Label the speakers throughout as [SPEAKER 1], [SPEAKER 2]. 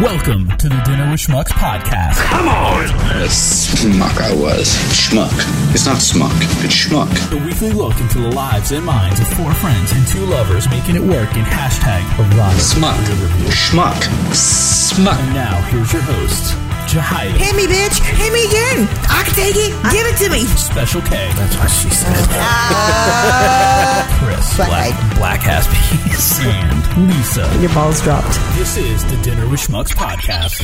[SPEAKER 1] Welcome to the Dinner with Schmucks podcast.
[SPEAKER 2] Come on!
[SPEAKER 3] Schmuck I was. Schmuck. It's not smuck. It's schmuck.
[SPEAKER 1] The weekly look into the lives and minds of four friends and two lovers making it work in hashtag erotic
[SPEAKER 3] Smuck.
[SPEAKER 1] career review.
[SPEAKER 3] Schmuck. Smuck.
[SPEAKER 1] And now, here's your host, Jahida,
[SPEAKER 4] Hit me, bitch. Hit me again. I can take it. Give it to me.
[SPEAKER 1] Special K. That's what she said. Chris,
[SPEAKER 4] Black
[SPEAKER 1] Black,
[SPEAKER 4] Eyed.
[SPEAKER 1] Black Ass Peas, and Lisa.
[SPEAKER 4] Your balls dropped.
[SPEAKER 1] This is the Dinner with Schmucks podcast.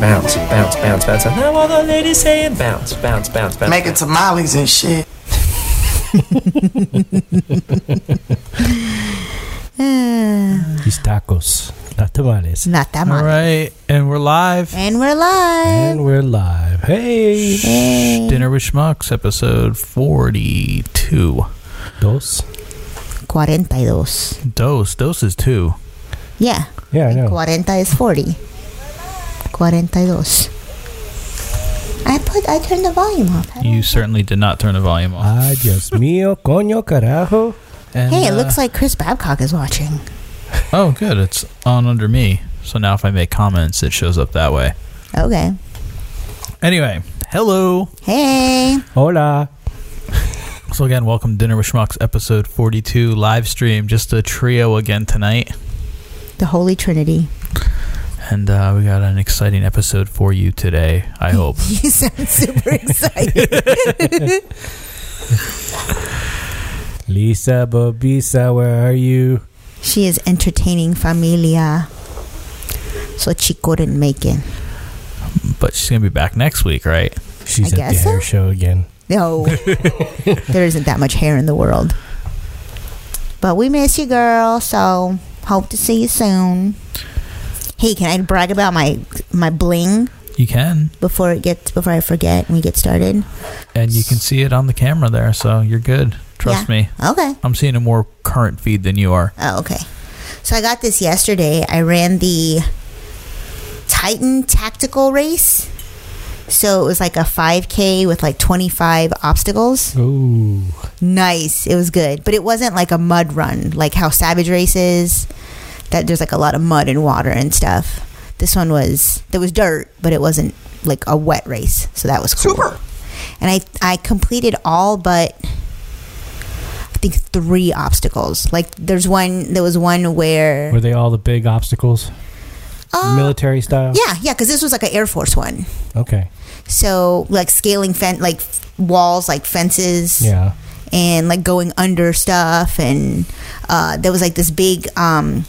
[SPEAKER 5] Bounce, bounce, bounce, bounce. And now all the ladies saying bounce, bounce, bounce, bounce.
[SPEAKER 6] making tamales and shit.
[SPEAKER 1] These tacos, not tamales.
[SPEAKER 4] Not that
[SPEAKER 7] All
[SPEAKER 4] much.
[SPEAKER 7] right, and we're live,
[SPEAKER 4] And we're live.
[SPEAKER 7] and we're live. Hey,
[SPEAKER 4] Hey.
[SPEAKER 7] dinner with schmucks, episode forty-two.
[SPEAKER 1] Dos.
[SPEAKER 4] 42.
[SPEAKER 7] Dose, dose is two.
[SPEAKER 4] Yeah.
[SPEAKER 1] Yeah, I know.
[SPEAKER 4] 40 is 40. 42. I put, I turned the volume up.
[SPEAKER 7] You certainly did not turn the volume off.
[SPEAKER 1] Ay, Dios mío, coño, carajo.
[SPEAKER 7] And,
[SPEAKER 4] Hey, it
[SPEAKER 7] uh,
[SPEAKER 4] looks like Chris Babcock is watching.
[SPEAKER 7] Oh, good. It's on under me. So now if I make comments, it shows up that way.
[SPEAKER 4] Okay.
[SPEAKER 7] Anyway, hello.
[SPEAKER 4] Hey.
[SPEAKER 1] Hola.
[SPEAKER 7] So again, welcome to Dinner with Schmucks, episode forty-two live stream. Just a trio again tonight,
[SPEAKER 4] The Holy Trinity.
[SPEAKER 7] and uh, we got an exciting episode for you today. I hope.
[SPEAKER 4] You sound super excited.
[SPEAKER 1] Lisa Bobisa, where are you?
[SPEAKER 4] she is entertaining familia. So she couldn't make it.
[SPEAKER 7] but she's gonna be back next week, right?
[SPEAKER 1] She's
[SPEAKER 4] I
[SPEAKER 1] at the
[SPEAKER 4] guess so.
[SPEAKER 1] hair show again.
[SPEAKER 4] No, there isn't that much hair in the world. But we miss you, girl. So hope to see you soon. Hey, can I brag about my my bling
[SPEAKER 7] You can,
[SPEAKER 4] before it gets before I forget and we get started?
[SPEAKER 7] and you can see it on the camera there, so you're good. Trust
[SPEAKER 4] Yeah.
[SPEAKER 7] me,
[SPEAKER 4] Okay.
[SPEAKER 7] I'm seeing a more current feed than you are.
[SPEAKER 4] Oh, okay. So I got this yesterday. I ran the Titan Tactical Race. So it was like a 5K with like 25 obstacles.
[SPEAKER 1] Ooh.
[SPEAKER 4] Nice. It was good. But it wasn't like a mud run, like how Savage Race is, that there's like a lot of mud and water and stuff. This one was, there was dirt, but it wasn't like a wet race. So that was cool.
[SPEAKER 6] Super.
[SPEAKER 4] And I, I completed all but, I think, three obstacles. Like there's one, there was one where.
[SPEAKER 1] Were they all the big obstacles?
[SPEAKER 4] Uh,
[SPEAKER 1] Military style?
[SPEAKER 4] yeah, yeah, because this was like an Air Force one.
[SPEAKER 1] Okay.
[SPEAKER 4] So like scaling fen- like f- walls, like fences.
[SPEAKER 1] Yeah.
[SPEAKER 4] and like going under stuff and uh, there was like this big um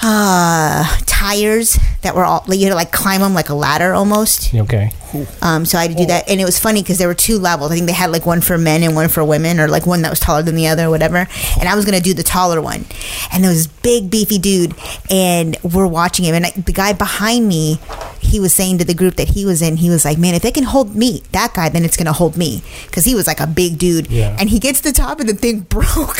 [SPEAKER 4] uh tires that were all like, you had to like climb them like a ladder almost
[SPEAKER 1] Okay.
[SPEAKER 4] um so i had to do that and it was funny because there were two levels i think they had like one for men and one for women or like one that was taller than the other or whatever and i was gonna do the taller one and there was this big beefy dude and we're watching him and I, the guy behind me he was saying to the group that he was in he was like man if they can hold me that guy then it's gonna hold me because he was like a big dude
[SPEAKER 1] Yeah.
[SPEAKER 4] and he gets to the top and the thing broke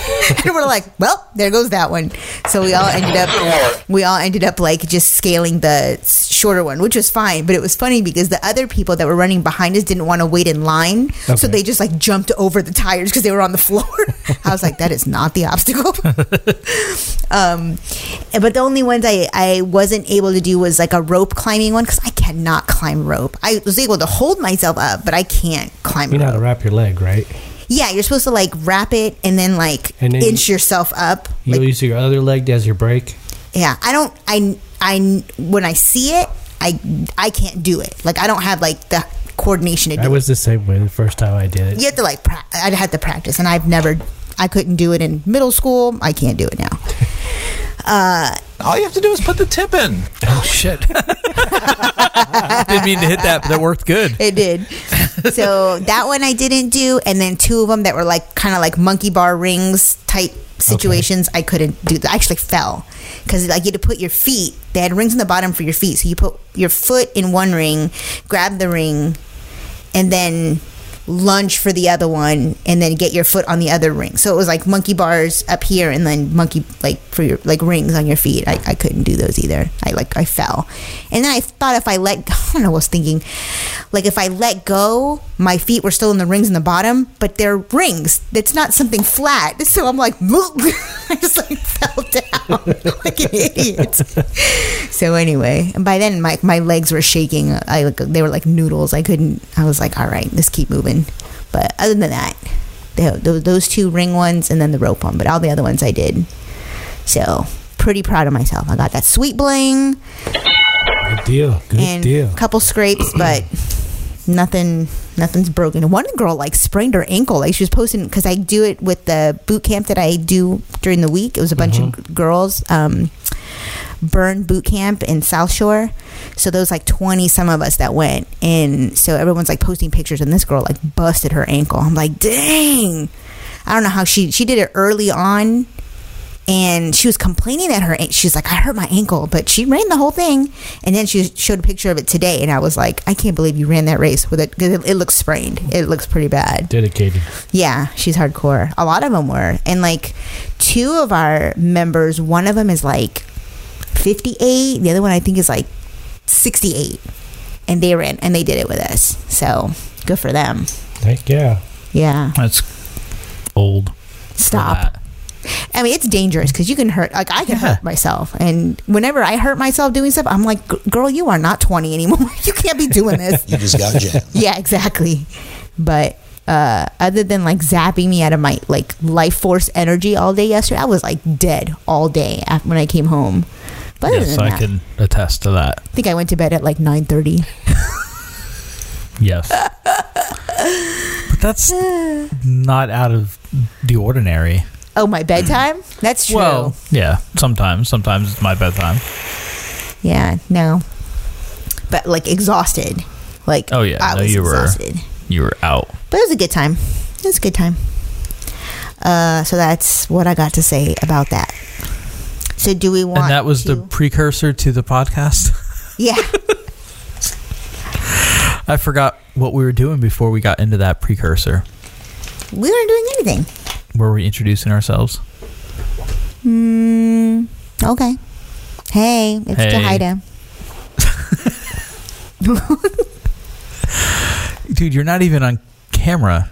[SPEAKER 4] and we're like, well, there goes that one. So we all ended up, we all ended up like just scaling the s- shorter one, which was fine. But it was funny because the other people that were running behind us didn't want to wait in line,
[SPEAKER 1] Okay.
[SPEAKER 4] so they just like jumped over the tires because they were on the floor. I was like, that is not the obstacle. um, but the only ones I I wasn't able to do was like a rope climbing one because I cannot climb rope. I was able to hold myself up, but I can't climb.
[SPEAKER 1] You know
[SPEAKER 4] rope.
[SPEAKER 1] how to wrap your leg, right?
[SPEAKER 4] Yeah, you're supposed to like wrap it and then like
[SPEAKER 1] And then-
[SPEAKER 4] inch yourself up.
[SPEAKER 1] You
[SPEAKER 4] Like,
[SPEAKER 1] use your other leg as your brake.
[SPEAKER 4] yeah, I don't. I I when I see it, I I can't do it. Like I don't have like the coordination to do
[SPEAKER 1] I was the same way the first time I did
[SPEAKER 4] it.
[SPEAKER 1] it.
[SPEAKER 4] You have to like. Pra- I'd had to practice, and I've never. I couldn't do it in middle school. I can't do it now. Uh,
[SPEAKER 2] All you have to do is put the tip in.
[SPEAKER 7] Oh shit! Didn't mean to hit that, but that worked good.
[SPEAKER 4] It did. so that one I didn't do, and then two of them that were like kind of like monkey bar rings type situations I couldn't do. I actually fell because like you had to put your feet. They had rings on the bottom for your feet, so you put your foot in one ring, grab the ring, and then lunge for the other one, and then get your foot on the other ring. So it was like monkey bars up here, and then monkey like for your like rings on your feet. I, I couldn't do those either. I like I fell, and then I thought if I let I don't know what I was thinking, like if I let go, my feet were still in the rings in the bottom, but they're rings. It's not something flat. So I'm like, I just like fell down like an idiot. So anyway, and by then my my legs were shaking. I like they were like noodles. I couldn't. I was like, all right, let's keep moving. But other than that, tho- tho- those two ring ones and then the rope one. But all the other ones I did. So pretty proud of myself. I got that sweet bling
[SPEAKER 6] Good deal. Good
[SPEAKER 4] and
[SPEAKER 6] deal.
[SPEAKER 4] a couple scrapes, but nothing nothing's broken. One girl like sprained her ankle. Like she was posting because I do it with the boot camp that I do during the week. It was a bunch
[SPEAKER 6] Uh-huh.
[SPEAKER 4] of g- girls. Um, Burn Boot Camp in South Shore. So there was like 20 some of us that went. And so everyone's like posting pictures and this girl like busted her ankle. I'm like, "Dang." I don't know how she she did it early on and she was complaining that her she's like I hurt my ankle, but she ran the whole thing. And then she showed a picture of it today and I was like, "I can't believe you ran that race with it cuz it, it looks sprained. It looks pretty bad."
[SPEAKER 6] Dedicated.
[SPEAKER 4] Yeah, she's hardcore. A lot of them were. And like two of our members, one of them is like 58, the other one I think is like 68. And they ran and they did it with us. So good for them.
[SPEAKER 6] Heck yeah.
[SPEAKER 4] Yeah.
[SPEAKER 7] That's old. for
[SPEAKER 4] Stop.
[SPEAKER 7] that.
[SPEAKER 4] I mean, it's dangerous because you can hurt. Like, I can hurt myself. And whenever I hurt myself doing stuff, I'm like, "G- girl, you are not 20 anymore. you can't be doing this.
[SPEAKER 2] You just got jammed.
[SPEAKER 4] yeah, exactly. But uh, other than like zapping me out of my like life force energy all day yesterday, I was like dead all day af when I came home. But other
[SPEAKER 7] Yes,
[SPEAKER 4] than
[SPEAKER 7] I
[SPEAKER 4] that,
[SPEAKER 7] can attest to that.
[SPEAKER 4] I think I went to bed at like nine thirty.
[SPEAKER 7] Yes. but that's not out of the ordinary.
[SPEAKER 4] Oh, my bedtime. That's true.
[SPEAKER 7] yeah, sometimes. Sometimes it's my bedtime.
[SPEAKER 4] yeah, no. But like exhausted. Like
[SPEAKER 7] Oh, yeah.
[SPEAKER 4] I
[SPEAKER 7] No,
[SPEAKER 4] was
[SPEAKER 7] you were-
[SPEAKER 4] exhausted.
[SPEAKER 7] You were out.
[SPEAKER 4] But it was a good time. It was a good time. Uh, so that's what I got to say about that. So do we want?
[SPEAKER 7] and that was the
[SPEAKER 4] to-
[SPEAKER 7] precursor to the podcast.
[SPEAKER 4] yeah.
[SPEAKER 7] I forgot what we were doing before we got into that precursor.
[SPEAKER 4] we weren't doing anything.
[SPEAKER 7] Were we introducing ourselves?
[SPEAKER 4] Hmm. Okay. Hey, it's
[SPEAKER 7] Hey.
[SPEAKER 4] Jahida.
[SPEAKER 7] Dude, you're not even on camera.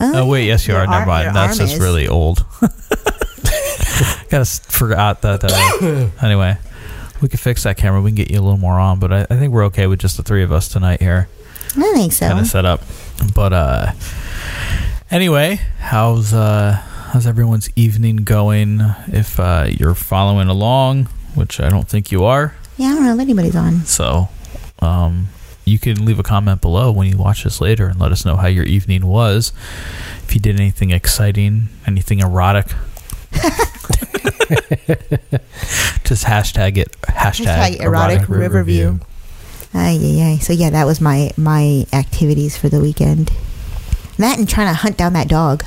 [SPEAKER 7] Oh, wait, yes, you
[SPEAKER 4] Your
[SPEAKER 7] are. Never
[SPEAKER 4] ar- your
[SPEAKER 7] mind. That's
[SPEAKER 4] arm
[SPEAKER 7] just
[SPEAKER 4] is.
[SPEAKER 7] really old. Gotta s- forgot that. that anyway, we can fix that camera. We can get you a little more on, but I, I think we're okay with just the three of us tonight here.
[SPEAKER 4] I think so.
[SPEAKER 7] Kind of set up. But uh, anyway, how's uh, how's everyone's evening going? If uh, you're following along, which I don't think you are,
[SPEAKER 4] Yeah, I don't know if anybody's on.
[SPEAKER 7] so um, you can leave a comment below when you watch this later and let us know how your evening was. If you did anything exciting, anything erotic, just hashtag it. Hashtag,
[SPEAKER 4] Hashtag
[SPEAKER 7] erotic,
[SPEAKER 4] erotic Riverview. Ay, ay, ay. So yeah, that was my my activities for the weekend. That and trying to hunt down that dog.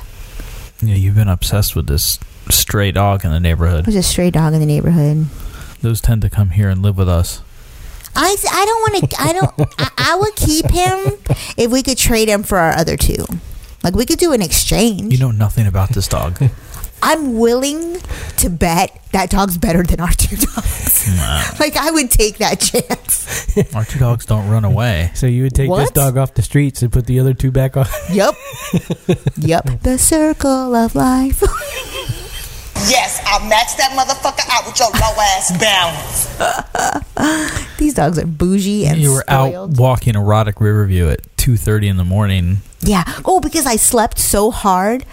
[SPEAKER 7] Yeah, you've been obsessed with this stray dog in the neighborhood.
[SPEAKER 4] There's a stray dog in the neighborhood.
[SPEAKER 7] Those tend to come here and live with us.
[SPEAKER 4] I, I don't want to. I don't. I, I would keep him if we could trade him for our other two. Like we could do an exchange.
[SPEAKER 7] You know nothing about this dog.
[SPEAKER 4] I'm willing to bet that dog's better than our two dogs. like I would take that chance.
[SPEAKER 7] Our two dogs don't run away.
[SPEAKER 6] So you would take this
[SPEAKER 4] What?
[SPEAKER 6] dog off the streets and put the other two back on.
[SPEAKER 4] Yep. yep. The circle of life.
[SPEAKER 8] Yes, I'll match that motherfucker out with your low ass balance.
[SPEAKER 4] These dogs are bougie and
[SPEAKER 7] you were out
[SPEAKER 4] spoiled.
[SPEAKER 7] walking erotic Riverview at two thirty in the morning.
[SPEAKER 4] Yeah. Oh, because I slept so hard.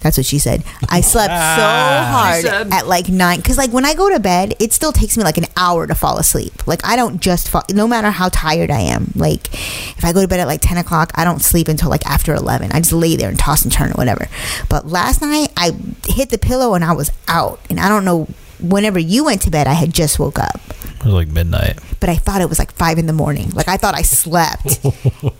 [SPEAKER 4] That's what she said. I slept so hard at like nine. Because, like, when I go to bed, it still takes me like an hour to fall asleep. Like, I don't just fall, no matter how tired I am. Like, if I go to bed at like 10 o'clock, I don't sleep until like after 11. I just lay there and toss and turn and whatever. But last night, I hit the pillow and I was out. And I don't know, whenever you went to bed, I had just woke up
[SPEAKER 7] It was like midnight.
[SPEAKER 4] but I thought it was like five in the morning. Like I thought I slept,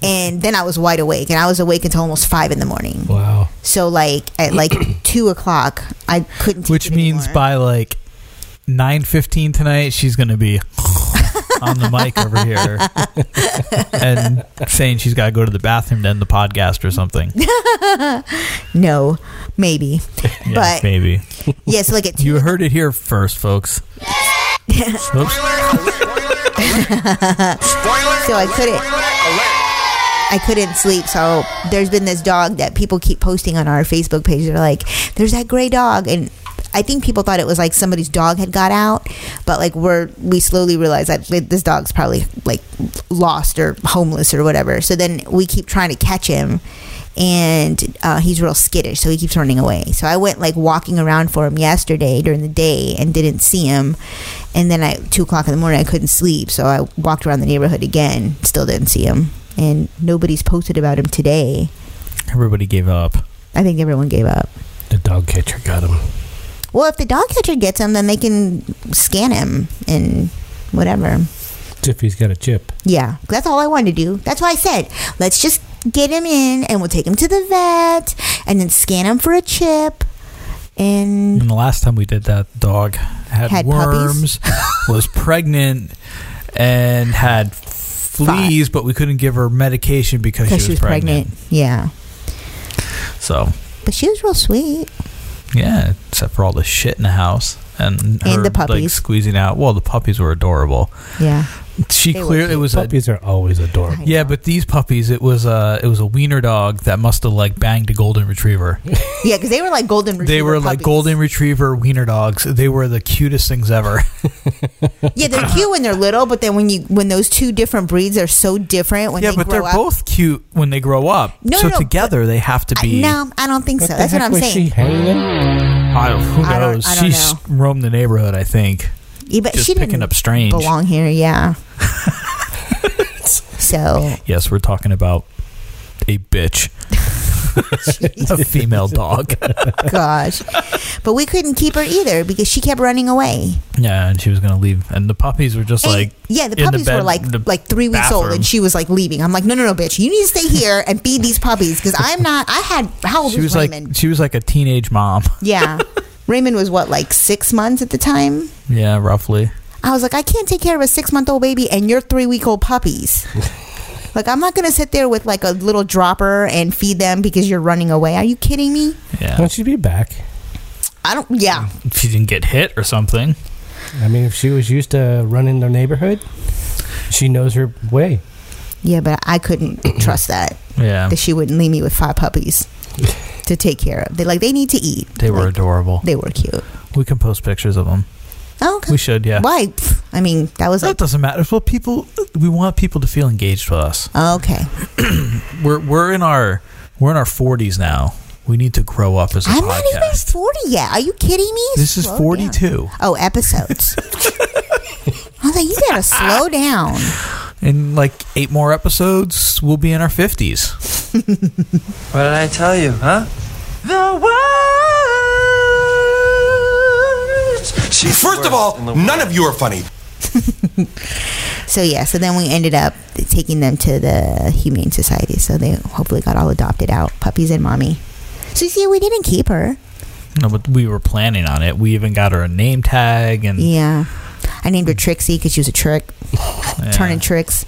[SPEAKER 4] and then I was wide awake, and I was awake until almost five in the morning.
[SPEAKER 6] Wow.
[SPEAKER 4] So like at like two o'clock, I couldn't. take
[SPEAKER 7] Which
[SPEAKER 4] it
[SPEAKER 7] means
[SPEAKER 4] anymore.
[SPEAKER 7] by like nine fifteen tonight, she's gonna be on the mic over here and saying she's got to go to the bathroom to end the podcast or something.
[SPEAKER 4] no, maybe.
[SPEAKER 7] Yeah,
[SPEAKER 4] but yes,
[SPEAKER 7] maybe.
[SPEAKER 4] yeah, so like at
[SPEAKER 7] You heard it here first, folks. Oops.
[SPEAKER 4] so I couldn't. I couldn't sleep, so there's been this dog that people keep posting on our Facebook page. They're like, "There's that gray dog," and I think people thought it was like somebody's dog had got out, but like we're we slowly realize that like, this dog's probably like lost or homeless or whatever. So then we keep trying to catch him, and uh, he's real skittish, so he keeps running away. So I went like walking around for him yesterday during the day and didn't see him. And then at two o'clock in the morning, I couldn't sleep, so I walked around the neighborhood again, still didn't see him, and nobody's posted about him today.
[SPEAKER 7] Everybody gave up.
[SPEAKER 4] I think everyone gave up.
[SPEAKER 6] The dog catcher got him.
[SPEAKER 4] Well, if the dog catcher gets him, then they can scan him and whatever.
[SPEAKER 6] Tiffy's got a chip.
[SPEAKER 4] Yeah, that's all I wanted to do. That's why I said, let's just get him in and we'll take him to the vet and then scan him for a chip. And
[SPEAKER 7] And the last time we did that, the dog had,
[SPEAKER 4] Had
[SPEAKER 7] worms,
[SPEAKER 4] puppies?
[SPEAKER 7] was pregnant, and had fleas, but we couldn't give her medication because she
[SPEAKER 4] because
[SPEAKER 7] was,
[SPEAKER 4] she was
[SPEAKER 7] pregnant.
[SPEAKER 4] pregnant. Yeah.
[SPEAKER 7] So,
[SPEAKER 4] But she was real sweet.
[SPEAKER 7] yeah, except for all the shit in the house and,
[SPEAKER 4] the
[SPEAKER 7] her, like,
[SPEAKER 4] puppies.
[SPEAKER 7] squeezing out. Well, the puppies were adorable.
[SPEAKER 4] Yeah.
[SPEAKER 7] She
[SPEAKER 4] They were
[SPEAKER 7] clearly it
[SPEAKER 4] cute.
[SPEAKER 7] was a
[SPEAKER 6] Puppies are always adorable.
[SPEAKER 4] I
[SPEAKER 7] yeah,
[SPEAKER 4] know.
[SPEAKER 7] but these puppies it was a it was a wiener dog that must have like banged a golden retriever.
[SPEAKER 4] Yeah, because they were like golden retriever.
[SPEAKER 7] they were like
[SPEAKER 4] puppies.
[SPEAKER 7] golden retriever wiener dogs. They were the cutest things ever.
[SPEAKER 4] Yeah, they're cute when they're little, but then when you when those two different breeds are so different when
[SPEAKER 7] yeah,
[SPEAKER 4] they
[SPEAKER 7] but
[SPEAKER 4] grow
[SPEAKER 7] they're
[SPEAKER 4] up-
[SPEAKER 7] both cute when they grow up.
[SPEAKER 4] No,
[SPEAKER 7] so
[SPEAKER 4] no,
[SPEAKER 7] together they have to
[SPEAKER 4] I-
[SPEAKER 7] be.
[SPEAKER 4] no, I don't think so.
[SPEAKER 6] the
[SPEAKER 4] That's what
[SPEAKER 6] heck
[SPEAKER 4] I'm
[SPEAKER 6] was She
[SPEAKER 4] saying.
[SPEAKER 6] hanging?
[SPEAKER 7] I don't, who knows?
[SPEAKER 4] I don't- I don't
[SPEAKER 7] She's roamed the neighborhood, I think.
[SPEAKER 4] Yeah, but
[SPEAKER 7] Just
[SPEAKER 4] she
[SPEAKER 7] picking
[SPEAKER 4] didn't
[SPEAKER 7] up strange.
[SPEAKER 4] belong here. Yeah. so
[SPEAKER 7] Yes, we're talking about a bitch. a female dog.
[SPEAKER 4] gosh, but we couldn't keep her either because she kept running away.
[SPEAKER 7] Yeah, and she was going to leave. And the puppies were just
[SPEAKER 4] And-
[SPEAKER 7] like.
[SPEAKER 4] yeah, the
[SPEAKER 7] in
[SPEAKER 4] puppies
[SPEAKER 7] bed-
[SPEAKER 4] were like
[SPEAKER 7] the
[SPEAKER 4] like three weeks old,
[SPEAKER 7] bathroom.
[SPEAKER 4] and she was like leaving. I'm like, no, no, no, bitch, you need to stay here and feed these puppies because I'm not. I had how old
[SPEAKER 7] She was like
[SPEAKER 4] Raymond?
[SPEAKER 7] she was like a teenage mom.
[SPEAKER 4] yeah, Raymond was what like six months at the time.
[SPEAKER 7] Yeah, roughly.
[SPEAKER 4] I was like, I can't take care of a six month old baby and your three week old puppies. like, I'm not going to sit there with like a little dropper and feed them because you're running away. Are you kidding me?
[SPEAKER 7] Yeah.
[SPEAKER 6] Won't she be back?
[SPEAKER 4] I don't, yeah.
[SPEAKER 7] She didn't get hit or something.
[SPEAKER 6] I mean, if she was used to running the neighborhood, she knows her way.
[SPEAKER 4] Yeah, but I couldn't trust that,
[SPEAKER 7] Yeah.
[SPEAKER 4] that she wouldn't leave me with five puppies to take care of. They like, they need to eat.
[SPEAKER 7] They were
[SPEAKER 4] Like,
[SPEAKER 7] adorable.
[SPEAKER 4] They were cute.
[SPEAKER 7] We can post pictures of them.
[SPEAKER 4] Oh, okay.
[SPEAKER 7] We should, yeah.
[SPEAKER 4] Why? Pff, I mean, that was
[SPEAKER 7] That
[SPEAKER 4] like,
[SPEAKER 7] doesn't matter. Well, people, we want people to feel engaged with us.
[SPEAKER 4] okay.
[SPEAKER 7] We're we're in our we're in our forties now. We need to grow up as a
[SPEAKER 4] I'm not even
[SPEAKER 7] podcast.
[SPEAKER 4] 40 yet. Are you kidding me?
[SPEAKER 7] This is
[SPEAKER 4] Slow down.
[SPEAKER 7] 42,
[SPEAKER 4] Oh, episodes. I was like, you gotta slow down.
[SPEAKER 7] in like eight more episodes, we'll be in our fifties.
[SPEAKER 5] What did I tell you, huh? The words. She's
[SPEAKER 9] First of all, none of you are funny.
[SPEAKER 4] So yeah, so then we ended up taking them to the humane society. So they hopefully got all adopted out, puppies and mommy. So you see, we didn't keep her.
[SPEAKER 7] No, but we were planning on it. We even got her a name tag, and
[SPEAKER 4] Yeah, I named her Trixie because she was a trick,
[SPEAKER 7] yeah.
[SPEAKER 4] turning tricks.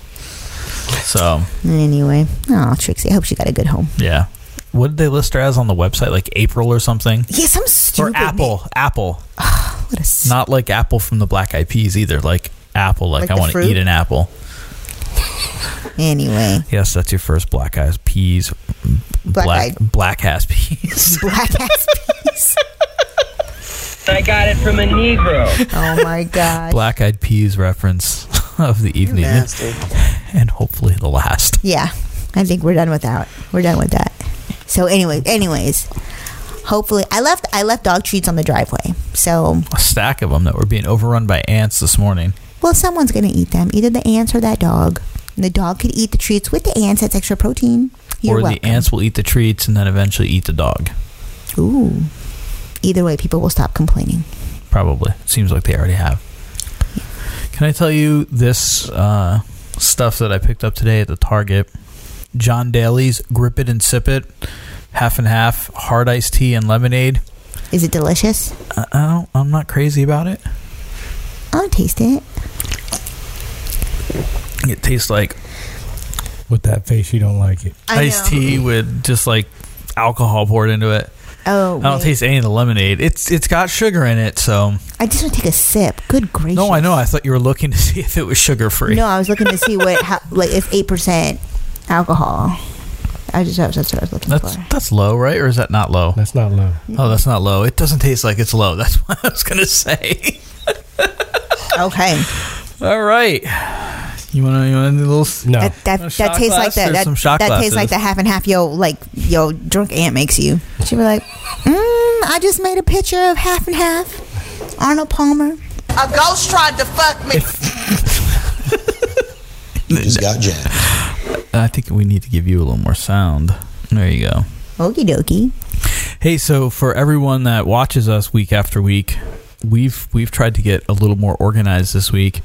[SPEAKER 7] So
[SPEAKER 4] Anyway, oh Trixie, I hope she got a good home.
[SPEAKER 7] yeah, what did they list her as on the website? Like April or something,
[SPEAKER 4] Yeah, some stupid
[SPEAKER 7] or Apple? Apple,
[SPEAKER 4] name. What a s-
[SPEAKER 7] not like Apple from the Black Eyed Peas either. Like Apple, like,
[SPEAKER 4] Like
[SPEAKER 7] I
[SPEAKER 4] the
[SPEAKER 7] want to
[SPEAKER 4] fruit?
[SPEAKER 7] eat an apple.
[SPEAKER 4] anyway,
[SPEAKER 7] Yes, that's your first Black Eyed Peas.
[SPEAKER 4] Black
[SPEAKER 7] black,
[SPEAKER 4] Eyed.
[SPEAKER 7] black ass peas.
[SPEAKER 4] black ass peas.
[SPEAKER 10] I got it from a Negro.
[SPEAKER 4] Oh my god.
[SPEAKER 7] Black Eyed Peas reference of the evening, and, hopefully the last.
[SPEAKER 4] Yeah, I think we're done with that. We're done with that. So anyway, anyways, hopefully I left I left dog treats on the driveway. So
[SPEAKER 7] A stack of them that were being overrun by ants this morning.
[SPEAKER 4] Well, someone's going to eat them, either the ants or that dog. And the dog could eat the treats with the ants. That's extra protein. You're
[SPEAKER 7] or
[SPEAKER 4] welcome.
[SPEAKER 7] the ants will eat the treats and then eventually eat the dog.
[SPEAKER 4] Ooh. Either way, people will stop complaining.
[SPEAKER 7] Probably. Seems like they already have. Can I tell you this uh, stuff that I picked up today at the Target? John Daly's Grip It and Sip It, half and half, hard iced tea and lemonade.
[SPEAKER 4] Is it delicious?
[SPEAKER 7] Uh, I, I don't, I'm not crazy about it.
[SPEAKER 4] I'll taste it.
[SPEAKER 7] It tastes like
[SPEAKER 6] with that face. You don't like it.
[SPEAKER 4] I
[SPEAKER 7] iced
[SPEAKER 4] know.
[SPEAKER 7] tea with just like alcohol poured into it.
[SPEAKER 4] Oh,
[SPEAKER 7] I don't
[SPEAKER 4] wait.
[SPEAKER 7] taste any of the lemonade. It's it's got sugar in it, so
[SPEAKER 4] I just want to take a sip. Good gracious.
[SPEAKER 7] no, I know. I thought you were looking to see if it was sugar free.
[SPEAKER 4] No, I was looking to see what, how, like, if eight percent alcohol. I just that's what I was looking
[SPEAKER 7] That's
[SPEAKER 4] for.
[SPEAKER 7] that's low, right? Or is that not low?
[SPEAKER 6] That's not low.
[SPEAKER 7] Oh, that's not low. It doesn't taste like it's low. That's what I was gonna say.
[SPEAKER 4] Okay,
[SPEAKER 7] All right. You want to you want a little
[SPEAKER 6] no?
[SPEAKER 4] that that,
[SPEAKER 7] Want a
[SPEAKER 4] that
[SPEAKER 7] shot
[SPEAKER 4] tastes
[SPEAKER 7] glass
[SPEAKER 4] like that.
[SPEAKER 7] or
[SPEAKER 4] That,
[SPEAKER 7] some shot
[SPEAKER 4] that tastes like
[SPEAKER 7] glasses?
[SPEAKER 4] the half and half. Yo, like yo, drunk aunt makes you. She was like, mm, I just made a picture of half and half. Arnold Palmer.
[SPEAKER 8] A ghost tried to fuck me.
[SPEAKER 7] just got jammed. I think we need to give you a little more sound. There you go.
[SPEAKER 4] Okie dokie.
[SPEAKER 7] Hey, so for everyone that watches us week after week, we've we've tried to get a little more organized this week.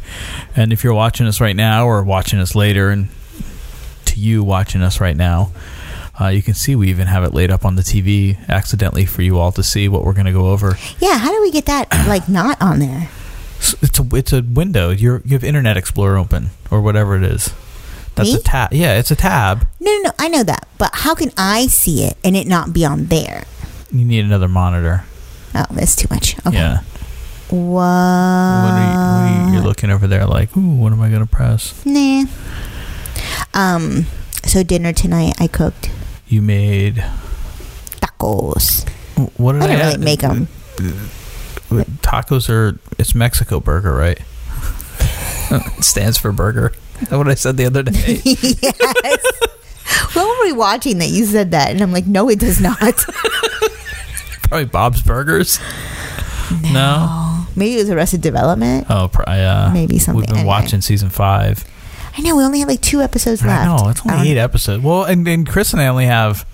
[SPEAKER 7] And if you're watching us right now or watching us later, and to you watching us right now, uh, you can see we even have it laid up on the TV accidentally for you all to see what we're going to go over.
[SPEAKER 4] Yeah, how do we get that like not on there?
[SPEAKER 7] S- It's a it's a window. You you have Internet Explorer open or whatever it is. That's
[SPEAKER 4] Me?
[SPEAKER 7] a tab. Yeah, it's a tab.
[SPEAKER 4] No, no, no. I know that, but how can I see it and it not be on there?
[SPEAKER 7] You need another monitor.
[SPEAKER 4] Oh, that's too much. Okay.
[SPEAKER 7] Yeah.
[SPEAKER 4] What?
[SPEAKER 7] What are you- what are you-
[SPEAKER 4] Uh,
[SPEAKER 7] you're looking over there like, ooh, what am I going to press?
[SPEAKER 4] Nah. Um. So dinner tonight, I cooked
[SPEAKER 7] You made.
[SPEAKER 4] tacos.
[SPEAKER 7] What did
[SPEAKER 4] I
[SPEAKER 7] I,
[SPEAKER 4] didn't
[SPEAKER 7] add?
[SPEAKER 4] really make them.
[SPEAKER 7] Tacos are it's Mexico burger, right? it stands for burger. That's what I said the other day.
[SPEAKER 4] yes. When were we watching that you said that? And I'm like, no, it does not.
[SPEAKER 7] Probably Bob's Burgers. No.
[SPEAKER 4] Maybe it was Arrested Development.
[SPEAKER 7] Oh, pr- I, uh,
[SPEAKER 4] Maybe something-
[SPEAKER 7] We've been
[SPEAKER 4] anyway.
[SPEAKER 7] watching season five.
[SPEAKER 4] I know we only have like two episodes
[SPEAKER 7] I
[SPEAKER 4] left.
[SPEAKER 7] know it's only
[SPEAKER 4] Um,
[SPEAKER 7] eight episodes. Well, and, and Chris and I only have.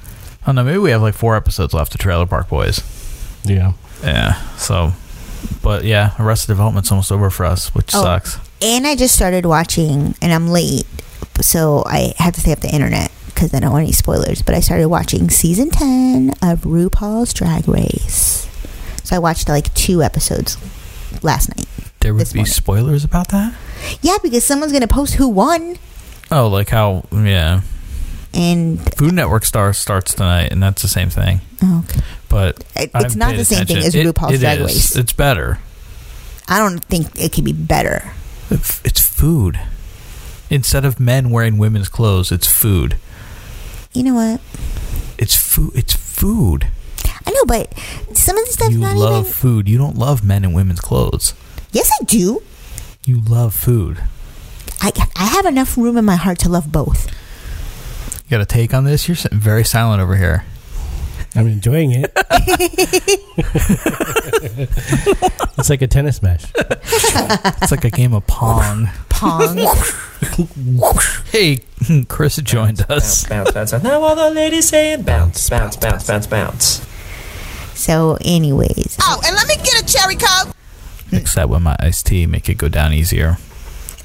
[SPEAKER 7] I don't know. Maybe we have like four episodes left of Trailer Park Boys.
[SPEAKER 6] Yeah.
[SPEAKER 7] Yeah. So, but yeah, Arrested Development's almost over for us, which
[SPEAKER 4] Oh.
[SPEAKER 7] sucks.
[SPEAKER 4] And I just started watching, and I'm late, so I have to stay up the internet because I don't want any spoilers. But I started watching season ten of RuPaul's Drag Race. So I watched like two episodes last night.
[SPEAKER 7] There would
[SPEAKER 4] This
[SPEAKER 7] be
[SPEAKER 4] morning.
[SPEAKER 7] spoilers about that.
[SPEAKER 4] Yeah, because someone's gonna post who won,
[SPEAKER 7] Oh, like how? Yeah.
[SPEAKER 4] and
[SPEAKER 7] Food Network Star starts tonight, and that's the same thing.
[SPEAKER 4] oh, okay.
[SPEAKER 7] But
[SPEAKER 4] It-
[SPEAKER 7] I
[SPEAKER 4] it's not
[SPEAKER 7] paid
[SPEAKER 4] the same thing
[SPEAKER 7] attention.
[SPEAKER 4] as RuPaul's Drag
[SPEAKER 7] is.
[SPEAKER 4] Race.
[SPEAKER 7] It's better.
[SPEAKER 4] I don't think it could be better.
[SPEAKER 7] It's it's food. Instead of men wearing women's clothes, it's food.
[SPEAKER 4] You know what?
[SPEAKER 7] It's food. It's food.
[SPEAKER 4] I know, but some of the stuff's
[SPEAKER 7] you
[SPEAKER 4] not
[SPEAKER 7] love
[SPEAKER 4] even.
[SPEAKER 7] food. You don't love men in women's clothes.
[SPEAKER 4] Yes, I do.
[SPEAKER 7] You love food.
[SPEAKER 4] I I have enough room in my heart to love both.
[SPEAKER 7] You got a take on this? You're sitting very silent over here.
[SPEAKER 6] I'm enjoying it. it's like a tennis match.
[SPEAKER 7] It's like a game of pong.
[SPEAKER 4] Pong.
[SPEAKER 7] Hey, Chris joined us.
[SPEAKER 5] Bounce, bounce, bounce. Now all the ladies saying bounce, bounce, bounce, bounce, bounce.
[SPEAKER 4] so, anyways,
[SPEAKER 8] Oh, and let me get a cherry coke.
[SPEAKER 7] Mix that with my iced tea, make it go down easier.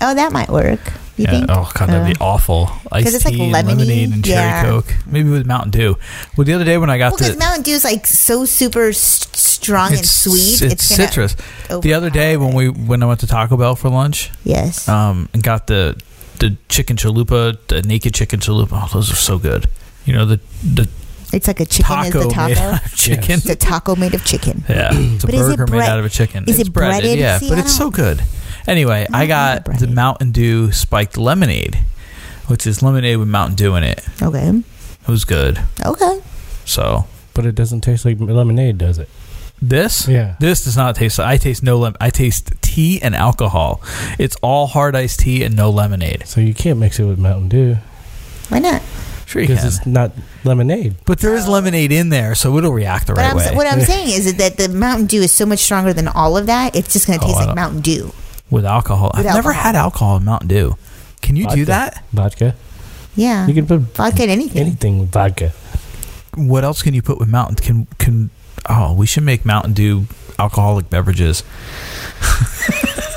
[SPEAKER 4] oh, that might work. You
[SPEAKER 7] yeah.
[SPEAKER 4] think? Uh,
[SPEAKER 7] Oh god, that'd be awful. Iced
[SPEAKER 4] it's, like,
[SPEAKER 7] tea, and
[SPEAKER 4] lemony.
[SPEAKER 7] lemonade, and cherry
[SPEAKER 4] Yeah.
[SPEAKER 7] coke. Maybe with Mountain Dew. Well, the other day when I got
[SPEAKER 4] Well, because
[SPEAKER 7] the
[SPEAKER 4] Mountain Dew is like so super s- strong and
[SPEAKER 7] It's,
[SPEAKER 4] sweet. gonna
[SPEAKER 7] citrus. The other
[SPEAKER 4] overpower
[SPEAKER 7] day when
[SPEAKER 4] it.
[SPEAKER 7] we when I went to Taco Bell for lunch,
[SPEAKER 4] yes,
[SPEAKER 7] um, and got the the chicken chalupa, the naked chicken chalupa. Oh, those are so good. You know the the
[SPEAKER 4] it's like a chicken is
[SPEAKER 7] taco
[SPEAKER 4] the
[SPEAKER 7] made
[SPEAKER 4] taco.
[SPEAKER 7] out of chicken.
[SPEAKER 4] It's a taco made of chicken.
[SPEAKER 7] Yeah, it's a
[SPEAKER 4] But is it
[SPEAKER 7] burger made
[SPEAKER 4] bread-
[SPEAKER 7] out of a chicken.
[SPEAKER 4] is
[SPEAKER 7] it's
[SPEAKER 4] it breaded?
[SPEAKER 7] Yeah,
[SPEAKER 4] See,
[SPEAKER 7] but
[SPEAKER 4] I
[SPEAKER 7] it's so
[SPEAKER 4] don't-
[SPEAKER 7] good. Anyway, I
[SPEAKER 4] don't like
[SPEAKER 7] got the
[SPEAKER 4] breaded.
[SPEAKER 7] Mountain Dew spiked lemonade, which is lemonade with Mountain Dew in it.
[SPEAKER 4] Okay,
[SPEAKER 7] It was good.
[SPEAKER 4] okay.
[SPEAKER 7] So
[SPEAKER 6] But it doesn't taste like lemonade, does it?
[SPEAKER 7] This?
[SPEAKER 6] Yeah.
[SPEAKER 7] This does not taste. I taste no lemon. I taste tea and alcohol. It's all hard iced tea and no lemonade.
[SPEAKER 6] So you can't mix it with Mountain Dew
[SPEAKER 4] Why not?
[SPEAKER 7] Sure you
[SPEAKER 6] because
[SPEAKER 7] can.
[SPEAKER 6] it's not lemonade.
[SPEAKER 7] But there is lemonade in there, so it'll react the
[SPEAKER 4] But
[SPEAKER 7] right
[SPEAKER 4] I'm,
[SPEAKER 7] way
[SPEAKER 4] what I'm saying is that the Mountain Dew is so much stronger than all of that. It's just going to
[SPEAKER 7] Oh,
[SPEAKER 4] taste
[SPEAKER 7] I
[SPEAKER 4] like
[SPEAKER 7] don't-
[SPEAKER 4] Mountain Dew.
[SPEAKER 7] with alcohol. I've
[SPEAKER 4] With
[SPEAKER 7] never
[SPEAKER 4] alcohol.
[SPEAKER 7] had alcohol in Mountain Dew. Can you do
[SPEAKER 6] Vodka.
[SPEAKER 7] that?
[SPEAKER 6] Vodka.
[SPEAKER 4] Yeah,
[SPEAKER 6] You can put
[SPEAKER 4] vodka and anything.
[SPEAKER 6] anything with vodka.
[SPEAKER 7] What else can you put with Mountain? Can can oh, we should make Mountain Dew alcoholic beverages.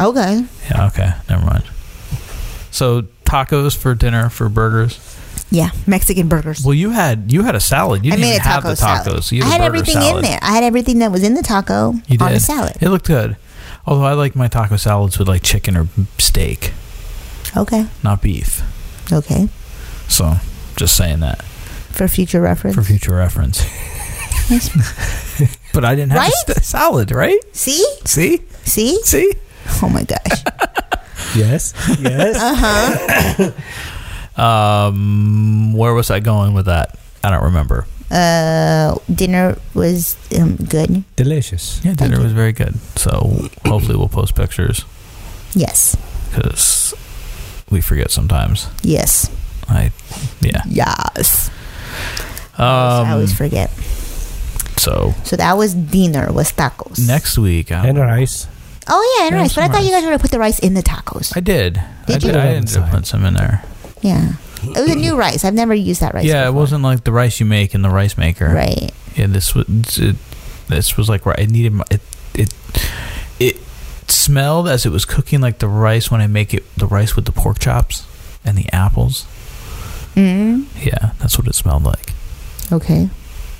[SPEAKER 4] Okay.
[SPEAKER 7] Yeah. Okay. Never mind. So tacos for dinner for burgers.
[SPEAKER 4] Yeah, Mexican burgers.
[SPEAKER 7] Well, you had you had a salad. You
[SPEAKER 4] I
[SPEAKER 7] didn't
[SPEAKER 4] made a
[SPEAKER 7] even have
[SPEAKER 4] taco
[SPEAKER 7] the
[SPEAKER 4] salad.
[SPEAKER 7] tacos. You
[SPEAKER 4] I had
[SPEAKER 7] a burger
[SPEAKER 4] everything in
[SPEAKER 7] salad.
[SPEAKER 4] there. I had everything that was in the taco
[SPEAKER 7] You
[SPEAKER 4] on
[SPEAKER 7] did.
[SPEAKER 4] the salad.
[SPEAKER 7] It looked good. Although I like my taco salads with like chicken or steak.
[SPEAKER 4] Okay.
[SPEAKER 7] not beef.
[SPEAKER 4] Okay.
[SPEAKER 7] So, just saying that
[SPEAKER 4] For future reference.
[SPEAKER 7] for future reference. but I didn't have a
[SPEAKER 4] Right?
[SPEAKER 7] st- salad, right?
[SPEAKER 4] See?
[SPEAKER 7] See?
[SPEAKER 4] See?
[SPEAKER 7] See?
[SPEAKER 4] Oh my gosh.
[SPEAKER 7] Yes. Yes.
[SPEAKER 4] Uh-huh.
[SPEAKER 7] um, where was I going with that? I don't remember.
[SPEAKER 4] Uh, dinner was um, good.
[SPEAKER 7] Delicious. Yeah, dinner was very good. So hopefully we'll post pictures
[SPEAKER 4] Yes.
[SPEAKER 7] because we forget sometimes.
[SPEAKER 4] Yes.
[SPEAKER 7] I, yeah.
[SPEAKER 4] Yes.
[SPEAKER 7] Um, I
[SPEAKER 4] always forget.
[SPEAKER 7] So
[SPEAKER 4] So that was dinner was tacos.
[SPEAKER 7] next week, I and rice.
[SPEAKER 4] Oh yeah, and
[SPEAKER 7] Yeah,
[SPEAKER 4] rice. But I
[SPEAKER 7] some
[SPEAKER 4] thought you guys were gonna put the rice in the tacos.
[SPEAKER 7] I did. I
[SPEAKER 4] Did
[SPEAKER 7] did.
[SPEAKER 4] you?
[SPEAKER 7] I ended up putting some in there.
[SPEAKER 4] Yeah. It was a new rice. I've never used that rice.
[SPEAKER 7] yeah, it wasn't like the rice you make in the rice maker.
[SPEAKER 4] Right.
[SPEAKER 7] Yeah, this was it, this was like ri- it needed my- it it it smelled as it was cooking like the rice when I make it the rice with the pork chops and the apples.
[SPEAKER 4] Mm.
[SPEAKER 7] Yeah, that's what it smelled like.
[SPEAKER 4] Okay.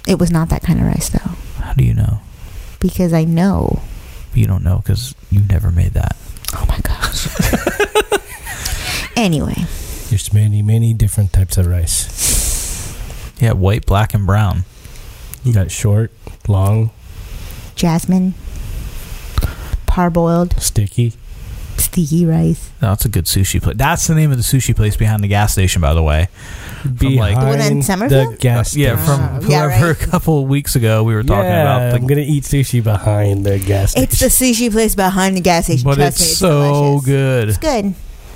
[SPEAKER 4] It was not that kind of rice though,
[SPEAKER 7] How do you know?
[SPEAKER 4] because I know.
[SPEAKER 7] You don't know because you never made that.
[SPEAKER 4] Oh my gosh. anyway,
[SPEAKER 6] There's many, many different types of rice.
[SPEAKER 7] Yeah, white, black, and brown.
[SPEAKER 6] You got short, long,
[SPEAKER 4] jasmine, parboiled,
[SPEAKER 7] Sticky.
[SPEAKER 4] sticky rice.
[SPEAKER 7] That's a good sushi place. That's the name of the sushi place behind the gas station, by the way. From like,
[SPEAKER 4] The one in Behind Somerville? the gas
[SPEAKER 7] yeah,
[SPEAKER 4] station.
[SPEAKER 7] from
[SPEAKER 4] Oh, yeah,
[SPEAKER 7] whoever a couple weeks ago we were talking
[SPEAKER 6] yeah,
[SPEAKER 7] about. The,
[SPEAKER 6] I'm gonna eat sushi behind the gas station.
[SPEAKER 4] It's the sushi place behind the gas station.
[SPEAKER 7] but
[SPEAKER 4] Trust
[SPEAKER 7] it's
[SPEAKER 4] me, it's
[SPEAKER 7] so good.
[SPEAKER 4] It's good.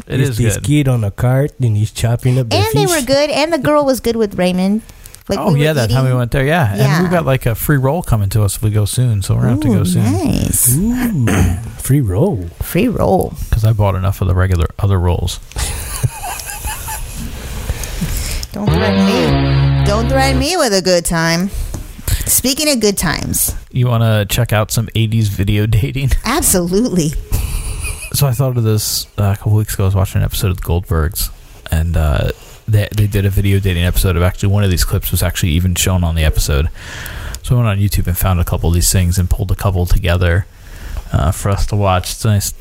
[SPEAKER 7] It
[SPEAKER 6] It's
[SPEAKER 7] is
[SPEAKER 6] this
[SPEAKER 7] good.
[SPEAKER 6] kid on a cart and he's chopping up the
[SPEAKER 4] And
[SPEAKER 6] fish.
[SPEAKER 4] they were good, and the girl was good with Raymond. Like
[SPEAKER 7] oh
[SPEAKER 4] we were
[SPEAKER 7] yeah, that time we
[SPEAKER 4] eating-
[SPEAKER 7] went there. Yeah, and we
[SPEAKER 4] Yeah.
[SPEAKER 7] got like a free roll coming to us if we go soon. So we're gonna have to
[SPEAKER 4] Ooh,
[SPEAKER 7] go soon.
[SPEAKER 4] nice.
[SPEAKER 7] free roll.
[SPEAKER 4] Free roll.
[SPEAKER 7] Because I bought enough of the regular other rolls.
[SPEAKER 4] Don't threaten me. Don't threaten me with a good time. Speaking of good times,
[SPEAKER 7] You want to check out some '80s video dating?
[SPEAKER 4] absolutely.
[SPEAKER 7] so I thought of this uh, a couple weeks ago. I was watching an episode of the Goldbergs, and uh, they they did a video dating episode of actually one of these clips was actually even shown on the episode. So I went on YouTube and found a couple of these things and pulled a couple together uh, for us to watch. It's a nice,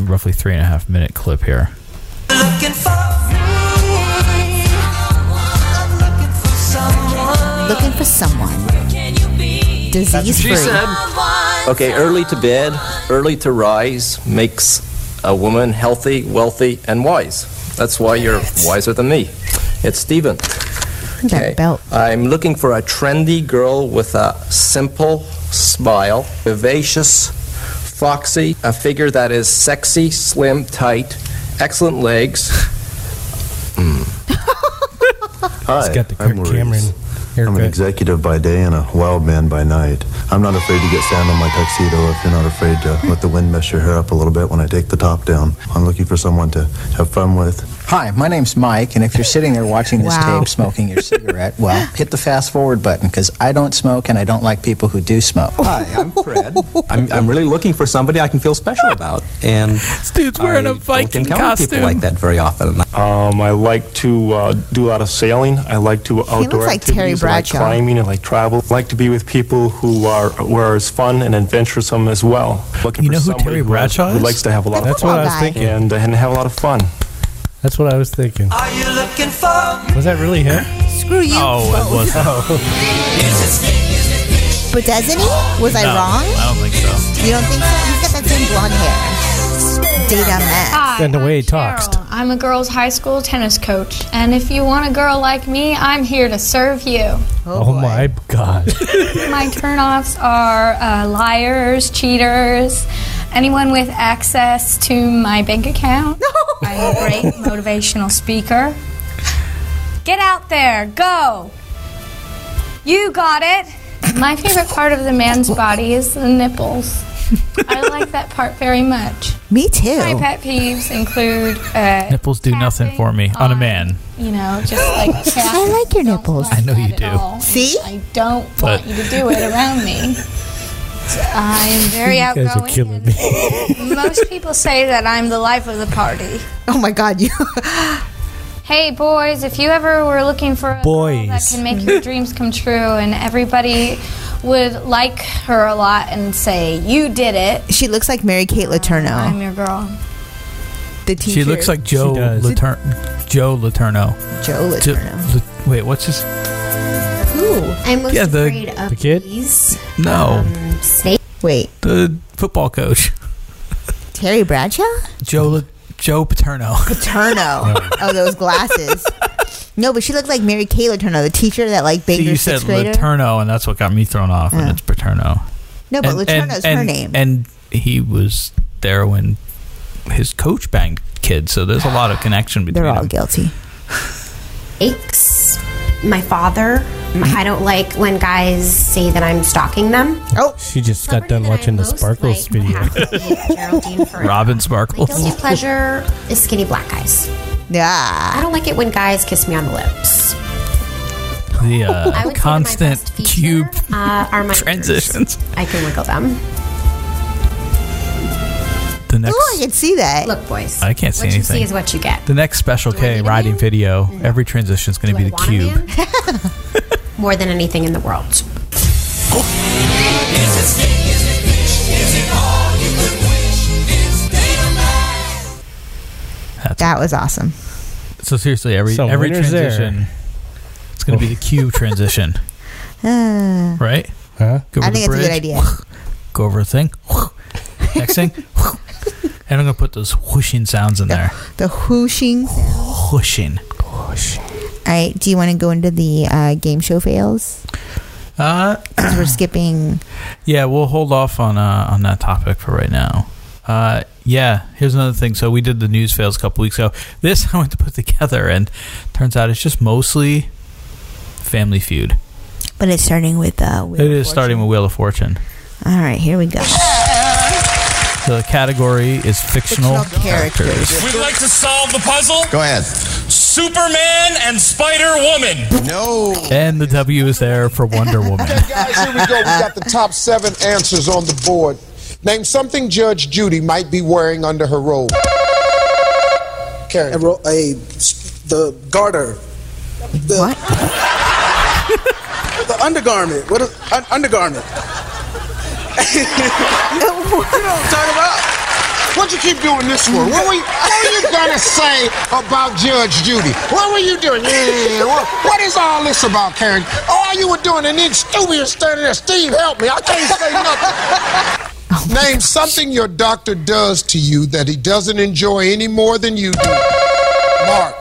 [SPEAKER 7] roughly three and a half minute clip here.
[SPEAKER 11] Looking for me. I'm looking for someone.
[SPEAKER 4] Looking for someone. Disease free.
[SPEAKER 12] Okay, early to bed, early to rise makes a woman healthy, wealthy, and wise. That's why you're wiser than me. It's Stephen. Okay. I'm looking for a trendy girl with a simple smile, vivacious, foxy, a figure that is sexy, slim, tight, excellent legs. Mm.
[SPEAKER 13] Hi,
[SPEAKER 12] got the
[SPEAKER 13] I'm
[SPEAKER 12] Kirk
[SPEAKER 13] Maurice. I'm an executive by day and a wild man by night. I'm not afraid to get sand on my tuxedo if you're not afraid to let the wind mess your hair up a little bit when I take the top down. I'm looking for someone to have fun with.
[SPEAKER 3] Hi, my name's Mike, and if you're sitting there watching this
[SPEAKER 13] Wow.
[SPEAKER 3] tape smoking your cigarette, well, hit the fast forward button because I don't smoke and I don't like people who do smoke.
[SPEAKER 14] Hi, I'm Fred. I'm, I'm really looking for somebody I can feel special
[SPEAKER 15] Oh,
[SPEAKER 14] about. And this
[SPEAKER 7] dude's
[SPEAKER 14] wearing a Viking
[SPEAKER 7] costume.
[SPEAKER 14] People like that very often.
[SPEAKER 16] Um, I like to uh, do a lot of sailing. I like to outdoor
[SPEAKER 4] like Terry
[SPEAKER 16] activities. I like
[SPEAKER 4] Bradshaw.
[SPEAKER 16] climbing. I like travel. I like to be with people who are who are as fun and adventuresome as well. Looking
[SPEAKER 7] You
[SPEAKER 16] for
[SPEAKER 7] know who
[SPEAKER 16] somebody
[SPEAKER 7] Terry
[SPEAKER 16] who-
[SPEAKER 7] Bradshaw
[SPEAKER 16] Who
[SPEAKER 7] is?
[SPEAKER 16] likes to have a lot
[SPEAKER 6] That's
[SPEAKER 16] of
[SPEAKER 6] what
[SPEAKER 16] fun.
[SPEAKER 6] I was thinking.
[SPEAKER 16] And, uh, and have a lot of fun.
[SPEAKER 6] That's what I was thinking.
[SPEAKER 11] Are you looking for
[SPEAKER 6] Was that really him?
[SPEAKER 4] Screw you.
[SPEAKER 7] Oh, it was.
[SPEAKER 4] But doesn't he? Was I
[SPEAKER 7] No,
[SPEAKER 4] wrong?
[SPEAKER 7] I don't think so.
[SPEAKER 4] You don't think so? He's got that same blonde hair. Data Max.
[SPEAKER 15] Hi,
[SPEAKER 6] And the way he talks.
[SPEAKER 15] I'm a girls' high school tennis coach, and if you want a girl like me, I'm here to serve you.
[SPEAKER 6] Oh, my god.
[SPEAKER 15] My turnoffs are uh, liars, cheaters, anyone with access to my bank account. I'm a great motivational speaker. Get out there, go! You got it! My favorite part of the man's body is the nipples. I like that part very much.
[SPEAKER 4] Me too.
[SPEAKER 15] My pet peeves include, uh,
[SPEAKER 7] Nipples do nothing for me on a man.
[SPEAKER 15] you know, just like
[SPEAKER 4] I
[SPEAKER 15] tapping
[SPEAKER 4] like your nipples.
[SPEAKER 7] I know you do.
[SPEAKER 15] all. See? I don't
[SPEAKER 7] But-
[SPEAKER 15] want you to do it around me. I am very
[SPEAKER 6] you guys are
[SPEAKER 15] outgoing.
[SPEAKER 6] killing me.
[SPEAKER 15] Most people say that I'm the life of the party.
[SPEAKER 4] Oh my god, you.
[SPEAKER 15] Hey boys, if you ever were looking for a girl that
[SPEAKER 6] Boys.
[SPEAKER 15] can make your dreams come true and everybody would like her a lot and say, "You did it."
[SPEAKER 4] She looks like Mary Kate Letourneau.
[SPEAKER 15] I'm your girl.
[SPEAKER 4] the teacher.
[SPEAKER 7] She looks like Joe Later- Joe Laterno.
[SPEAKER 4] Joe
[SPEAKER 7] Jo-
[SPEAKER 4] Laterno.
[SPEAKER 7] Lat- wait, what's his?
[SPEAKER 4] Who? I'm
[SPEAKER 7] most Yeah, the- afraid of um, the kid?
[SPEAKER 4] these.
[SPEAKER 7] No,
[SPEAKER 4] snake. Wait,
[SPEAKER 7] the football coach,
[SPEAKER 4] Terry Bradshaw?
[SPEAKER 7] Joe La- Joe Paterno.
[SPEAKER 4] Paterno. oh, those glasses. No, but she looked like Mary Kay Laterno, the teacher that like
[SPEAKER 7] See,
[SPEAKER 4] Baker
[SPEAKER 7] you said
[SPEAKER 4] sixth grader.
[SPEAKER 7] Laterno, and that's what got me thrown off. And
[SPEAKER 4] Oh.
[SPEAKER 7] it's Paterno.
[SPEAKER 4] No, but
[SPEAKER 7] and,
[SPEAKER 4] Laterno's her
[SPEAKER 7] and,
[SPEAKER 4] name.
[SPEAKER 7] And he was there when his coach banged kids, so there's a lot of connection between. They're all
[SPEAKER 4] guilty.
[SPEAKER 17] aches. My father. I don't like when guys say that I'm stalking them.
[SPEAKER 4] Oh,
[SPEAKER 6] She just got done watching the Sparkles video.
[SPEAKER 17] Geraldine for
[SPEAKER 7] Robin Sparkles.
[SPEAKER 17] guilty pleasure is skinny black guys.
[SPEAKER 4] Yeah.
[SPEAKER 17] I don't like it when guys kiss me on the lips.
[SPEAKER 7] The
[SPEAKER 17] I
[SPEAKER 7] uh,
[SPEAKER 17] would say my best
[SPEAKER 7] constant cube
[SPEAKER 17] Uh, are my
[SPEAKER 7] transitions.
[SPEAKER 17] I can wiggle them.
[SPEAKER 7] The next,
[SPEAKER 17] Oh,
[SPEAKER 4] I can see that.
[SPEAKER 17] Look, boys.
[SPEAKER 7] I can't see
[SPEAKER 17] what you
[SPEAKER 7] anything.
[SPEAKER 17] see is what you get.
[SPEAKER 7] the next Special K riding video. Every transition is going to be the cube.
[SPEAKER 17] More than anything in the world.
[SPEAKER 4] that was awesome.
[SPEAKER 7] So seriously, every
[SPEAKER 4] So
[SPEAKER 7] every
[SPEAKER 4] winner's there.
[SPEAKER 7] transition, it's going to be the cube transition,
[SPEAKER 4] Uh,
[SPEAKER 7] right? Huh?
[SPEAKER 4] I think it's a good idea.
[SPEAKER 7] Go over a thing. Next thing, and I'm going to put those whooshing sounds in there.
[SPEAKER 4] The whooshing. All
[SPEAKER 7] Whooshing.
[SPEAKER 4] right. Do you want to go into the uh, game show fails?
[SPEAKER 7] Uh,
[SPEAKER 4] 'Cause we're skipping.
[SPEAKER 7] Yeah, we'll hold off on uh, on that topic for right now. Uh, yeah, here's another thing. So we did the news fails a couple weeks ago. This I went to put together, and turns out it's just mostly Family Feud.
[SPEAKER 4] But it's starting with. Uh, Wheel
[SPEAKER 7] it
[SPEAKER 4] of
[SPEAKER 7] is starting with Wheel of Fortune.
[SPEAKER 4] Fortune. All right, here we go.
[SPEAKER 7] The category is fictional,
[SPEAKER 4] Fictional
[SPEAKER 7] characters.
[SPEAKER 18] We'd like to solve the puzzle.
[SPEAKER 7] Go ahead.
[SPEAKER 18] Superman and Spider Woman. No.
[SPEAKER 7] And the W is there for Wonder Woman.
[SPEAKER 19] guys, here we go. We got the top seven answers on the board. Name something Judge Judy might be wearing under her robe. Karen. A, the garter.
[SPEAKER 20] The, what? the undergarment. What is un- undergarment? you know what I'm talking about?
[SPEAKER 19] What you keep doing this for? What were you, what were you gonna say about Judge Judy? What were you doing? Yeah, what, what is all this about, Karen? All you were doing and then Stewie is standing there. Steve, help me! I can't say nothing. Name something your doctor does to you that he doesn't enjoy any more than you do. Mark.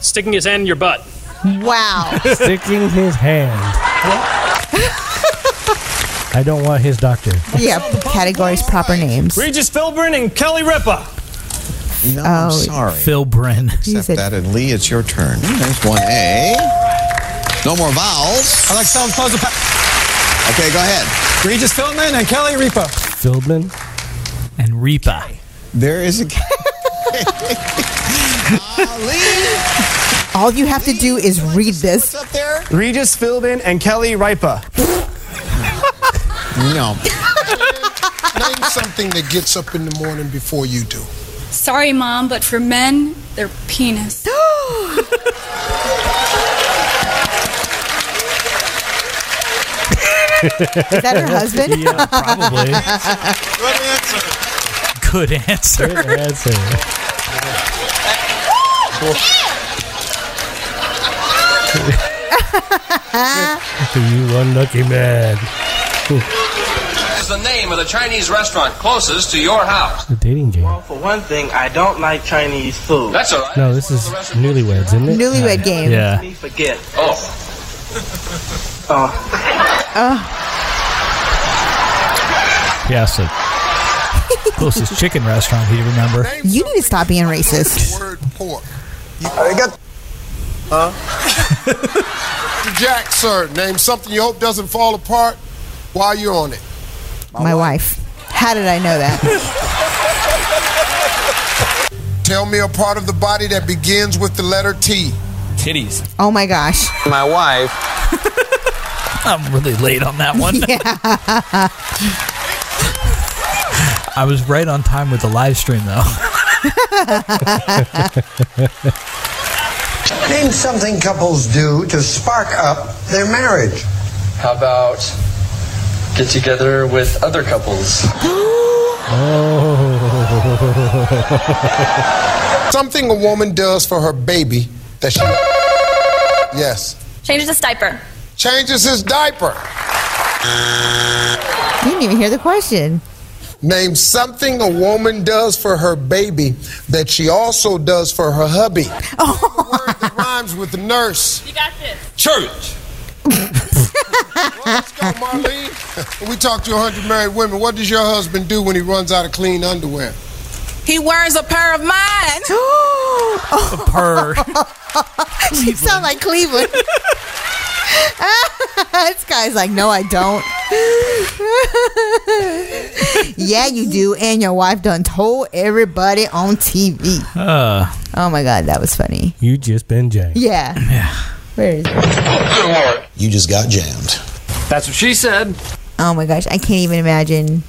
[SPEAKER 21] Sticking his hand in your butt.
[SPEAKER 4] Wow.
[SPEAKER 6] Sticking his hand. I don't want his doctor.
[SPEAKER 4] Yeah, categories, proper names.
[SPEAKER 21] Regis Philbin and Kelly Ripa.
[SPEAKER 22] No, I'm
[SPEAKER 4] Oh.
[SPEAKER 22] sorry.
[SPEAKER 7] Phil Brin.
[SPEAKER 22] Except that, and Lee, it's your turn. Hmm, There's one A. No more vowels. I like solve puzzle. okay, go ahead. Regis Philman and Kelly Repo.
[SPEAKER 6] Fieldman.
[SPEAKER 7] And Repa.
[SPEAKER 22] There is a.
[SPEAKER 4] All you have to do is read this.
[SPEAKER 21] Regis Philbin and Kelly Ripa.
[SPEAKER 19] No. Name something that gets up in the morning before you do.
[SPEAKER 13] Sorry, Mom, but for men, they're penis.
[SPEAKER 4] Is that her husband?
[SPEAKER 7] Yeah, probably.
[SPEAKER 19] Good answer.
[SPEAKER 7] Good answer.
[SPEAKER 6] Good answer.
[SPEAKER 4] Oh,
[SPEAKER 6] you unlucky man.
[SPEAKER 23] is the name of the Chinese restaurant closest to your house?
[SPEAKER 6] The dating game.
[SPEAKER 24] For one thing, I don't like Chinese food.
[SPEAKER 23] That's all right.
[SPEAKER 6] No, this is newlyweds, isn't it?
[SPEAKER 4] Newlywed game.
[SPEAKER 6] Yeah.
[SPEAKER 24] Let me forget.
[SPEAKER 23] Oh.
[SPEAKER 24] Uh,
[SPEAKER 4] Oh,
[SPEAKER 7] Yeah, so closest chicken restaurant he remember.
[SPEAKER 4] you need to stop being racist.
[SPEAKER 19] I got. Huh? Jack, sir, name something you hope doesn't fall apart while you're on it.
[SPEAKER 4] My wife. How did I know that?
[SPEAKER 19] Tell me a part of the body that begins with the letter T.
[SPEAKER 7] Titties.
[SPEAKER 4] Oh my gosh.
[SPEAKER 7] My wife. I'm really late on that one.
[SPEAKER 4] Yeah.
[SPEAKER 7] I was right on time with the live stream
[SPEAKER 24] Oh.
[SPEAKER 7] though.
[SPEAKER 25] Name something couples do to spark up their marriage.
[SPEAKER 26] How about get together with other couples?
[SPEAKER 6] Oh.
[SPEAKER 19] Something a woman does for her baby that she. Yes.
[SPEAKER 1] Changes his diaper.
[SPEAKER 19] Changes his diaper.
[SPEAKER 4] You didn't even hear the question.
[SPEAKER 19] Name something a woman does for her baby that she also does for her hubby. Oh. word that rhymes with nurse.
[SPEAKER 1] You got this.
[SPEAKER 19] Church. Marlene, we talked to 100 married women. What does your husband do when he runs out of clean underwear?
[SPEAKER 2] He wears a pair of mine.
[SPEAKER 7] a purr.
[SPEAKER 4] she sound like Cleveland. this guy's like, no, I don't. yeah, you do, and your wife done told everybody on TV.
[SPEAKER 7] Uh,
[SPEAKER 4] oh my god, that was funny.
[SPEAKER 6] You just been janked.
[SPEAKER 4] Yeah.
[SPEAKER 7] Yeah.
[SPEAKER 4] Where is it?
[SPEAKER 22] You just got Uh, jammed.
[SPEAKER 23] That's what she said.
[SPEAKER 4] Oh my gosh, I can't even imagine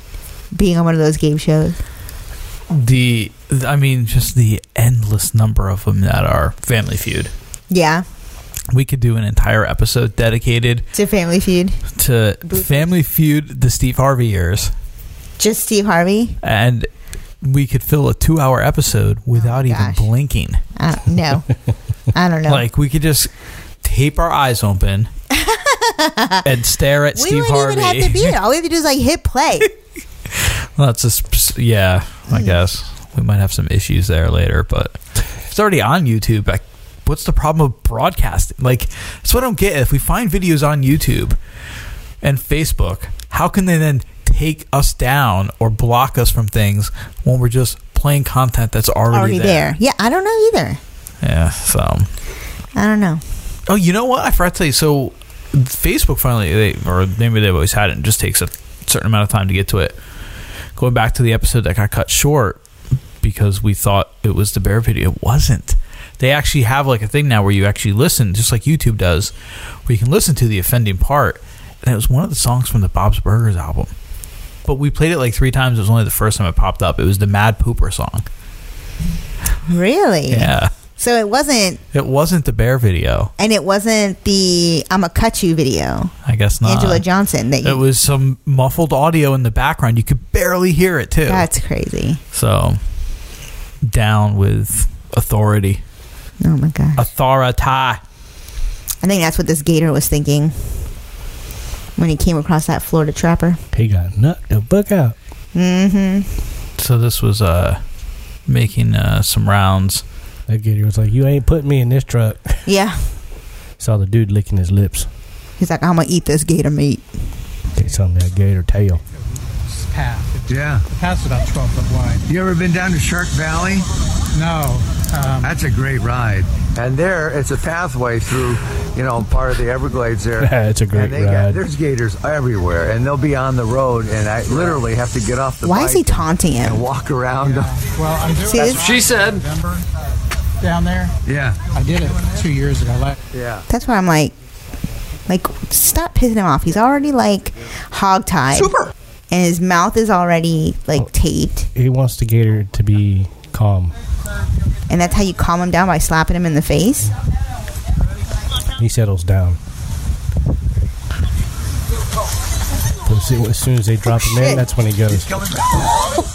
[SPEAKER 4] being on one of those game shows.
[SPEAKER 7] The, I mean, just the endless number of them that are Family Feud.
[SPEAKER 4] Yeah,
[SPEAKER 7] We could do an entire episode dedicated
[SPEAKER 4] it's a Family Feud.
[SPEAKER 7] to Family Feud, the Steve Harvey years,
[SPEAKER 4] Just Steve Harvey.
[SPEAKER 7] and we could fill a two-hour episode without even blinking.
[SPEAKER 4] Uh, Oh, no, I don't know.
[SPEAKER 7] Like we could just tape our eyes open and stare at
[SPEAKER 4] we
[SPEAKER 7] Steve
[SPEAKER 4] wouldn't
[SPEAKER 7] Harvey.
[SPEAKER 4] even have to be there. All we have to do is like hit play.
[SPEAKER 7] Well, that's just yeah.
[SPEAKER 4] Hmm.
[SPEAKER 7] I guess we might have some issues there later, but if it's already on YouTube. I, what's the problem of broadcasting? Like that's what I don't get. If we find videos on YouTube and Facebook, how can they then take us down or block us from things when we're just playing content that's already,
[SPEAKER 4] Already there. Yeah, I don't know either.
[SPEAKER 7] Yeah. So.
[SPEAKER 4] I don't know.
[SPEAKER 7] Oh, you know what? I forgot to tell you. So, Facebook finally, they, or maybe they've always had it, and just takes a certain amount of time to get to it. Going back to the episode that got cut short because we thought it was the bear video, it wasn't. They actually have like a thing now where you actually listen, just like YouTube does, where you can listen to the offending part. And it was one of the songs from the Bob's Burgers album. But we played it like three times. It was only the first time it popped up. It was the Mad Pooper song.
[SPEAKER 4] Really?
[SPEAKER 7] Yeah.
[SPEAKER 4] So it wasn't,
[SPEAKER 7] It wasn't the bear video.
[SPEAKER 4] and it wasn't the "I'ma cut you" video.
[SPEAKER 7] I guess not.
[SPEAKER 4] Angela Johnson. That you,
[SPEAKER 7] It was some muffled audio in the background. You could barely hear it too.
[SPEAKER 4] That's crazy.
[SPEAKER 7] So down with authority.
[SPEAKER 4] Oh my god.
[SPEAKER 7] Authority.
[SPEAKER 4] I think that's what this gator was thinking when he came across that Florida trapper.
[SPEAKER 6] He got knocked the book out.
[SPEAKER 4] Mm-hmm.
[SPEAKER 7] So this was uh making uh, some rounds.
[SPEAKER 6] That gator was like, "You ain't putting me in this truck."
[SPEAKER 4] Yeah.
[SPEAKER 6] Saw the dude licking his lips.
[SPEAKER 4] He's like, I'm gonna eat this gator meat.
[SPEAKER 6] It's on that gator tail.
[SPEAKER 3] path. Yeah. The path's about 12 foot wide. You ever been down to Shark Valley? No. um, That's a great ride. And there, it's a pathway through, you know, part of the Everglades there.
[SPEAKER 6] It's a great
[SPEAKER 3] and they
[SPEAKER 6] ride.
[SPEAKER 3] Got, there's gators everywhere, and they'll be on the road, and I literally have to get off the
[SPEAKER 4] Why is he
[SPEAKER 3] bike
[SPEAKER 4] taunting him?
[SPEAKER 3] and walk around.
[SPEAKER 2] Well, I'm doing
[SPEAKER 4] See,
[SPEAKER 3] That's what she said.
[SPEAKER 2] November down there.
[SPEAKER 3] Yeah.
[SPEAKER 2] I did it two years ago. Like,
[SPEAKER 3] yeah.
[SPEAKER 4] That's why I'm like, like, stop pissing him off. He's already like hogtied. Super. And his mouth is already like taped,
[SPEAKER 6] He wants the gator to be calm.
[SPEAKER 4] and that's how you calm him down by slapping him in the face.
[SPEAKER 6] He settles down. But as soon- as soon as they drop him in, that's when he goes.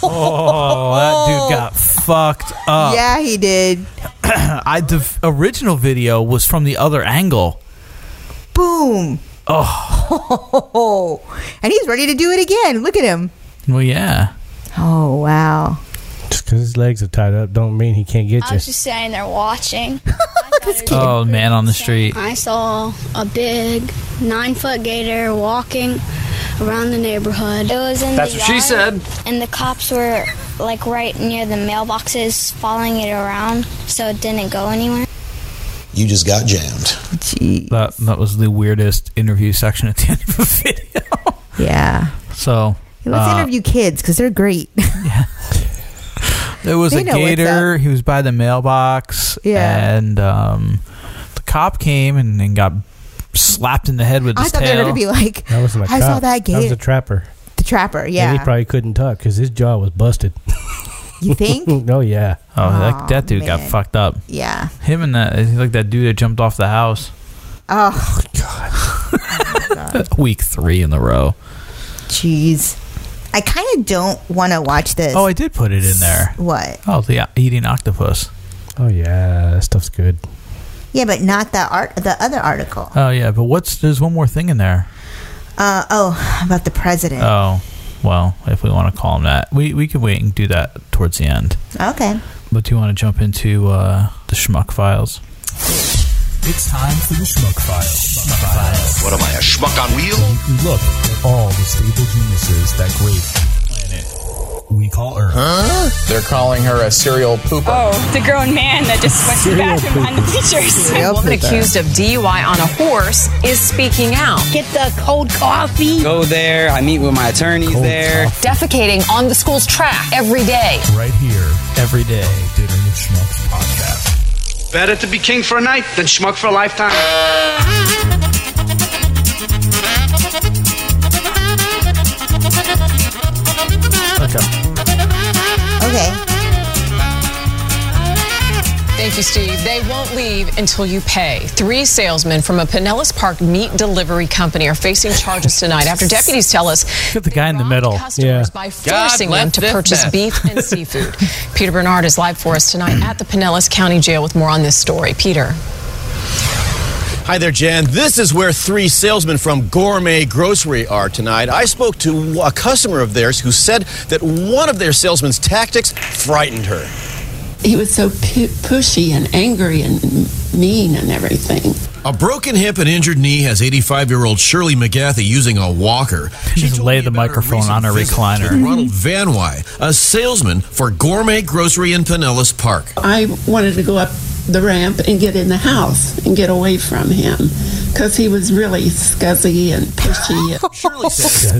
[SPEAKER 7] Oh, that dude got fucked up.
[SPEAKER 4] yeah, he did.
[SPEAKER 7] I the original video was from the other angle.
[SPEAKER 4] Boom. Oh. and he's ready to do it again. Look at him.
[SPEAKER 7] Well, yeah.
[SPEAKER 4] Oh wow.
[SPEAKER 6] Just because his legs are tied up, don't mean he can't get
[SPEAKER 5] I
[SPEAKER 6] you.
[SPEAKER 5] was just standing there watching.
[SPEAKER 7] Oh, man on the street.
[SPEAKER 5] I saw a big nine foot gator walking around the neighborhood. It was in
[SPEAKER 23] That's
[SPEAKER 5] the
[SPEAKER 23] what she
[SPEAKER 5] yard, And the cops were like right near the mailboxes following it around so it didn't go anywhere.
[SPEAKER 22] You just got jammed.
[SPEAKER 7] That that was the weirdest interview section at the end of the video.
[SPEAKER 4] Yeah.
[SPEAKER 7] So
[SPEAKER 4] Let's
[SPEAKER 7] uh,
[SPEAKER 4] interview kids because they're great.
[SPEAKER 7] There was
[SPEAKER 4] They
[SPEAKER 7] a
[SPEAKER 4] know what's
[SPEAKER 7] gator. He was by the mailbox.
[SPEAKER 4] Yeah.
[SPEAKER 7] And um, the cop came and, and got slapped in the head with
[SPEAKER 4] I
[SPEAKER 7] his
[SPEAKER 4] thought
[SPEAKER 7] tail.
[SPEAKER 4] they were gonna be like,
[SPEAKER 6] That wasn't a
[SPEAKER 4] I saw
[SPEAKER 6] cop.
[SPEAKER 4] that
[SPEAKER 6] That was
[SPEAKER 4] gator.
[SPEAKER 6] a trapper.
[SPEAKER 4] the trapper.
[SPEAKER 6] And
[SPEAKER 4] Yeah.
[SPEAKER 6] he probably couldn't talk because his jaw was busted.
[SPEAKER 4] You think?
[SPEAKER 6] oh, yeah.
[SPEAKER 7] oh, that, that dude got fucked up.
[SPEAKER 4] Yeah.
[SPEAKER 7] Him and that, he's like that dude that jumped off the house.
[SPEAKER 4] oh Uh.
[SPEAKER 7] Week three in the row.
[SPEAKER 4] Jeez. I kind of don't want to watch this.
[SPEAKER 7] Oh, I did put it in there.
[SPEAKER 4] What?
[SPEAKER 7] Oh, the o- eating octopus.
[SPEAKER 6] Oh yeah, that stuff's good.
[SPEAKER 4] Yeah, but not the art. The other article.
[SPEAKER 7] Oh yeah, but what's there's one more thing in there.
[SPEAKER 4] Uh, oh, about the president.
[SPEAKER 7] Oh, well, if we want to call him that, we we can wait and do that towards the end.
[SPEAKER 4] Okay.
[SPEAKER 7] But do you want to jump into uh, the schmuck files?
[SPEAKER 1] It's time for the Schmuck Files.
[SPEAKER 23] What am I, a schmuck on wheels?
[SPEAKER 1] Look at all the stable geniuses that great planet we call Earth.
[SPEAKER 8] Huh? They're calling her a serial pooper.
[SPEAKER 9] Oh, the grown man that just went to the bathroom on the bleachers.
[SPEAKER 8] Serial
[SPEAKER 9] A woman
[SPEAKER 8] pooper.
[SPEAKER 9] accused of DUI on a horse is speaking out. Get the cold coffee.
[SPEAKER 10] Go there. I meet with my attorneys there.
[SPEAKER 9] Defecating on the school's track every day.
[SPEAKER 1] Right here, every day, Dinner with Schmucks podcast.
[SPEAKER 12] Better to be king for a night than schmuck for a lifetime.
[SPEAKER 7] Okay.
[SPEAKER 4] Okay.
[SPEAKER 9] Thank you, Steve. They won't leave until you pay. Three salesmen from a Pinellas Park meat delivery company are facing charges tonight after deputies tell us
[SPEAKER 7] Get the guy in the middle.
[SPEAKER 9] Yeah. by forcing them to purchase beef and seafood. Peter Bernard is live for us tonight at the Pinellas County Jail with more on this story. Peter.
[SPEAKER 10] Hi there, Jan. This is where three salesmen from Gourmet Grocery are tonight. I spoke to a customer of theirs who said that one of their salesman's tactics frightened her.
[SPEAKER 27] He was so pu- pushy and angry and m- mean and everything.
[SPEAKER 10] A broken hip and injured knee has 85 year old Shirley McGathy using a walker. She
[SPEAKER 7] just lay the microphone on a recliner.
[SPEAKER 10] Ronald Van Wy, a salesman for Gourmet Grocery in Pinellas Park.
[SPEAKER 27] I wanted to go up the ramp and get in the house and get away from him because he was really scuzzy and pushy.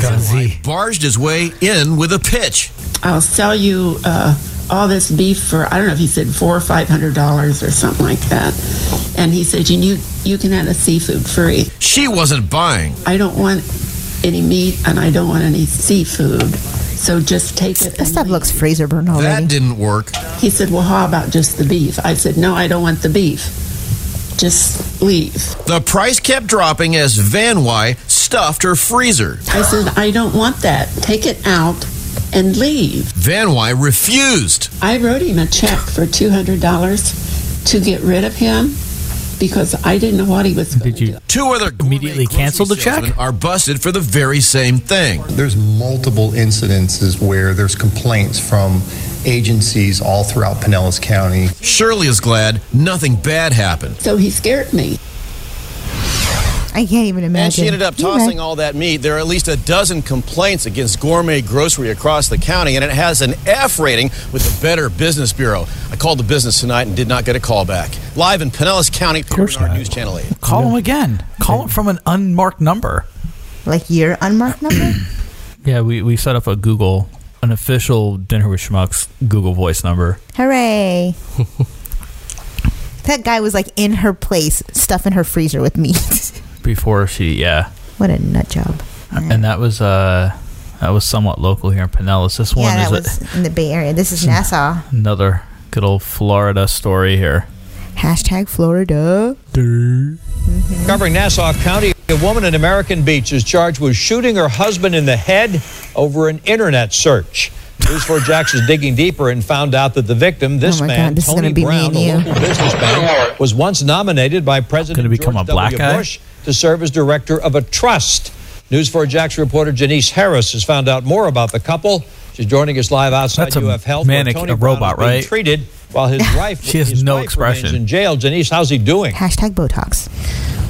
[SPEAKER 10] Guy barged his way in with a pitch.
[SPEAKER 27] I'll sell you uh, all this beef for I don't know if he said four or five hundred dollars or something like that, and he said you you, you can have the seafood free.
[SPEAKER 10] She wasn't buying.
[SPEAKER 27] I don't want any meat and I don't want any seafood. So just take it. That stuff looks
[SPEAKER 4] freezer burn
[SPEAKER 10] That didn't work.
[SPEAKER 27] He said, Well, how about just the beef? I said, No, I don't want the beef. Just leave.
[SPEAKER 10] The price kept dropping as Van Wy stuffed her freezer.
[SPEAKER 27] I said, I don't want that. Take it out and leave.
[SPEAKER 10] Van Wy refused.
[SPEAKER 27] I wrote him a check for $200 to get rid of him because I didn't know what he was going to do.
[SPEAKER 10] Two other immediately canceled the check are busted for the very same thing.
[SPEAKER 26] There's multiple incidences where there's complaints from agencies all throughout Pinellas County.
[SPEAKER 10] Shirley is glad nothing bad happened.
[SPEAKER 27] So he scared me.
[SPEAKER 4] I can't even imagine.
[SPEAKER 10] And she ended up
[SPEAKER 4] You're
[SPEAKER 10] tossing
[SPEAKER 4] right.
[SPEAKER 10] all that meat. There are at least a dozen complaints against Gourmet Grocery across the county, and it has an F rating with the Better Business Bureau. I called the business tonight and did not get a call back. Live in Pinellas County, Peter Bernard News Channel 8.
[SPEAKER 7] Call him again. Call him from an unmarked number.
[SPEAKER 4] Like your unmarked number?
[SPEAKER 7] Yeah, we, we set up a Google, an official Dinner with Schmucks Google voice number.
[SPEAKER 4] Hooray! that guy was like in her place, stuffing her freezer with meat.
[SPEAKER 7] Before she, yeah.
[SPEAKER 4] what a nut job!
[SPEAKER 7] And that was uh, that was somewhat local here in Pinellas. This one
[SPEAKER 4] yeah, that
[SPEAKER 7] is a,
[SPEAKER 4] was in the Bay Area. This is Nassau.
[SPEAKER 7] another good old Florida story here.
[SPEAKER 4] Hashtag Florida.
[SPEAKER 28] Covering Nassau County, a woman in American Beach is charged with shooting her husband in the head over an internet search. News 4 Jax is digging deeper and found out that the victim, this
[SPEAKER 4] Oh my
[SPEAKER 28] man,
[SPEAKER 4] God, this is
[SPEAKER 28] Tony
[SPEAKER 4] gonna be me
[SPEAKER 28] Brown,
[SPEAKER 4] and
[SPEAKER 28] a
[SPEAKER 4] you.
[SPEAKER 28] local businessman, was once nominated by President George
[SPEAKER 7] a black
[SPEAKER 28] W.
[SPEAKER 7] guy?
[SPEAKER 28] Bush to serve as director of a trust. News 4 Jax reporter Janice Harris has found out more about the couple. She's joining us live outside
[SPEAKER 7] That's a
[SPEAKER 28] UF Health. where
[SPEAKER 7] manic-
[SPEAKER 28] Tony
[SPEAKER 7] a
[SPEAKER 28] Brown
[SPEAKER 7] robot,
[SPEAKER 28] is being
[SPEAKER 7] right?
[SPEAKER 28] Treated while his wife,
[SPEAKER 7] She has
[SPEAKER 28] his
[SPEAKER 7] no
[SPEAKER 28] wife
[SPEAKER 7] expression.
[SPEAKER 28] remains in jail. Janice, how's he doing?
[SPEAKER 4] Hashtag Botox.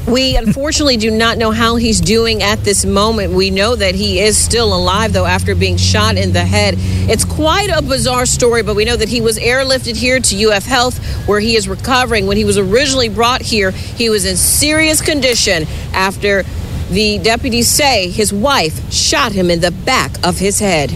[SPEAKER 29] We unfortunately do not know how he's doing at this moment. We know that he is still alive, though, after being shot in the head. It's quite a bizarre story, but we know that he was airlifted here to UF Health, where he is recovering. When he was originally brought here, he was in serious condition after the deputies say his wife shot him in the back of his head.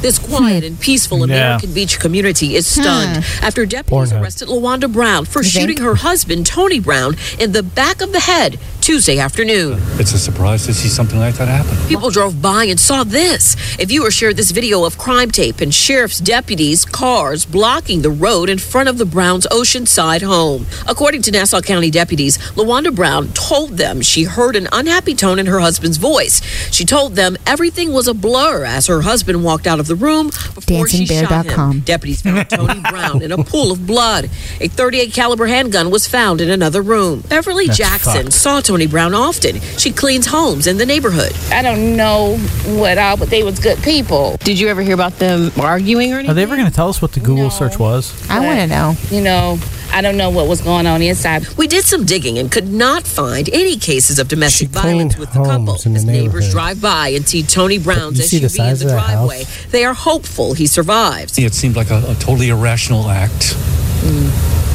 [SPEAKER 29] This quiet and peaceful
[SPEAKER 15] Yeah.
[SPEAKER 29] American beach community is stunned after deputies
[SPEAKER 15] Pornhub.
[SPEAKER 29] arrested LaWanda Brown for shooting her husband, Tony Brown, in the back of the head Tuesday afternoon.
[SPEAKER 30] It's a surprise to see something like that happen.
[SPEAKER 29] People drove by and saw this. A viewer shared this video of crime tape and sheriff's deputies' cars blocking the road in front of the Browns' Oceanside home. According to Nassau County deputies, LaWanda Brown told them she heard an unhappy tone in her husband's voice. She told them everything was a blur as her husband walked out of the room before she shot him.
[SPEAKER 4] DancingBear.com.
[SPEAKER 29] Deputies found Tony Brown in a pool of blood. A 38 caliber handgun was found in another room. Beverly
[SPEAKER 15] That's
[SPEAKER 29] Jackson
[SPEAKER 15] fucked.
[SPEAKER 29] saw Tony Brown often. She cleans homes in the neighborhood.
[SPEAKER 15] I don't know what all, but they was good people. Did you ever hear about them arguing or
[SPEAKER 7] Are they ever going to tell us what the Google search was?
[SPEAKER 15] I wanna
[SPEAKER 4] know.
[SPEAKER 15] You know, I don't know what was going on inside.
[SPEAKER 29] We did some digging and could not find any cases of domestic violence with the couple.
[SPEAKER 6] Homes in the
[SPEAKER 29] Neighbors
[SPEAKER 6] neighborhood.
[SPEAKER 29] drive by and see Tony Brown's
[SPEAKER 6] you see the
[SPEAKER 29] SUV in
[SPEAKER 6] size
[SPEAKER 29] the
[SPEAKER 6] of that house?
[SPEAKER 29] driveway. They are hopeful he survives.
[SPEAKER 30] It seemed like a, a totally irrational act.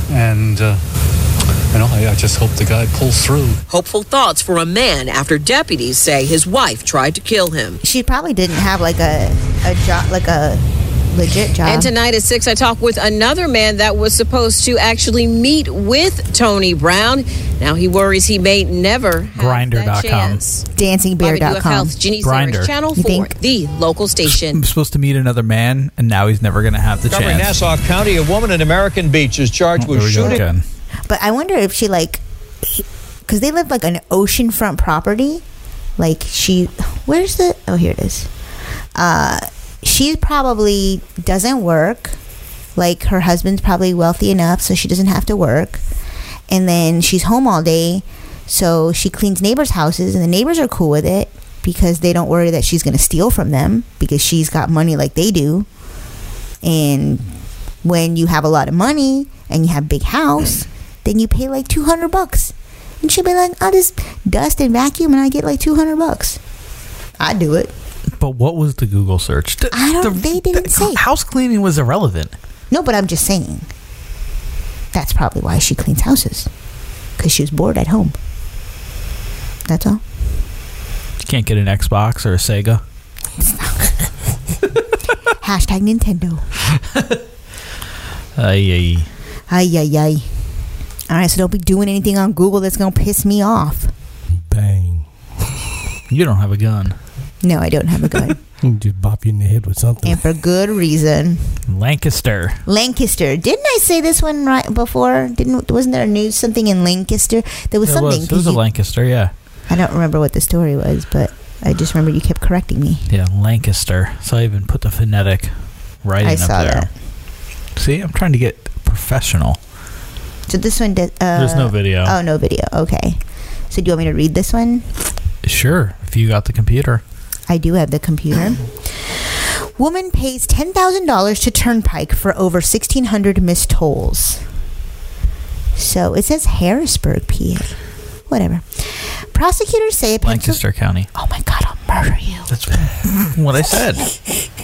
[SPEAKER 30] And, uh, you know, I, I just hope the guy pulls through.
[SPEAKER 29] Hopeful thoughts for a man after deputies say his wife tried to kill him.
[SPEAKER 4] She probably didn't have like a a job, like a legit job.
[SPEAKER 29] And tonight at 6, I talk with another man that was supposed to actually meet with Tony Brown. Now he worries he may never
[SPEAKER 7] Grinder.com.
[SPEAKER 29] Bobby Duke
[SPEAKER 4] DancingBear.com.
[SPEAKER 29] Health, Ginny Zerich,
[SPEAKER 7] Grindr.
[SPEAKER 29] Channel
[SPEAKER 7] You
[SPEAKER 29] 4, the local station.
[SPEAKER 7] I'm supposed to meet another man, and now he's never going to have the
[SPEAKER 28] Covering
[SPEAKER 7] chance. Oh,
[SPEAKER 28] Nassau County, a woman in American Beach is charged with
[SPEAKER 7] we go
[SPEAKER 28] shooting.
[SPEAKER 7] again.
[SPEAKER 4] But I wonder if she like, because they live like an oceanfront property. Like she, where's the? Oh, here it is. Uh, she probably doesn't work. Like her husband's probably wealthy enough, so she doesn't have to work. And then she's home all day, so she cleans neighbors' houses, and the neighbors are cool with it because they don't worry that she's going to steal from them because she's got money like they do. And when you have a lot of money and you have a big house, then you pay like 200 bucks. And she'll be like, I'll just dust and vacuum and I get like 200 bucks. I do it.
[SPEAKER 7] But what was the Google search? The-
[SPEAKER 4] I don't,
[SPEAKER 7] the-
[SPEAKER 4] they didn't say.
[SPEAKER 7] House cleaning was irrelevant.
[SPEAKER 4] No, but I'm just saying. That's probably why she cleans houses. Because she was bored at home. That's all.
[SPEAKER 7] You can't get an Xbox or a Sega.
[SPEAKER 4] Hashtag Nintendo.
[SPEAKER 7] Ay, ay.
[SPEAKER 4] Ay, ay, ay. All right, so don't be doing anything on Google that's going to piss me off.
[SPEAKER 7] You don't have a gun.
[SPEAKER 4] No, I don't have a gun.
[SPEAKER 6] You Just bop you in the head with something.
[SPEAKER 4] and for good reason.
[SPEAKER 7] Lancaster.
[SPEAKER 4] Lancaster. Didn't I say this one right before? Didn't wasn't there a news something in Lancaster? There was
[SPEAKER 7] There
[SPEAKER 4] something.
[SPEAKER 7] was, there was
[SPEAKER 4] 'cause
[SPEAKER 7] a
[SPEAKER 4] you-
[SPEAKER 7] Lancaster, yeah.
[SPEAKER 4] I don't remember what the story was, but I just remember you kept correcting me.
[SPEAKER 7] Yeah, Lancaster. So I even put the phonetic writing
[SPEAKER 4] I
[SPEAKER 7] up
[SPEAKER 4] saw
[SPEAKER 7] there. See, I'm trying to get professional.
[SPEAKER 4] So this one does. Uh,
[SPEAKER 7] There's no video.
[SPEAKER 4] Oh, no video. Okay. So do you want me to read this one?
[SPEAKER 7] Sure, if you got the computer.
[SPEAKER 4] I do have the computer. Woman pays ten thousand dollars to Turnpike for over sixteen hundred missed tolls. So it says Harrisburg, PA. Whatever. Prosecutors say
[SPEAKER 7] Lancaster County.
[SPEAKER 4] Oh my God, I'll murder you.
[SPEAKER 7] That's what I said.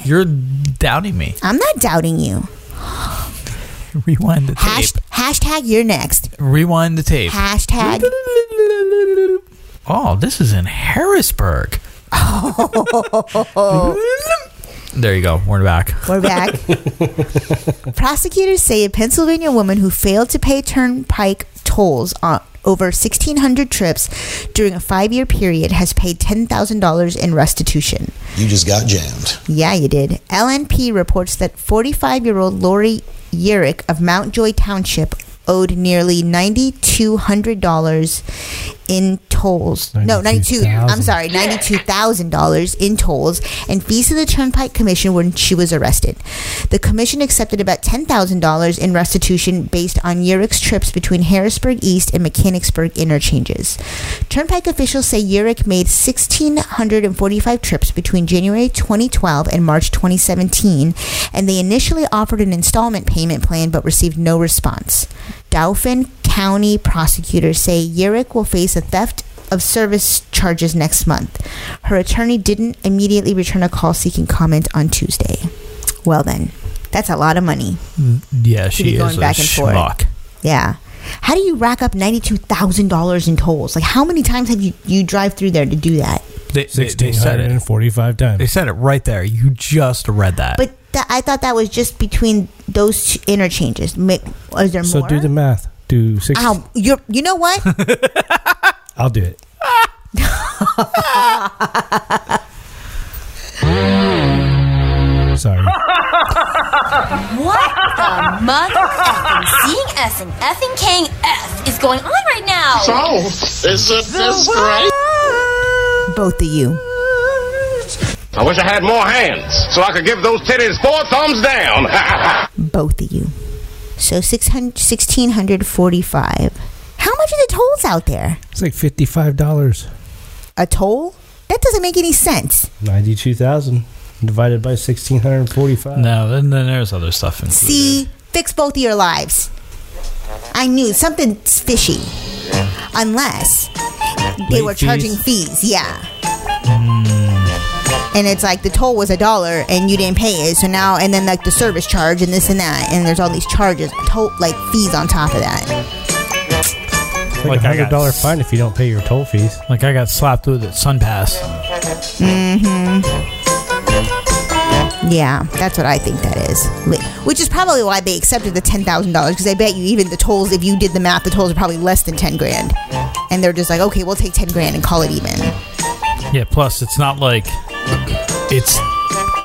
[SPEAKER 7] You're doubting me.
[SPEAKER 4] I'm not doubting you.
[SPEAKER 7] Rewind the
[SPEAKER 4] Hash-
[SPEAKER 7] tape.
[SPEAKER 4] hashtag you're next.
[SPEAKER 7] Rewind the tape.
[SPEAKER 4] Hashtag.
[SPEAKER 7] Oh, this is in Harrisburg. There you go. We're back.
[SPEAKER 4] We're back. Prosecutors say a Pennsylvania woman who failed to pay turnpike tolls on over 1,600 trips during a five year period has paid $10,000 in restitution.
[SPEAKER 31] You just got jammed.
[SPEAKER 4] Yeah, you did. LNP reports that 45 year old Lori Yurick of Mountjoy Township owed nearly $9,200 in tolls. no, 92 I'm
[SPEAKER 15] $92,000.
[SPEAKER 4] sorry, $92,000 in tolls and fees to the Turnpike Commission when she was arrested. The commission accepted about $10,000 in restitution based on Yurick's trips between Harrisburg East and Mechanicsburg interchanges. Turnpike officials say Yurick made 1,645 trips between January 2012 and March 2017, and they initially offered an installment payment plan but received no response. Dauphin County prosecutors say Yurick will face a theft of service charges next month. Her attorney didn't immediately return a call seeking comment on Tuesday. Well, then, that's a lot of money.
[SPEAKER 7] Yeah,
[SPEAKER 4] to
[SPEAKER 7] she
[SPEAKER 4] be
[SPEAKER 7] is a schmuck.
[SPEAKER 4] Yeah. How do you rack up ninety-two thousand dollars in tolls? Like, how many times have you you drive through there to do that?
[SPEAKER 7] They, they, they said it.
[SPEAKER 6] 1,645 times.
[SPEAKER 7] They said it right there. You just read that.
[SPEAKER 4] But th- I thought that was just between those two interchanges. Make, is there
[SPEAKER 6] So
[SPEAKER 4] more?
[SPEAKER 6] do the math. Do six. I'll,
[SPEAKER 4] Ow, you're, you know what?
[SPEAKER 6] do it. Sorry.
[SPEAKER 31] what the motherfucking seeing us and effing Kang F is going on right now?
[SPEAKER 19] is it
[SPEAKER 31] this great?
[SPEAKER 4] Both of you.
[SPEAKER 19] I wish I had more hands so I could give those titties four thumbs down.
[SPEAKER 4] Both of you. So 600, 1,645. How much are the tolls out there?
[SPEAKER 6] It's like $55.
[SPEAKER 4] A toll? That doesn't make any sense.
[SPEAKER 6] 92,000 divided by 1,645.
[SPEAKER 7] No, then, then there's other stuff included.
[SPEAKER 4] See, fix both of your lives. I knew something's fishy. Unless they
[SPEAKER 7] Late
[SPEAKER 4] were
[SPEAKER 7] fees?
[SPEAKER 4] charging fees, yeah. And it's like the toll was a dollar and you didn't pay it, so now and then like the service charge and this and that, and there's all these charges, toll like fees on top of that.
[SPEAKER 6] It's like a hundred dollar fine if you don't pay your toll fees.
[SPEAKER 7] Like I got slapped with at SunPass.
[SPEAKER 4] Mm-hmm. Yeah, that's what I think that is. Wh- Which is probably why they accepted the ten thousand dollars because I bet you even the tolls, if you did the math, the tolls are probably less than ten grand, and they're just like, okay, we'll take ten grand and call it even.
[SPEAKER 7] Yeah. Plus, it's not like it's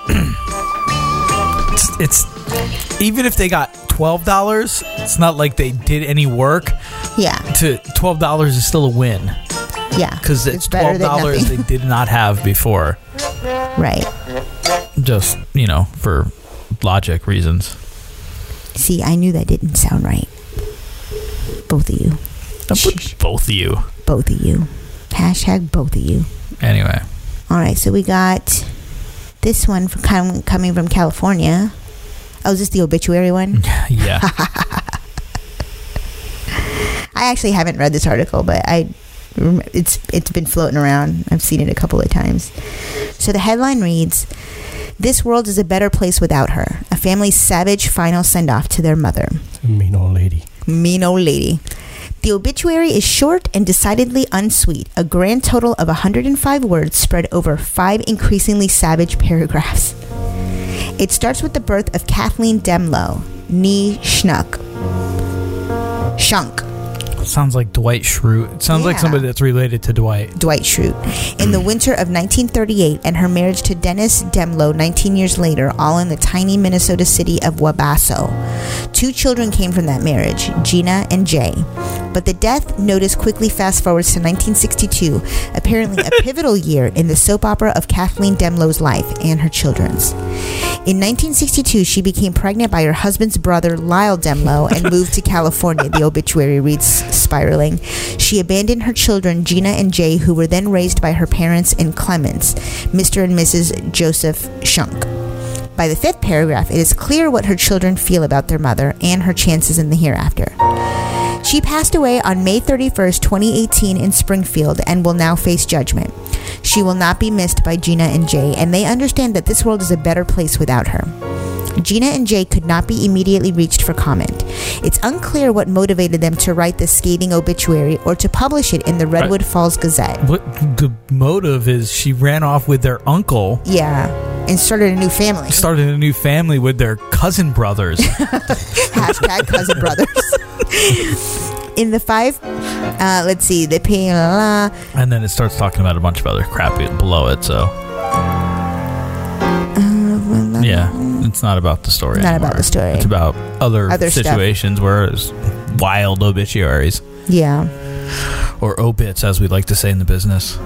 [SPEAKER 7] it's, it's even if they got twelve dollars, it's not like they did any work.
[SPEAKER 4] Yeah.
[SPEAKER 7] To twelve dollars is still a win.
[SPEAKER 4] Yeah.
[SPEAKER 7] Because it's,
[SPEAKER 4] better
[SPEAKER 7] twelve
[SPEAKER 4] than
[SPEAKER 7] dollars they
[SPEAKER 4] nothing.
[SPEAKER 7] did not have before.
[SPEAKER 4] Right.
[SPEAKER 7] Just you know for logic reasons.
[SPEAKER 4] See, I knew that didn't sound right. Both of you.
[SPEAKER 7] Both of you.
[SPEAKER 4] Both of you. Hashtag both of you.
[SPEAKER 7] Anyway.
[SPEAKER 4] All right, so we got this one from com- coming from California. Oh, is this the obituary one?
[SPEAKER 7] Yeah.
[SPEAKER 4] I actually haven't read this article, but I rem- it's it's been floating around. I've seen it a couple of times. So the headline reads, "This world is a better place without her." A family's savage final send-off to their mother.
[SPEAKER 6] Mean old lady.
[SPEAKER 4] Mean old lady. The obituary is short and decidedly unsweet, a grand total of 105 words spread over five increasingly savage paragraphs. It starts with the birth of Kathleen Demlow, nee Schnuck. Shunk.
[SPEAKER 7] Sounds like Dwight Schrute. It sounds like
[SPEAKER 4] Yeah.
[SPEAKER 7] somebody that's related to Dwight.
[SPEAKER 4] Dwight Schrute. In the winter of 1938 and her marriage to Dennis Demlow 19 years later, all in the tiny Minnesota city of Wabasso. Two children came from that marriage, Gina and Jay. But the death notice quickly fast forwards to 1962, apparently a pivotal year in the soap opera of Kathleen Demlow's life and her children's. In 1962, she became pregnant by her husband's brother, Lyle Demlow, and moved to California, the obituary reads spiraling. She abandoned her children, Gina and Jay, who were then raised by her parents and Clemens, Mr. and Mrs. Joseph Shunk. By the fifth paragraph, it is clear what her children feel about their mother and her chances in the hereafter. She passed away on May 31st, 2018, in Springfield and will now face judgment. She will not be missed by Gina and Jay, and they understand that this world is a better place without her. Gina and Jay could not be immediately reached for comment. It's unclear what motivated them to write this scathing obituary or to publish it in the Redwood Falls Gazette.
[SPEAKER 7] What the motive is she ran off with their uncle,
[SPEAKER 4] Yeah, and started a new family.
[SPEAKER 7] started a new family with their cousin brothers.
[SPEAKER 4] Hashtag cousin brothers. In the five, uh, let's see, the pay la la.
[SPEAKER 7] and then it starts talking about a bunch of other crap below it, so
[SPEAKER 4] Uh,
[SPEAKER 7] yeah, it's not about the story.
[SPEAKER 4] Not
[SPEAKER 7] anymore.
[SPEAKER 4] about the story.
[SPEAKER 7] It's about other,
[SPEAKER 4] Other stuff.
[SPEAKER 7] situations where it's wild obituaries
[SPEAKER 4] Yeah.
[SPEAKER 7] or obits, as we like to say in the business.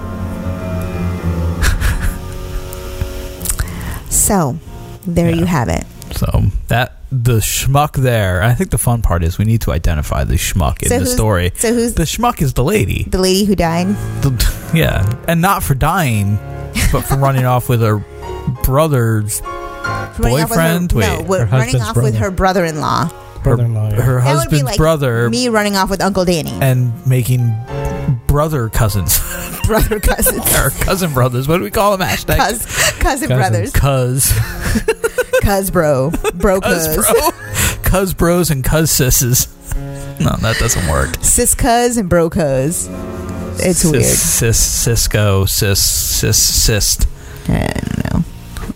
[SPEAKER 4] So, there you have it.
[SPEAKER 7] So that the schmuck there. I think the fun part is we need to identify the schmuck in
[SPEAKER 4] So
[SPEAKER 7] the
[SPEAKER 4] who's-
[SPEAKER 7] story.
[SPEAKER 4] so who's-
[SPEAKER 7] the schmuck? Is the lady?
[SPEAKER 4] The lady who died.
[SPEAKER 7] The- yeah, and not for dying, but for running off with her brother's
[SPEAKER 4] running off with
[SPEAKER 7] boyfriend.
[SPEAKER 4] Her,
[SPEAKER 7] Wait,
[SPEAKER 4] no, we're running off with her brother-in-law.
[SPEAKER 7] brother-in-law. Her,
[SPEAKER 4] That would be
[SPEAKER 7] husband's
[SPEAKER 4] like
[SPEAKER 7] brother
[SPEAKER 4] Me running off with Uncle Danny,
[SPEAKER 7] and making brother cousins
[SPEAKER 4] brother cousins,
[SPEAKER 7] or cousin brothers. What do we call them? Hashtag
[SPEAKER 4] cuz, cousin brothers,
[SPEAKER 7] Cuz,
[SPEAKER 4] cuz bro, bro
[SPEAKER 7] cuz
[SPEAKER 4] cuz,
[SPEAKER 7] bro, cuz bros and cuz sisses. No, that doesn't work.
[SPEAKER 4] sis cuz and bro cuz. It's
[SPEAKER 7] sis,
[SPEAKER 4] weird.
[SPEAKER 7] Sis, Cisco, sis, Cis, cyst.
[SPEAKER 4] I don't know.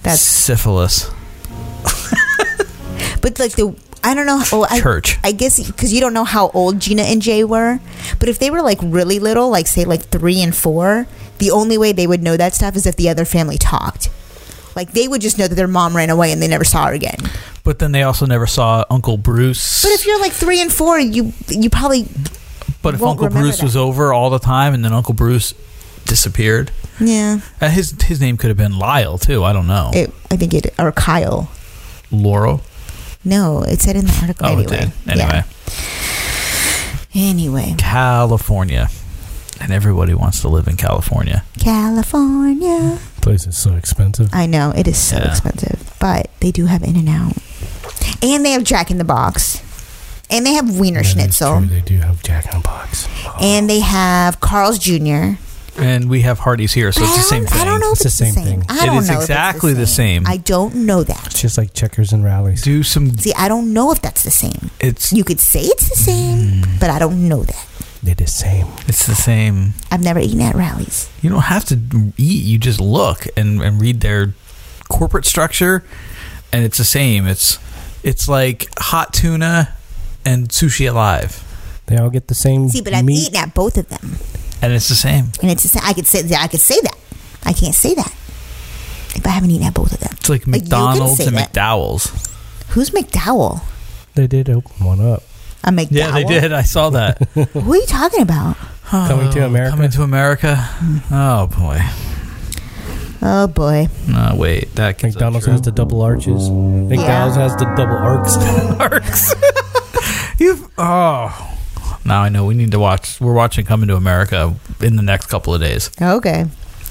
[SPEAKER 4] That's-
[SPEAKER 7] syphilis.
[SPEAKER 4] But like the I don't know. Well, I,
[SPEAKER 7] Church.
[SPEAKER 4] I guess because you don't know how old Gina and Jay were, but if they were like really little, like say like three and four, the only way they would know that stuff is if the other family talked. Like they would just know that their mom ran away and they never saw her again.
[SPEAKER 7] But then they also never saw Uncle Bruce.
[SPEAKER 4] But if you're like three and four, you you probably
[SPEAKER 7] But if
[SPEAKER 4] won't
[SPEAKER 7] Uncle
[SPEAKER 4] remember
[SPEAKER 7] Bruce was over all the time, and then Uncle Bruce disappeared,
[SPEAKER 4] yeah.
[SPEAKER 7] Uh, his his name could have been Lyle too. I don't know.
[SPEAKER 4] It, I think it or Kyle.
[SPEAKER 7] Laurel.
[SPEAKER 4] No, it said in the article
[SPEAKER 7] Oh,
[SPEAKER 4] anyway.
[SPEAKER 7] it did. Anyway,
[SPEAKER 4] Anyway,
[SPEAKER 7] California, and everybody wants to live in California.
[SPEAKER 4] California.
[SPEAKER 6] Place is so expensive.
[SPEAKER 4] I know it is so expensive, but they do have In and Out, and they have Jack in the Box, and they have Wiener Schnitzel,
[SPEAKER 6] They do have Jack in a Box.
[SPEAKER 4] and they have Carl's Jr.
[SPEAKER 7] And we have Hardee's here, so it's the same thing. I don't know
[SPEAKER 4] if Oh, It's the it's the same same. thing. I don't
[SPEAKER 7] it is
[SPEAKER 4] know if it's the
[SPEAKER 7] exactly the same.
[SPEAKER 4] I don't know that.
[SPEAKER 6] It's just like checkers and rallies.
[SPEAKER 7] Do some.
[SPEAKER 4] See, I don't know if that's the same.
[SPEAKER 7] It's
[SPEAKER 4] you could say it's the same, but I don't know that.
[SPEAKER 6] They're the Mm. same.
[SPEAKER 7] It's the same.
[SPEAKER 4] I've never eaten at rallies.
[SPEAKER 7] You don't have to eat. You just look and, and read their corporate structure, and it's the same. It's it's like hot tuna and sushi alive,
[SPEAKER 6] They all get the same
[SPEAKER 4] See, but I've
[SPEAKER 6] meat.
[SPEAKER 4] eaten at both of them,
[SPEAKER 7] and it's the same.
[SPEAKER 4] and it's the same. I could say I could say that. I can't say that if I haven't eaten at both of them.
[SPEAKER 7] It's like
[SPEAKER 4] Like, you can
[SPEAKER 7] McDonald's
[SPEAKER 4] say
[SPEAKER 7] and
[SPEAKER 4] that.
[SPEAKER 7] McDowell's.
[SPEAKER 4] Who's McDowell?
[SPEAKER 6] They did open one up.
[SPEAKER 4] A McDowell.
[SPEAKER 7] Yeah, they did. I saw that.
[SPEAKER 4] Who are you talking about?
[SPEAKER 6] Coming to America.
[SPEAKER 7] Oh, Coming to America. Oh boy.
[SPEAKER 4] Oh boy.
[SPEAKER 7] No, wait. That gets
[SPEAKER 6] McDonald's has the double arches. McDonald's has the double arcs.
[SPEAKER 7] arcs. You've oh. Now I know we need to watch. We're watching Coming to America in the next couple of days.
[SPEAKER 4] Okay.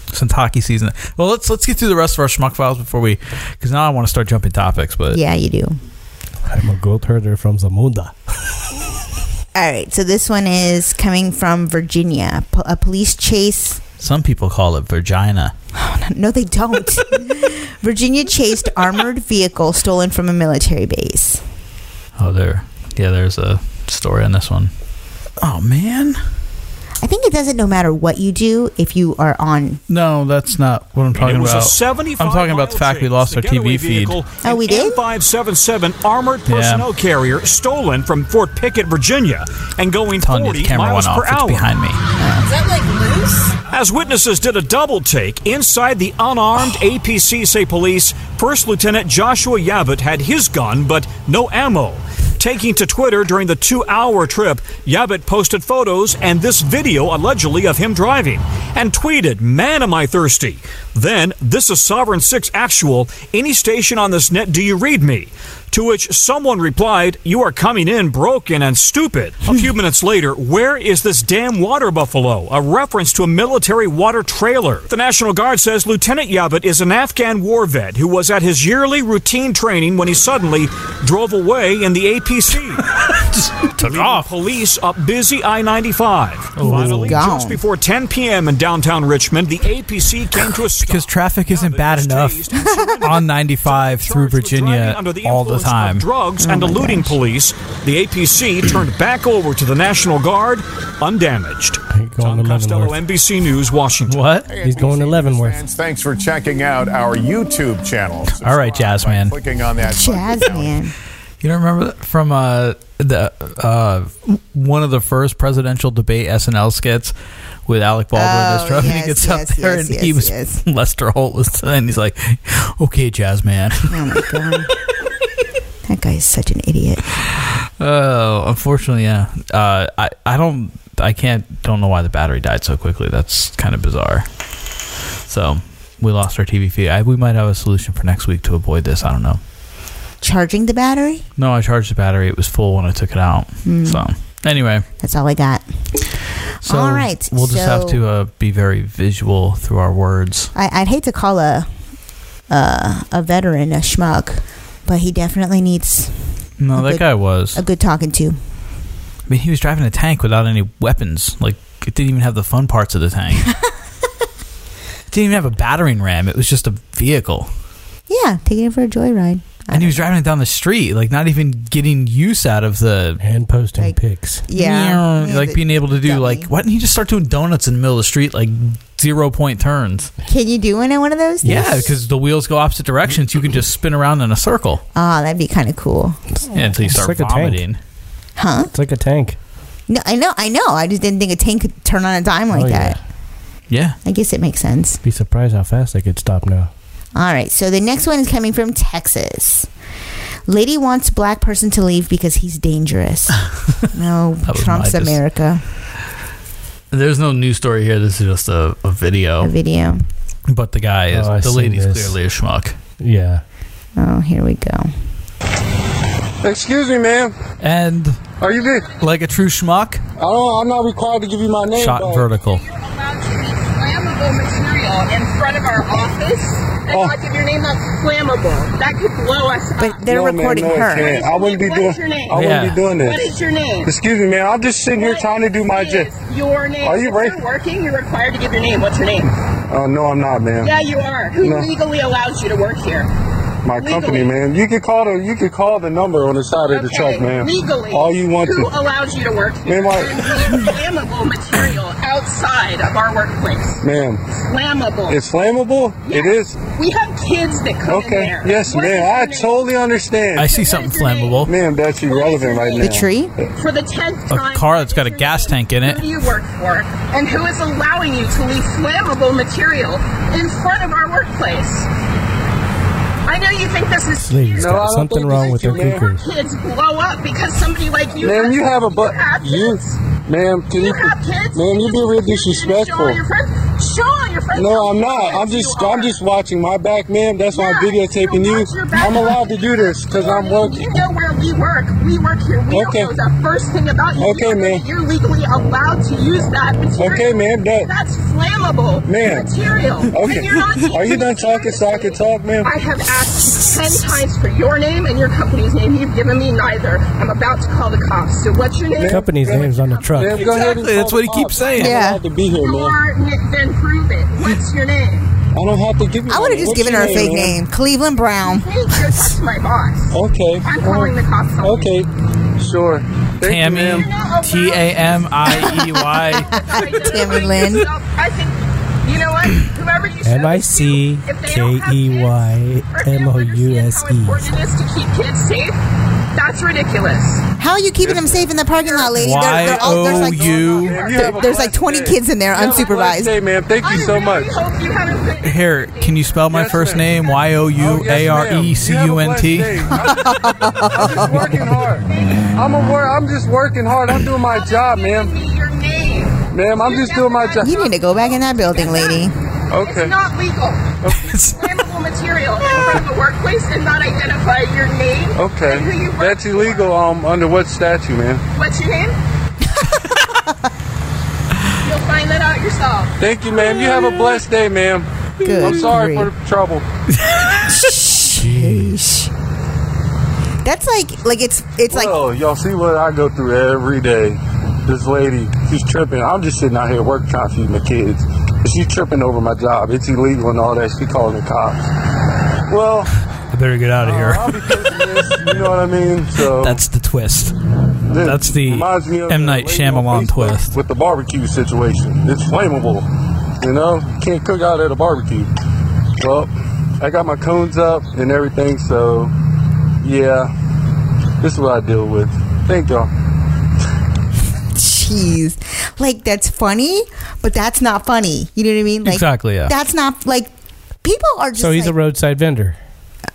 [SPEAKER 7] Since hockey season. Well, let's let's get through the rest of our schmuck files before we, because now I want to start jumping topics. But
[SPEAKER 4] Yeah, you do.
[SPEAKER 6] I'm a goat herder from Zamunda.
[SPEAKER 4] All right, so this one is coming from Virginia. Po- a police chase. Oh,
[SPEAKER 7] some people call it vagina.
[SPEAKER 4] No, they don't. Virginia chased armored vehicle stolen from a military base.
[SPEAKER 7] Oh, there. Yeah, there's a story on this one. Oh man.
[SPEAKER 4] I think it doesn't no matter what you do if you are on.
[SPEAKER 7] No, that's not what I'm talking
[SPEAKER 2] it was a
[SPEAKER 7] about.
[SPEAKER 2] 75
[SPEAKER 7] I'm talking about the fact we lost our TV feed.
[SPEAKER 4] Oh, we did?
[SPEAKER 2] 577 armored personnel carrier stolen from Fort Pickett, Virginia, and going
[SPEAKER 7] Telling you the
[SPEAKER 2] 40
[SPEAKER 7] camera
[SPEAKER 2] miles
[SPEAKER 7] went off.
[SPEAKER 2] per
[SPEAKER 7] It's
[SPEAKER 2] hour.
[SPEAKER 7] behind me.
[SPEAKER 2] that like loose? As witnesses did a double take inside the unarmed APCSA police, First Lieutenant Joshua Yabut had his gun but no ammo. Taking to Twitter during the two hour trip, Yabut posted photos and this video allegedly of him driving and tweeted, Man, am I thirsty. Then, this is Sovereign 6 Actual. Any station on this net, do you read me? To which someone replied, You are coming in broken and stupid. A few minutes later, where is this damn water buffalo? A reference to a military water trailer. The National Guard says Lieutenant Yabut is an Afghan war vet who was at his yearly routine training when he suddenly drove away in the APC. Took off. Police up busy I 95.
[SPEAKER 7] Oh.
[SPEAKER 2] Finally, just before 10 p.m. in downtown Richmond, the APC came to a stop.
[SPEAKER 7] Because traffic isn't bad enough on 95 through Virginia
[SPEAKER 2] under the
[SPEAKER 7] all the
[SPEAKER 2] influence of
[SPEAKER 7] time.
[SPEAKER 2] drugs
[SPEAKER 6] Oh,
[SPEAKER 2] and eluding police, the APC turned back over to the National Guard undamaged. Tom Costello, NBC News, Washington.
[SPEAKER 7] What?
[SPEAKER 6] He's going to Leavenworth.
[SPEAKER 16] Thanks for checking out our YouTube channel.
[SPEAKER 7] All right, Jazz man.
[SPEAKER 16] Clicking on that.
[SPEAKER 4] Jazz man.
[SPEAKER 7] You don't remember that from uh, the uh, one of the first presidential debate SNL skits with Alec Baldwin as
[SPEAKER 4] Oh,
[SPEAKER 7] Trump, and
[SPEAKER 4] yes,
[SPEAKER 7] he gets
[SPEAKER 4] yes,
[SPEAKER 7] up there
[SPEAKER 4] yes,
[SPEAKER 7] and he
[SPEAKER 4] yes,
[SPEAKER 7] was Lester Holt was and he's like, "Okay, Jazz man."
[SPEAKER 4] Oh my god. that guy is such an idiot.
[SPEAKER 7] Oh, unfortunately, yeah. Uh, I I don't I can't don't know why the battery died so quickly. That's kind of bizarre. So we lost our TV feed. I, we might have a solution for next week to avoid this. I don't know.
[SPEAKER 4] Charging the battery?
[SPEAKER 7] No, I charged the battery. It was full when I took it out.
[SPEAKER 4] Hmm.
[SPEAKER 7] So anyway,
[SPEAKER 4] that's all I got.
[SPEAKER 7] So
[SPEAKER 4] All right,
[SPEAKER 7] we'll just have
[SPEAKER 4] so-
[SPEAKER 7] to uh, be very visual through our words.
[SPEAKER 4] I, I'd hate to call a uh, a veteran a schmuck, but he definitely needs
[SPEAKER 7] No,
[SPEAKER 4] a
[SPEAKER 7] that
[SPEAKER 4] good-
[SPEAKER 7] guy was.
[SPEAKER 4] a good talking to.
[SPEAKER 7] I mean, he was driving a tank without any weapons. Like it didn't even have the fun parts of the tank. it didn't even have a battering ram. It was just a vehicle.
[SPEAKER 4] Yeah, taking him for a joyride.
[SPEAKER 7] and he was driving it down the street, like not even getting use out of the
[SPEAKER 6] hand posting pics.
[SPEAKER 4] yeah. Yeah,
[SPEAKER 7] like
[SPEAKER 4] the
[SPEAKER 7] being able to do like why didn't he just start doing donuts in the middle of the street, like zero point turns?
[SPEAKER 4] Can you do one in one of those? things?
[SPEAKER 7] Yeah, because the wheels go opposite directions. You can just spin around in a circle
[SPEAKER 4] Oh, that'd be kind of cool.
[SPEAKER 7] until you
[SPEAKER 4] It's
[SPEAKER 7] start
[SPEAKER 4] like a tank.
[SPEAKER 7] vomiting.
[SPEAKER 4] Huh?
[SPEAKER 6] It's like a tank.
[SPEAKER 4] No, I know, I know. I just didn't think a tank could turn on a dime like
[SPEAKER 6] Oh, yeah.
[SPEAKER 4] that.
[SPEAKER 7] Yeah.
[SPEAKER 4] I guess it makes sense.
[SPEAKER 6] Be surprised how fast they could stop now.
[SPEAKER 4] All right, so the next one is coming from Texas. Lady wants black person to leave because he's dangerous. no,
[SPEAKER 7] That was
[SPEAKER 4] Trump's
[SPEAKER 7] my dis-
[SPEAKER 4] America.
[SPEAKER 7] There's no news story here. This is just a, a video. A
[SPEAKER 4] video.
[SPEAKER 7] But the guy is
[SPEAKER 6] Oh, I
[SPEAKER 7] the
[SPEAKER 6] seen
[SPEAKER 7] lady's
[SPEAKER 6] this.
[SPEAKER 7] clearly a schmuck.
[SPEAKER 6] Yeah.
[SPEAKER 4] Oh, here we go.
[SPEAKER 19] Excuse me, ma'am.
[SPEAKER 7] And
[SPEAKER 19] are you there?
[SPEAKER 7] Like a true schmuck?
[SPEAKER 19] I don't, I'm not required to give you my name.
[SPEAKER 7] Shot
[SPEAKER 19] but-
[SPEAKER 7] vertical.
[SPEAKER 15] Flammable material in front of our office. That's
[SPEAKER 19] Oh.
[SPEAKER 15] like if your name up flammable. That could blow us up.
[SPEAKER 19] No, ma'am, no, it can't. I wouldn't be
[SPEAKER 15] What
[SPEAKER 19] doing.
[SPEAKER 15] is your name?
[SPEAKER 19] I wouldn't
[SPEAKER 15] Yeah.
[SPEAKER 19] be doing this.
[SPEAKER 15] What is your name?
[SPEAKER 19] Excuse me, man. I'm just sitting here trying to do my job.
[SPEAKER 15] Your name.
[SPEAKER 19] Are you
[SPEAKER 15] Since
[SPEAKER 19] right?
[SPEAKER 15] You're working. You're required to give your name. What's your name?
[SPEAKER 19] Oh no, I'm not, man.
[SPEAKER 15] Yeah, you are. Who
[SPEAKER 19] No.
[SPEAKER 15] legally allows you to work here?
[SPEAKER 19] My company, man. You can call the you can call the number on the side of the truck, man.
[SPEAKER 15] Legally.
[SPEAKER 19] All you want
[SPEAKER 15] Who
[SPEAKER 19] to.
[SPEAKER 15] allows you to work here?
[SPEAKER 19] Ma'am, I-
[SPEAKER 15] And leave flammable material outside of our workplace.
[SPEAKER 19] Ma'am,
[SPEAKER 15] Flammable.
[SPEAKER 19] it's flammable. It is.
[SPEAKER 15] we have kids that come in
[SPEAKER 19] Okay.
[SPEAKER 15] there.
[SPEAKER 19] Yes, ma'am. I totally understand. I
[SPEAKER 7] see something flammable.
[SPEAKER 19] Ma'am, that's irrelevant right now.
[SPEAKER 7] The tree?
[SPEAKER 15] For the tenth
[SPEAKER 7] A
[SPEAKER 15] time,
[SPEAKER 7] car that's got a gas tank in
[SPEAKER 15] who do
[SPEAKER 7] it.
[SPEAKER 15] you work for? And who is allowing you to leave flammable material in front of our workplace? I know you think this is
[SPEAKER 6] Lady's got something wrong with their
[SPEAKER 15] Your
[SPEAKER 6] cuckoos.
[SPEAKER 15] kids blow up because somebody like you.
[SPEAKER 19] Ma'am, you have a
[SPEAKER 15] butt.
[SPEAKER 19] but you, ma'am. Can you, ma'am? You being
[SPEAKER 15] Show all
[SPEAKER 19] real disrespectful.
[SPEAKER 15] your friends. Show all your friends.
[SPEAKER 19] No, I'm not. I'm just I'm just watching my back, ma'am. That's why I'm videotaping you. I'm allowed to do this because I'm working.
[SPEAKER 15] You know where we work. We work here. We
[SPEAKER 19] Okay.
[SPEAKER 15] don't know the first thing about you.
[SPEAKER 19] Okay,
[SPEAKER 15] You know
[SPEAKER 19] ma'am.
[SPEAKER 15] that You're legally allowed to use that material.
[SPEAKER 19] Okay, ma'am, that-
[SPEAKER 15] That's flammable
[SPEAKER 19] Ma'am.
[SPEAKER 15] material. When
[SPEAKER 19] Okay.
[SPEAKER 15] you're not
[SPEAKER 19] Are you done talking so I can talk, ma'am?
[SPEAKER 15] I have asked you ten times for your name and your company's name. You've given me neither. I'm about to call the cops. So what's your name?
[SPEAKER 6] The company's name's on the truck.
[SPEAKER 19] Ma'am, go ahead and call the cops. I'm allowed to be here,
[SPEAKER 15] You
[SPEAKER 19] ma'am.
[SPEAKER 15] are Nick Van Pruitt. What's your name?
[SPEAKER 19] I don't have to give you.
[SPEAKER 4] I would have just
[SPEAKER 19] What's
[SPEAKER 4] given
[SPEAKER 19] your
[SPEAKER 4] her a fake name, Cleveland Brown.
[SPEAKER 15] Hey, go talk to my boss.
[SPEAKER 19] Okay.
[SPEAKER 15] I'm calling the cops. On okay.
[SPEAKER 19] ma'am? Sure.
[SPEAKER 7] Tammy, T A M I E Y.
[SPEAKER 4] Tammy Lynn.
[SPEAKER 15] I think you know what? Whoever you
[SPEAKER 6] M I C K E Y M O U S E.
[SPEAKER 15] important it is to keep kids safe. That's ridiculous.
[SPEAKER 4] How are you keeping them safe in the parking lot, lady? They're- they're all- there's like, there- there's like 20 kids in there unsupervised.
[SPEAKER 19] Hey, ma'am. Thank you so much.
[SPEAKER 7] Here, can you spell my first name? Y O U A R E C U N
[SPEAKER 19] Oh,
[SPEAKER 7] T.
[SPEAKER 19] I'm just working hard. I'm a wor- I'm just working hard. I'm doing my job, ma'am. Ma'am, I'm just doing my job.
[SPEAKER 4] You need to go back in that building, lady.
[SPEAKER 19] Okay.
[SPEAKER 15] It's not legal. It's flammable material in front of the workplace and not identify your name.
[SPEAKER 19] Okay. That's illegal. Um, under what statute, ma'am?
[SPEAKER 15] What's your name? You'll find that out yourself.
[SPEAKER 19] Thank you, ma'am. You have a blessed day, ma'am.
[SPEAKER 4] Good
[SPEAKER 19] I'm sorry for
[SPEAKER 4] grief.
[SPEAKER 19] the trouble.
[SPEAKER 4] Jeez. That's like like it's it's like
[SPEAKER 19] Well, y'all see what I go through every day. This lady, she's tripping. I'm just sitting out here at work trying to feed my kids. And she's tripping over my job. It's illegal and all that. She calling the cops. Well,
[SPEAKER 7] I better get out of here.
[SPEAKER 19] you know what I mean? So
[SPEAKER 7] That's the twist.
[SPEAKER 19] This
[SPEAKER 7] That's the
[SPEAKER 19] reminds me of
[SPEAKER 7] M
[SPEAKER 19] the
[SPEAKER 7] Night
[SPEAKER 19] lady on
[SPEAKER 7] Shyamalan
[SPEAKER 19] Facebook
[SPEAKER 7] twist.
[SPEAKER 19] With the barbecue situation, it's flammable. You know, can't cook out at a barbecue. Well, I got my cones up and everything, so yeah, this is what I deal with. Thank y'all.
[SPEAKER 4] jeez. Like that's funny, but that's not funny. You know what I mean? Like
[SPEAKER 6] Exactly, yeah.
[SPEAKER 4] That's not like people are just
[SPEAKER 6] So he's a
[SPEAKER 4] like,
[SPEAKER 6] roadside vendor.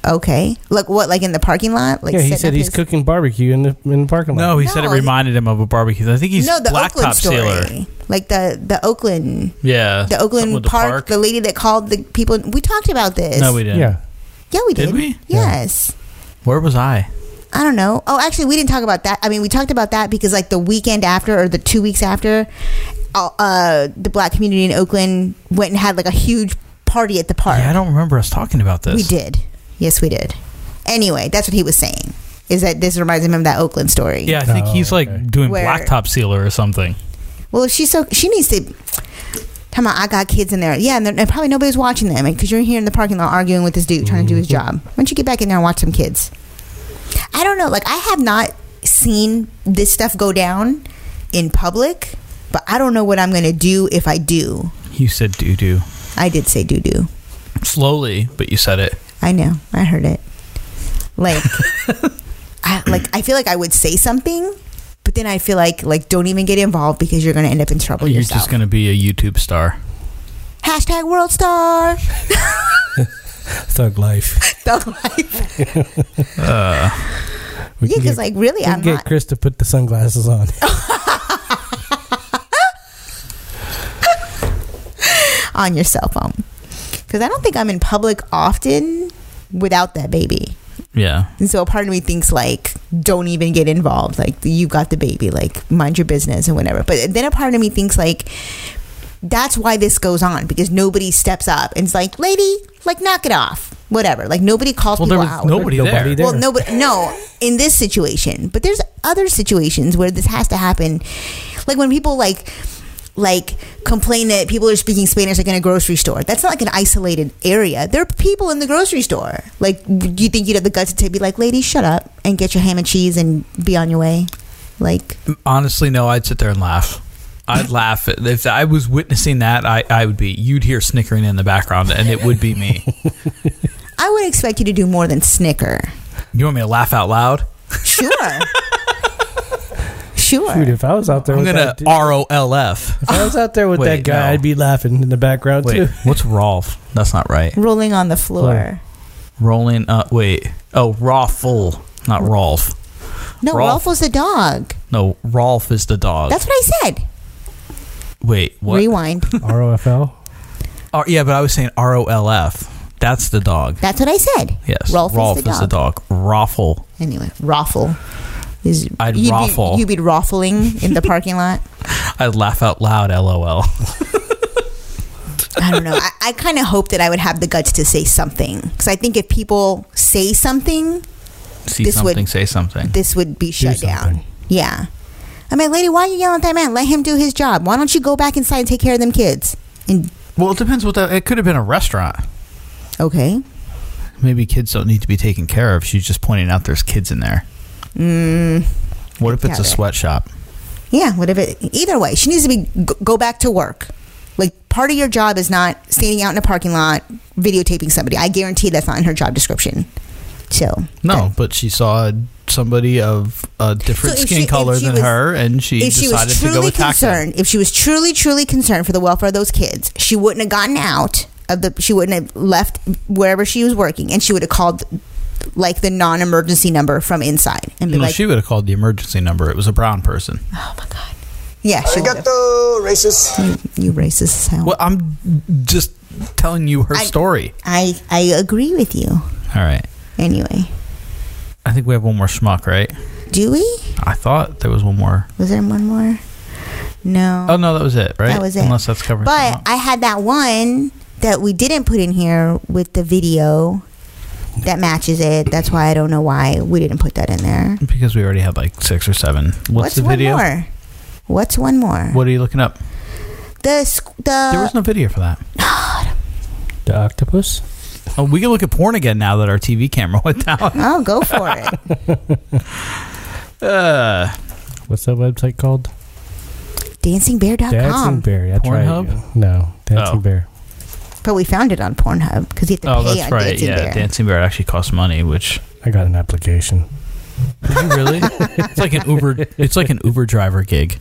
[SPEAKER 4] okay. Like what like in the parking lot? Like
[SPEAKER 6] yeah, he
[SPEAKER 4] setting
[SPEAKER 6] said
[SPEAKER 4] up
[SPEAKER 6] he's
[SPEAKER 4] his-
[SPEAKER 6] cooking barbecue in the in the parking lot.
[SPEAKER 7] No, he said it reminded him of a barbecue. I think he's
[SPEAKER 4] No, the
[SPEAKER 7] blacktop
[SPEAKER 4] Oakland story.
[SPEAKER 7] sealer.
[SPEAKER 4] Like the the Oakland
[SPEAKER 7] Yeah.
[SPEAKER 4] the
[SPEAKER 7] Something
[SPEAKER 4] Oakland
[SPEAKER 7] with the
[SPEAKER 4] park, the lady that called the people we talked about this.
[SPEAKER 7] No, we didn't. Yeah.
[SPEAKER 4] Yeah, we did.
[SPEAKER 7] Did we?
[SPEAKER 4] Yes.
[SPEAKER 7] Where was I?
[SPEAKER 4] I don't know. Oh, actually, we didn't talk about that. I mean, we talked about that because like the weekend after or the two weeks after, uh, uh, the black community in Oakland went and had like a huge party at the park.
[SPEAKER 7] Yeah, I don't remember us talking about this.
[SPEAKER 4] we did. Yes, we did. Anyway, that's what he was saying. Is that this reminds him of that Oakland story?
[SPEAKER 7] Yeah, I think he's like doing
[SPEAKER 4] Where-
[SPEAKER 7] blacktop sealer or something.
[SPEAKER 4] Well, she's so she needs to. Talking about, I got kids in there. Yeah, and, they're- and probably nobody's watching them because you're here in the parking lot arguing with this dude trying to do his job. Why don't you get back in there and watch some kids? I don't know. Like, I have not seen this stuff go down in public, but I don't know what I'm going to do if I do.
[SPEAKER 7] You said doo doo.
[SPEAKER 4] I did say doo doo.
[SPEAKER 7] Slowly, but you said it.
[SPEAKER 4] I know. I heard it. Like, I, like I feel like I would say something, but then I feel like like don't even get involved because you're going to end up in trouble
[SPEAKER 7] You're
[SPEAKER 4] yourself.
[SPEAKER 7] just going to be a YouTube star.
[SPEAKER 4] Hashtag world star.
[SPEAKER 6] Thug life.
[SPEAKER 4] Thug life.
[SPEAKER 7] Uh,
[SPEAKER 6] We
[SPEAKER 4] Yeah,
[SPEAKER 6] can
[SPEAKER 4] 'cause,
[SPEAKER 6] get-
[SPEAKER 4] like, really,
[SPEAKER 6] we can
[SPEAKER 4] I'm
[SPEAKER 6] get
[SPEAKER 4] not- Oh,
[SPEAKER 6] Chris to put the sunglasses on.
[SPEAKER 4] on your cell phone. Because I don't think I'm in public often without that baby.
[SPEAKER 7] yeah.
[SPEAKER 4] And so a part of me thinks like, don't even get involved. Like you got the baby, like mind your business and whatever. But then a part of me thinks like, that's why this goes on because nobody steps up and it's like, lady, like knock it off, whatever. Like nobody calls
[SPEAKER 7] Well, there
[SPEAKER 4] people
[SPEAKER 7] was
[SPEAKER 4] out.
[SPEAKER 7] nobody Nobody there. there.
[SPEAKER 4] Well, nobody. No, in this situation, but there's other situations where this has to happen. Like when people like. Like complain that people are speaking Spanish like in a grocery store. That's not like an isolated area. There are people in the grocery store. Like, do you think you'd have the guts to be like, "Lady, shut up and get your ham and cheese and be on your way"? Like,
[SPEAKER 7] Honestly, no, I'd sit there and laugh. I'd laugh. If I was witnessing that, I, I would be. You'd hear snickering in the background, and it would be me.
[SPEAKER 4] I would expect you to do more than snicker.
[SPEAKER 7] You want me to laugh out loud?
[SPEAKER 4] Sure. sure.
[SPEAKER 6] Dude, if I was out there
[SPEAKER 7] I'm
[SPEAKER 6] with
[SPEAKER 7] gonna
[SPEAKER 6] that dude,
[SPEAKER 7] R O L F.
[SPEAKER 6] if I was out there with
[SPEAKER 7] Wait,
[SPEAKER 6] that guy,
[SPEAKER 7] no.
[SPEAKER 6] I'd be laughing in the background
[SPEAKER 7] Wait,
[SPEAKER 6] too.
[SPEAKER 7] what's Rolf? That's not right.
[SPEAKER 4] Rolling on the floor.
[SPEAKER 7] Rolling. Uh, wait. Oh, Rolfle, not Rolf.
[SPEAKER 4] No, Rolf. was the dog.
[SPEAKER 7] No, Rolf is the dog.
[SPEAKER 4] That's what I said.
[SPEAKER 7] wait. What?
[SPEAKER 4] Rewind.
[SPEAKER 6] R O F L.
[SPEAKER 7] Oh, yeah, but I was saying R O L F. That's the dog.
[SPEAKER 4] That's what I said.
[SPEAKER 7] Yes.
[SPEAKER 4] Rolf,
[SPEAKER 7] Rolf
[SPEAKER 4] is the dog.
[SPEAKER 7] dog. Raffle.
[SPEAKER 4] Anyway, raffle. Is
[SPEAKER 7] I'd
[SPEAKER 4] you'd
[SPEAKER 7] raffle.
[SPEAKER 4] Be, you'd be raffling in the parking lot.
[SPEAKER 7] I'd laugh out loud. LOL.
[SPEAKER 4] I don't know. I, I kind of hope that I would have the guts to say something because I think if people say something,
[SPEAKER 7] See
[SPEAKER 4] This would-
[SPEAKER 7] something. say something.
[SPEAKER 4] this would be shut down. Yeah. I mean, lady, why are you yelling at that man? Let him do his job. Why don't you go back inside and take care of them kids? And
[SPEAKER 7] Well, it depends what that. It could have been a restaurant.
[SPEAKER 4] okay.
[SPEAKER 7] Maybe kids don't need to be taken care of. She's just pointing out there's kids in there.
[SPEAKER 4] Mm,
[SPEAKER 7] What if it's a
[SPEAKER 4] Got it.
[SPEAKER 7] sweatshop?
[SPEAKER 4] Yeah, whatever. Either way, she needs to be g- go back to work. Like part of your job is not standing out in a parking lot videotaping somebody. I guarantee that's not in her job description. So
[SPEAKER 7] No, but she saw somebody of a different
[SPEAKER 4] So if
[SPEAKER 7] skin
[SPEAKER 4] she- if
[SPEAKER 7] color
[SPEAKER 4] she
[SPEAKER 7] than
[SPEAKER 4] was-
[SPEAKER 7] her, and she
[SPEAKER 4] if she
[SPEAKER 7] decided
[SPEAKER 4] was
[SPEAKER 7] to go
[SPEAKER 4] truly
[SPEAKER 7] attack them.
[SPEAKER 4] concerned, if she was truly truly concerned for the welfare of those kids, she wouldn't have gotten out of the. She wouldn't have left wherever she was working, and she would have called like the non-emergency number from inside and be
[SPEAKER 7] No,
[SPEAKER 4] like,
[SPEAKER 7] she would have called the emergency number. It was a brown person.
[SPEAKER 4] "Yeah, she got the racist." You, you racist. Hell.
[SPEAKER 7] Well, I'm just telling you her story.
[SPEAKER 4] I I agree with you.
[SPEAKER 7] All right.
[SPEAKER 4] Anyway,
[SPEAKER 7] I think we have one more schmuck, right?
[SPEAKER 4] do we?
[SPEAKER 7] I thought there was one more.
[SPEAKER 4] Was there one more? No.
[SPEAKER 7] Oh no, that was it, right?
[SPEAKER 4] That was it.
[SPEAKER 7] Unless that's covered.
[SPEAKER 4] But I had that one that we didn't put in here with the video that matches it. That's why I don't know why we didn't put that in there.
[SPEAKER 7] because we already had like six or seven. What's, the video?
[SPEAKER 4] one more? What's one more?
[SPEAKER 7] What are you looking up?
[SPEAKER 4] The squ- the
[SPEAKER 7] there was no video for that.
[SPEAKER 6] The octopus.
[SPEAKER 7] Oh, we can look at porn again now that our TV camera went down.
[SPEAKER 4] Oh, go for it.
[SPEAKER 7] Uh,
[SPEAKER 6] What's that website called? Dancing
[SPEAKER 4] DancingBear.com.
[SPEAKER 6] Bear. That's right.
[SPEAKER 7] Pornhub?
[SPEAKER 6] No, Dancing Bear.
[SPEAKER 4] But we found it on Pornhub because you have to
[SPEAKER 7] oh,
[SPEAKER 4] pay
[SPEAKER 7] that's
[SPEAKER 4] on
[SPEAKER 7] right.
[SPEAKER 4] Dancing
[SPEAKER 7] yeah,
[SPEAKER 4] Bear.
[SPEAKER 7] Dancing Bear actually costs money, which
[SPEAKER 6] I got an application.
[SPEAKER 7] Did you really? it's like an Uber. It's like an Uber driver gig,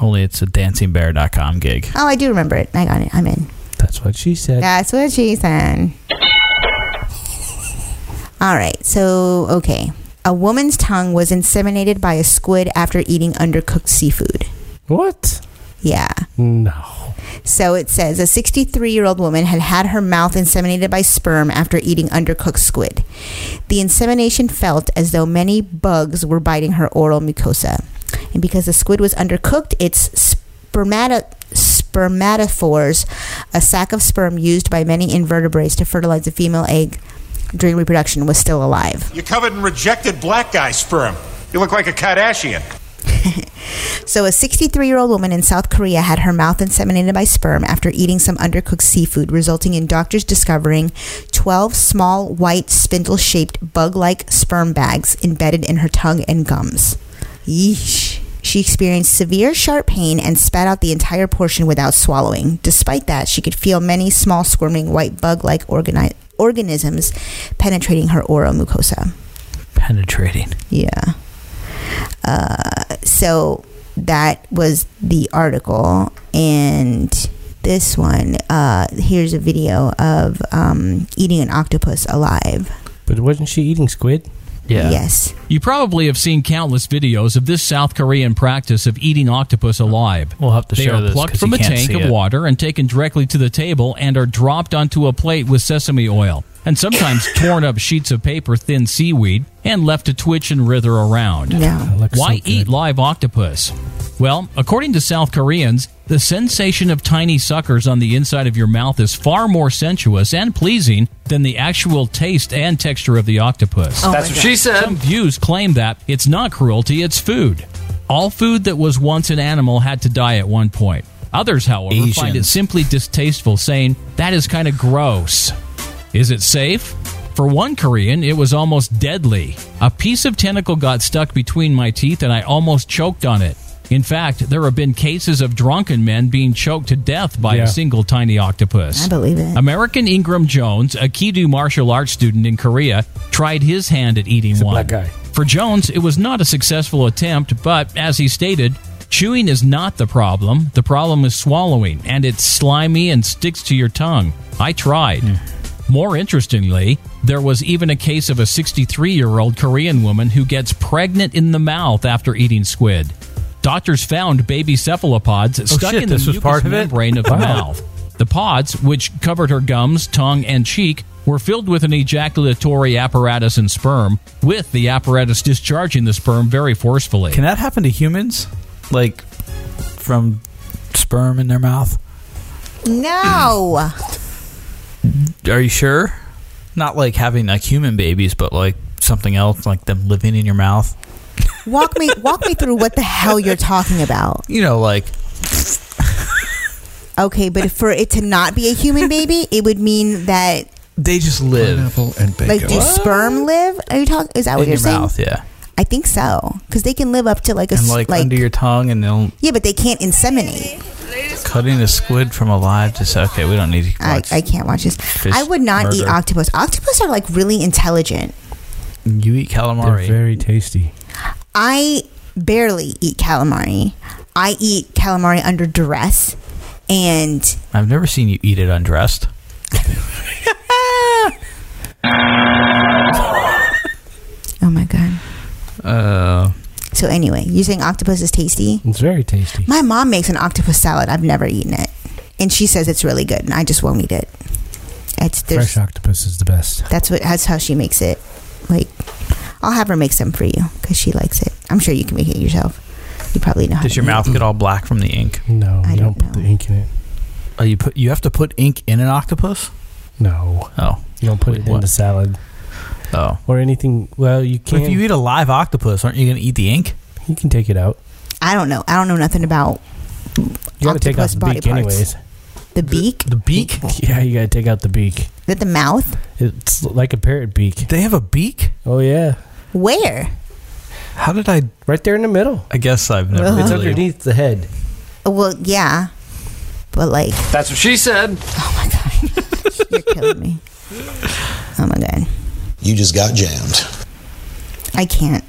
[SPEAKER 7] only it's a dancingbear.com gig.
[SPEAKER 4] oh, I do remember it. I got it. I'm in.
[SPEAKER 6] That's what she said.
[SPEAKER 4] That's what she said. All right. So, okay. A woman's tongue was inseminated by a squid after eating undercooked seafood.
[SPEAKER 6] What?
[SPEAKER 4] Yeah.
[SPEAKER 6] No.
[SPEAKER 4] So it says a 63 year old woman had had her mouth inseminated by sperm after eating undercooked squid. The insemination felt as though many bugs were biting her oral mucosa. And because the squid was undercooked, its spermata- spermatophores, a sac of sperm used by many invertebrates to fertilize the female egg during reproduction, was still alive.
[SPEAKER 3] You covered in rejected black guy sperm. You look like a Kardashian.
[SPEAKER 4] So, a 63 year old woman in South Korea had her mouth inseminated by sperm after eating some undercooked seafood, resulting in doctors discovering 12 small, white, spindle shaped, bug like sperm bags embedded in her tongue and gums. Yeesh. She experienced severe sharp pain and spat out the entire portion without swallowing. Despite that, she could feel many small, squirming, white, bug like organi- organisms penetrating her oral mucosa.
[SPEAKER 7] Penetrating.
[SPEAKER 4] Yeah. Uh, so that was the article, and this one uh, here's a video of um, eating an octopus alive.
[SPEAKER 6] But wasn't she eating squid?
[SPEAKER 4] Yeah. Yes.
[SPEAKER 3] You probably have seen countless videos of this South Korean practice of eating octopus alive. We'll have
[SPEAKER 7] to
[SPEAKER 3] they
[SPEAKER 7] share
[SPEAKER 3] are
[SPEAKER 7] this
[SPEAKER 3] plucked
[SPEAKER 7] 'cause
[SPEAKER 3] from
[SPEAKER 7] you
[SPEAKER 3] a
[SPEAKER 7] can't
[SPEAKER 3] tank
[SPEAKER 7] see
[SPEAKER 3] of
[SPEAKER 7] it.
[SPEAKER 3] water and taken directly to the table and are dropped onto a plate with sesame oil and sometimes torn up sheets of paper thin seaweed and left to twitch and writher around. Why eat live octopus? Well, according to South Koreans, the sensation of tiny suckers on the inside of your mouth is far more sensuous and pleasing than the actual taste and texture of the octopus.
[SPEAKER 12] Oh That's my what God. she said.
[SPEAKER 3] Some views claim that it's not cruelty, it's food. All food that was once an animal had to die at one point. Others, however, find it
[SPEAKER 7] Asians.
[SPEAKER 3] simply distasteful, saying, that is kind of gross. Is it safe? For one Korean, it was almost deadly. A piece of tentacle got stuck between my teeth and I almost choked on it. In fact, there have been cases of drunken men being choked to death by
[SPEAKER 4] Yeah.
[SPEAKER 3] a single tiny octopus.
[SPEAKER 4] I believe it.
[SPEAKER 3] American Ingram Jones, a Kidu martial arts student in Korea, tried his hand at eating one. For Jones, it was not a successful attempt, but as he stated, chewing is not the problem. The problem is swallowing, and it's slimy and sticks to your tongue. I tried. More interestingly, there was even a case of a 63 year old Korean woman who gets pregnant in the mouth after eating squid. Doctors found baby cephalopods stuck
[SPEAKER 7] shit,
[SPEAKER 3] in the
[SPEAKER 7] this was
[SPEAKER 3] mucous
[SPEAKER 7] part of it?
[SPEAKER 3] membrane of the
[SPEAKER 7] Wow.
[SPEAKER 3] mouth. The pods, which covered her gums, tongue, and cheek, were filled with an ejaculatory apparatus and sperm, with the apparatus discharging the sperm very forcefully.
[SPEAKER 7] Can that happen to humans? Like from sperm in their mouth?
[SPEAKER 4] No.
[SPEAKER 7] Are you sure? Not like having like human babies, but like something else, like them living in your mouth.
[SPEAKER 4] Walk me walk me through what the hell you're talking about.
[SPEAKER 7] You know, like
[SPEAKER 4] Okay, but for it to not be a human baby, it would mean that
[SPEAKER 7] they just live. Pineapple and
[SPEAKER 4] like do sperm live? Are you talking? Is that what
[SPEAKER 7] in
[SPEAKER 4] you're
[SPEAKER 7] your
[SPEAKER 4] saying?
[SPEAKER 7] mouth, yeah.
[SPEAKER 4] I think so because they can live up to like a
[SPEAKER 7] And
[SPEAKER 4] s-
[SPEAKER 7] like,
[SPEAKER 4] like
[SPEAKER 7] under your tongue and they'll
[SPEAKER 4] yeah, but they can't inseminate.
[SPEAKER 7] cutting a squid from alive to say, okay, we don't need to
[SPEAKER 4] I,
[SPEAKER 7] watch
[SPEAKER 4] I can't watch this.
[SPEAKER 7] fish
[SPEAKER 4] I would not eat
[SPEAKER 7] murder.
[SPEAKER 4] octopus. Octopus are like really intelligent.
[SPEAKER 7] You eat calamari.
[SPEAKER 6] They're very tasty.
[SPEAKER 4] I barely eat calamari. I eat calamari under duress, and
[SPEAKER 7] I've never seen you eat it undressed.
[SPEAKER 4] Ah! oh my god.
[SPEAKER 7] Uh,
[SPEAKER 4] So anyway, you saying octopus is tasty?
[SPEAKER 6] It's very tasty.
[SPEAKER 4] My mom makes an octopus salad. I've never eaten it, and she says it's really good, and I just won't eat it. It's there's-
[SPEAKER 6] Fresh octopus is the best.
[SPEAKER 4] That's what that's how she makes it. Like, I'll have her make some for you because she likes it. I'm sure you can make it yourself. You probably know. how
[SPEAKER 7] Does
[SPEAKER 4] to
[SPEAKER 7] your
[SPEAKER 4] make
[SPEAKER 7] mouth
[SPEAKER 4] it.
[SPEAKER 7] get all black from the ink?
[SPEAKER 6] No, you don't, put the ink in it.
[SPEAKER 7] Oh, you put you have to put ink in an octopus?
[SPEAKER 6] No.
[SPEAKER 7] Oh,
[SPEAKER 6] you don't put it in
[SPEAKER 7] what?
[SPEAKER 6] the salad.
[SPEAKER 7] Oh,
[SPEAKER 6] or anything. Well, you
[SPEAKER 7] But
[SPEAKER 6] can.
[SPEAKER 7] if you eat a live octopus, aren't you going to eat the ink?
[SPEAKER 6] You can take it out.
[SPEAKER 4] I don't know. I don't know nothing about
[SPEAKER 6] You gotta
[SPEAKER 4] octopus
[SPEAKER 6] take out the
[SPEAKER 4] body
[SPEAKER 6] beak,
[SPEAKER 4] parts.
[SPEAKER 6] anyways.
[SPEAKER 4] The beak?
[SPEAKER 7] The beak?
[SPEAKER 6] Yeah, you gotta take out the beak.
[SPEAKER 4] That the mouth?
[SPEAKER 6] It's like a parrot beak.
[SPEAKER 7] They have a beak?
[SPEAKER 6] Oh yeah.
[SPEAKER 4] Where?
[SPEAKER 7] How did I?
[SPEAKER 6] Right there in the middle.
[SPEAKER 7] I guess I've never.
[SPEAKER 6] It's
[SPEAKER 7] really-
[SPEAKER 6] underneath the head.
[SPEAKER 4] Well, yeah, but like Oh
[SPEAKER 12] That's what she said.
[SPEAKER 4] you're killing me. Oh my god,
[SPEAKER 5] You just got jammed.
[SPEAKER 4] I can't.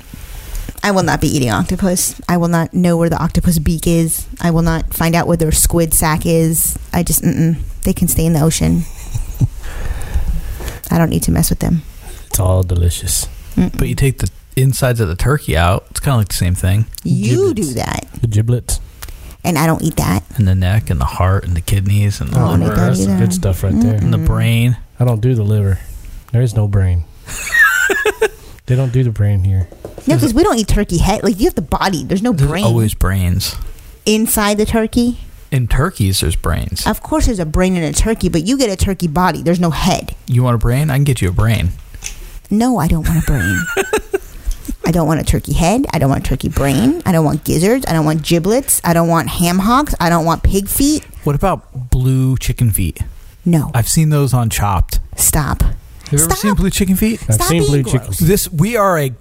[SPEAKER 4] I will not be eating octopus. I will not know where the octopus beak is. I will not find out where their squid sack is. I just, mm-mm. they can stay in the ocean. I don't need to mess with them.
[SPEAKER 6] It's all delicious.
[SPEAKER 7] But you take the insides of the turkey out. It's kind of like the same thing.
[SPEAKER 4] You do that,
[SPEAKER 6] The giblets
[SPEAKER 4] and I don't eat that.
[SPEAKER 7] and the neck and the heart and the kidneys and the
[SPEAKER 6] Oh,
[SPEAKER 7] liver.
[SPEAKER 6] that's some good stuff right
[SPEAKER 4] Mm-hmm.
[SPEAKER 6] there.
[SPEAKER 7] And the brain.
[SPEAKER 6] I don't do the liver. There is no brain. they don't do the brain here.
[SPEAKER 4] No, because we don't eat turkey head. Like you have the body. There's no brain
[SPEAKER 7] Always brains.
[SPEAKER 4] inside the turkey.
[SPEAKER 7] In turkeys, there's brains.
[SPEAKER 4] Of course, there's a brain in a turkey, but you get a turkey body. There's no head.
[SPEAKER 7] You want a brain? I can get you a brain.
[SPEAKER 4] No, I don't want a brain. I don't want a turkey head. I don't want turkey brain. I don't want gizzards. I don't want giblets. I don't want ham hocks. I don't want pig feet.
[SPEAKER 7] What about blue chicken feet?
[SPEAKER 4] No.
[SPEAKER 7] I've seen those on Chopped.
[SPEAKER 4] Stop.
[SPEAKER 7] Have you ever seen blue chicken feet?
[SPEAKER 4] I've Stop seen being blue gross. chicken feet.
[SPEAKER 7] This we are a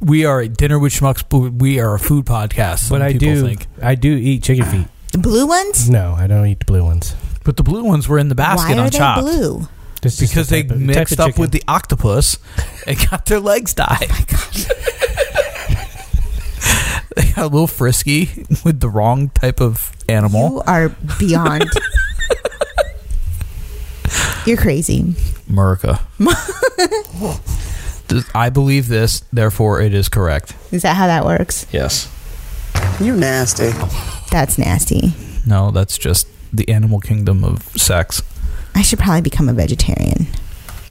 [SPEAKER 7] we are a dinner with schmucks. but We are a food podcast.
[SPEAKER 6] But
[SPEAKER 7] some
[SPEAKER 6] I
[SPEAKER 7] people
[SPEAKER 6] do,
[SPEAKER 7] think.
[SPEAKER 6] I do eat chicken feet.
[SPEAKER 4] The blue ones?
[SPEAKER 6] No, I don't eat the blue ones.
[SPEAKER 7] But the blue ones were in the basket
[SPEAKER 4] Why are
[SPEAKER 7] on
[SPEAKER 4] they
[SPEAKER 7] Chopped.
[SPEAKER 4] blue?
[SPEAKER 6] This is
[SPEAKER 7] Because
[SPEAKER 6] the
[SPEAKER 7] they
[SPEAKER 6] type of- type
[SPEAKER 7] mixed
[SPEAKER 6] of
[SPEAKER 7] up
[SPEAKER 6] chicken.
[SPEAKER 7] with the octopus and got their legs
[SPEAKER 4] Oh
[SPEAKER 7] dyed. they got a little frisky with the wrong type of animal.
[SPEAKER 4] You are beyond. You're crazy.
[SPEAKER 7] America. Th- I believe this, therefore it is correct.
[SPEAKER 4] Is that how that works?
[SPEAKER 7] Yes.
[SPEAKER 4] You're nasty. That's nasty.
[SPEAKER 7] No, that's just the animal kingdom of sex.
[SPEAKER 4] I should probably become a vegetarian.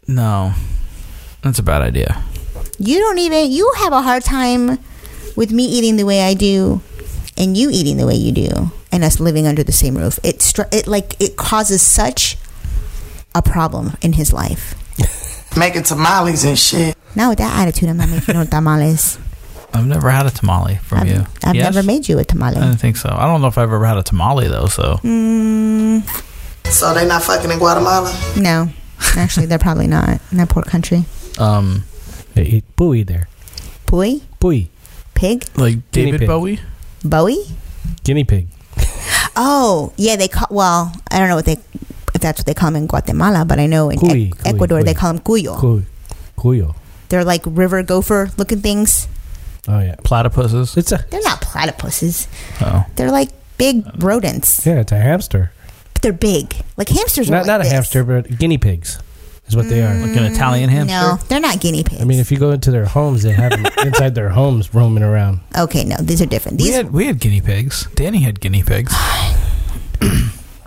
[SPEAKER 7] No, that's a bad idea.
[SPEAKER 4] You don't even. You have a hard time with me eating the way I do, and you eating the way you do, and us living under the same roof. It str- it like it causes such a problem in his life.
[SPEAKER 27] Making tamales and shit.
[SPEAKER 4] Not with that attitude, I'm not making no tamales.
[SPEAKER 7] I've never had a tamale from
[SPEAKER 4] I've,
[SPEAKER 7] you.
[SPEAKER 4] I've
[SPEAKER 7] Yes?
[SPEAKER 4] never made you a tamale.
[SPEAKER 7] I
[SPEAKER 6] Uh.
[SPEAKER 7] don't think so. I don't know if I've ever had a tamale though. So
[SPEAKER 4] Mm,
[SPEAKER 27] So they not fucking in Guatemala?
[SPEAKER 4] no, actually, they're probably not in that poor country.
[SPEAKER 7] Um,
[SPEAKER 6] they eat buoy there.
[SPEAKER 4] Boy,
[SPEAKER 6] Buoy,
[SPEAKER 4] pig,
[SPEAKER 7] like
[SPEAKER 6] Guinea
[SPEAKER 7] David
[SPEAKER 6] pig.
[SPEAKER 7] Bowie.
[SPEAKER 4] Bowie.
[SPEAKER 6] guinea pig.
[SPEAKER 4] Oh, yeah, they call. Well, I don't know what they if that's what they call them in Guatemala, but I know in
[SPEAKER 6] Cuy, cuy,
[SPEAKER 4] Ec- e- Ecuador they
[SPEAKER 6] cuy.
[SPEAKER 4] call them cuyo.
[SPEAKER 6] Cuy, cuyo.
[SPEAKER 4] They're like river gopher looking things.
[SPEAKER 6] Oh yeah,
[SPEAKER 7] platypuses.
[SPEAKER 6] It's a
[SPEAKER 4] They're not platypuses.
[SPEAKER 7] oh
[SPEAKER 4] They're like big rodents,
[SPEAKER 6] yeah, it's a hamster.
[SPEAKER 4] but they're big, like hamsters. are
[SPEAKER 6] Not
[SPEAKER 4] like
[SPEAKER 6] not a
[SPEAKER 4] this. Mm,
[SPEAKER 6] hamster, but guinea pigs is what they are.
[SPEAKER 7] Like an Italian hamster.
[SPEAKER 4] No, they're not guinea pigs.
[SPEAKER 6] I mean, if you go into their homes, they have them inside their homes roaming around.
[SPEAKER 4] okay, no, these are different.
[SPEAKER 7] We
[SPEAKER 4] These
[SPEAKER 7] had we had guinea pigs. Danny had guinea pigs.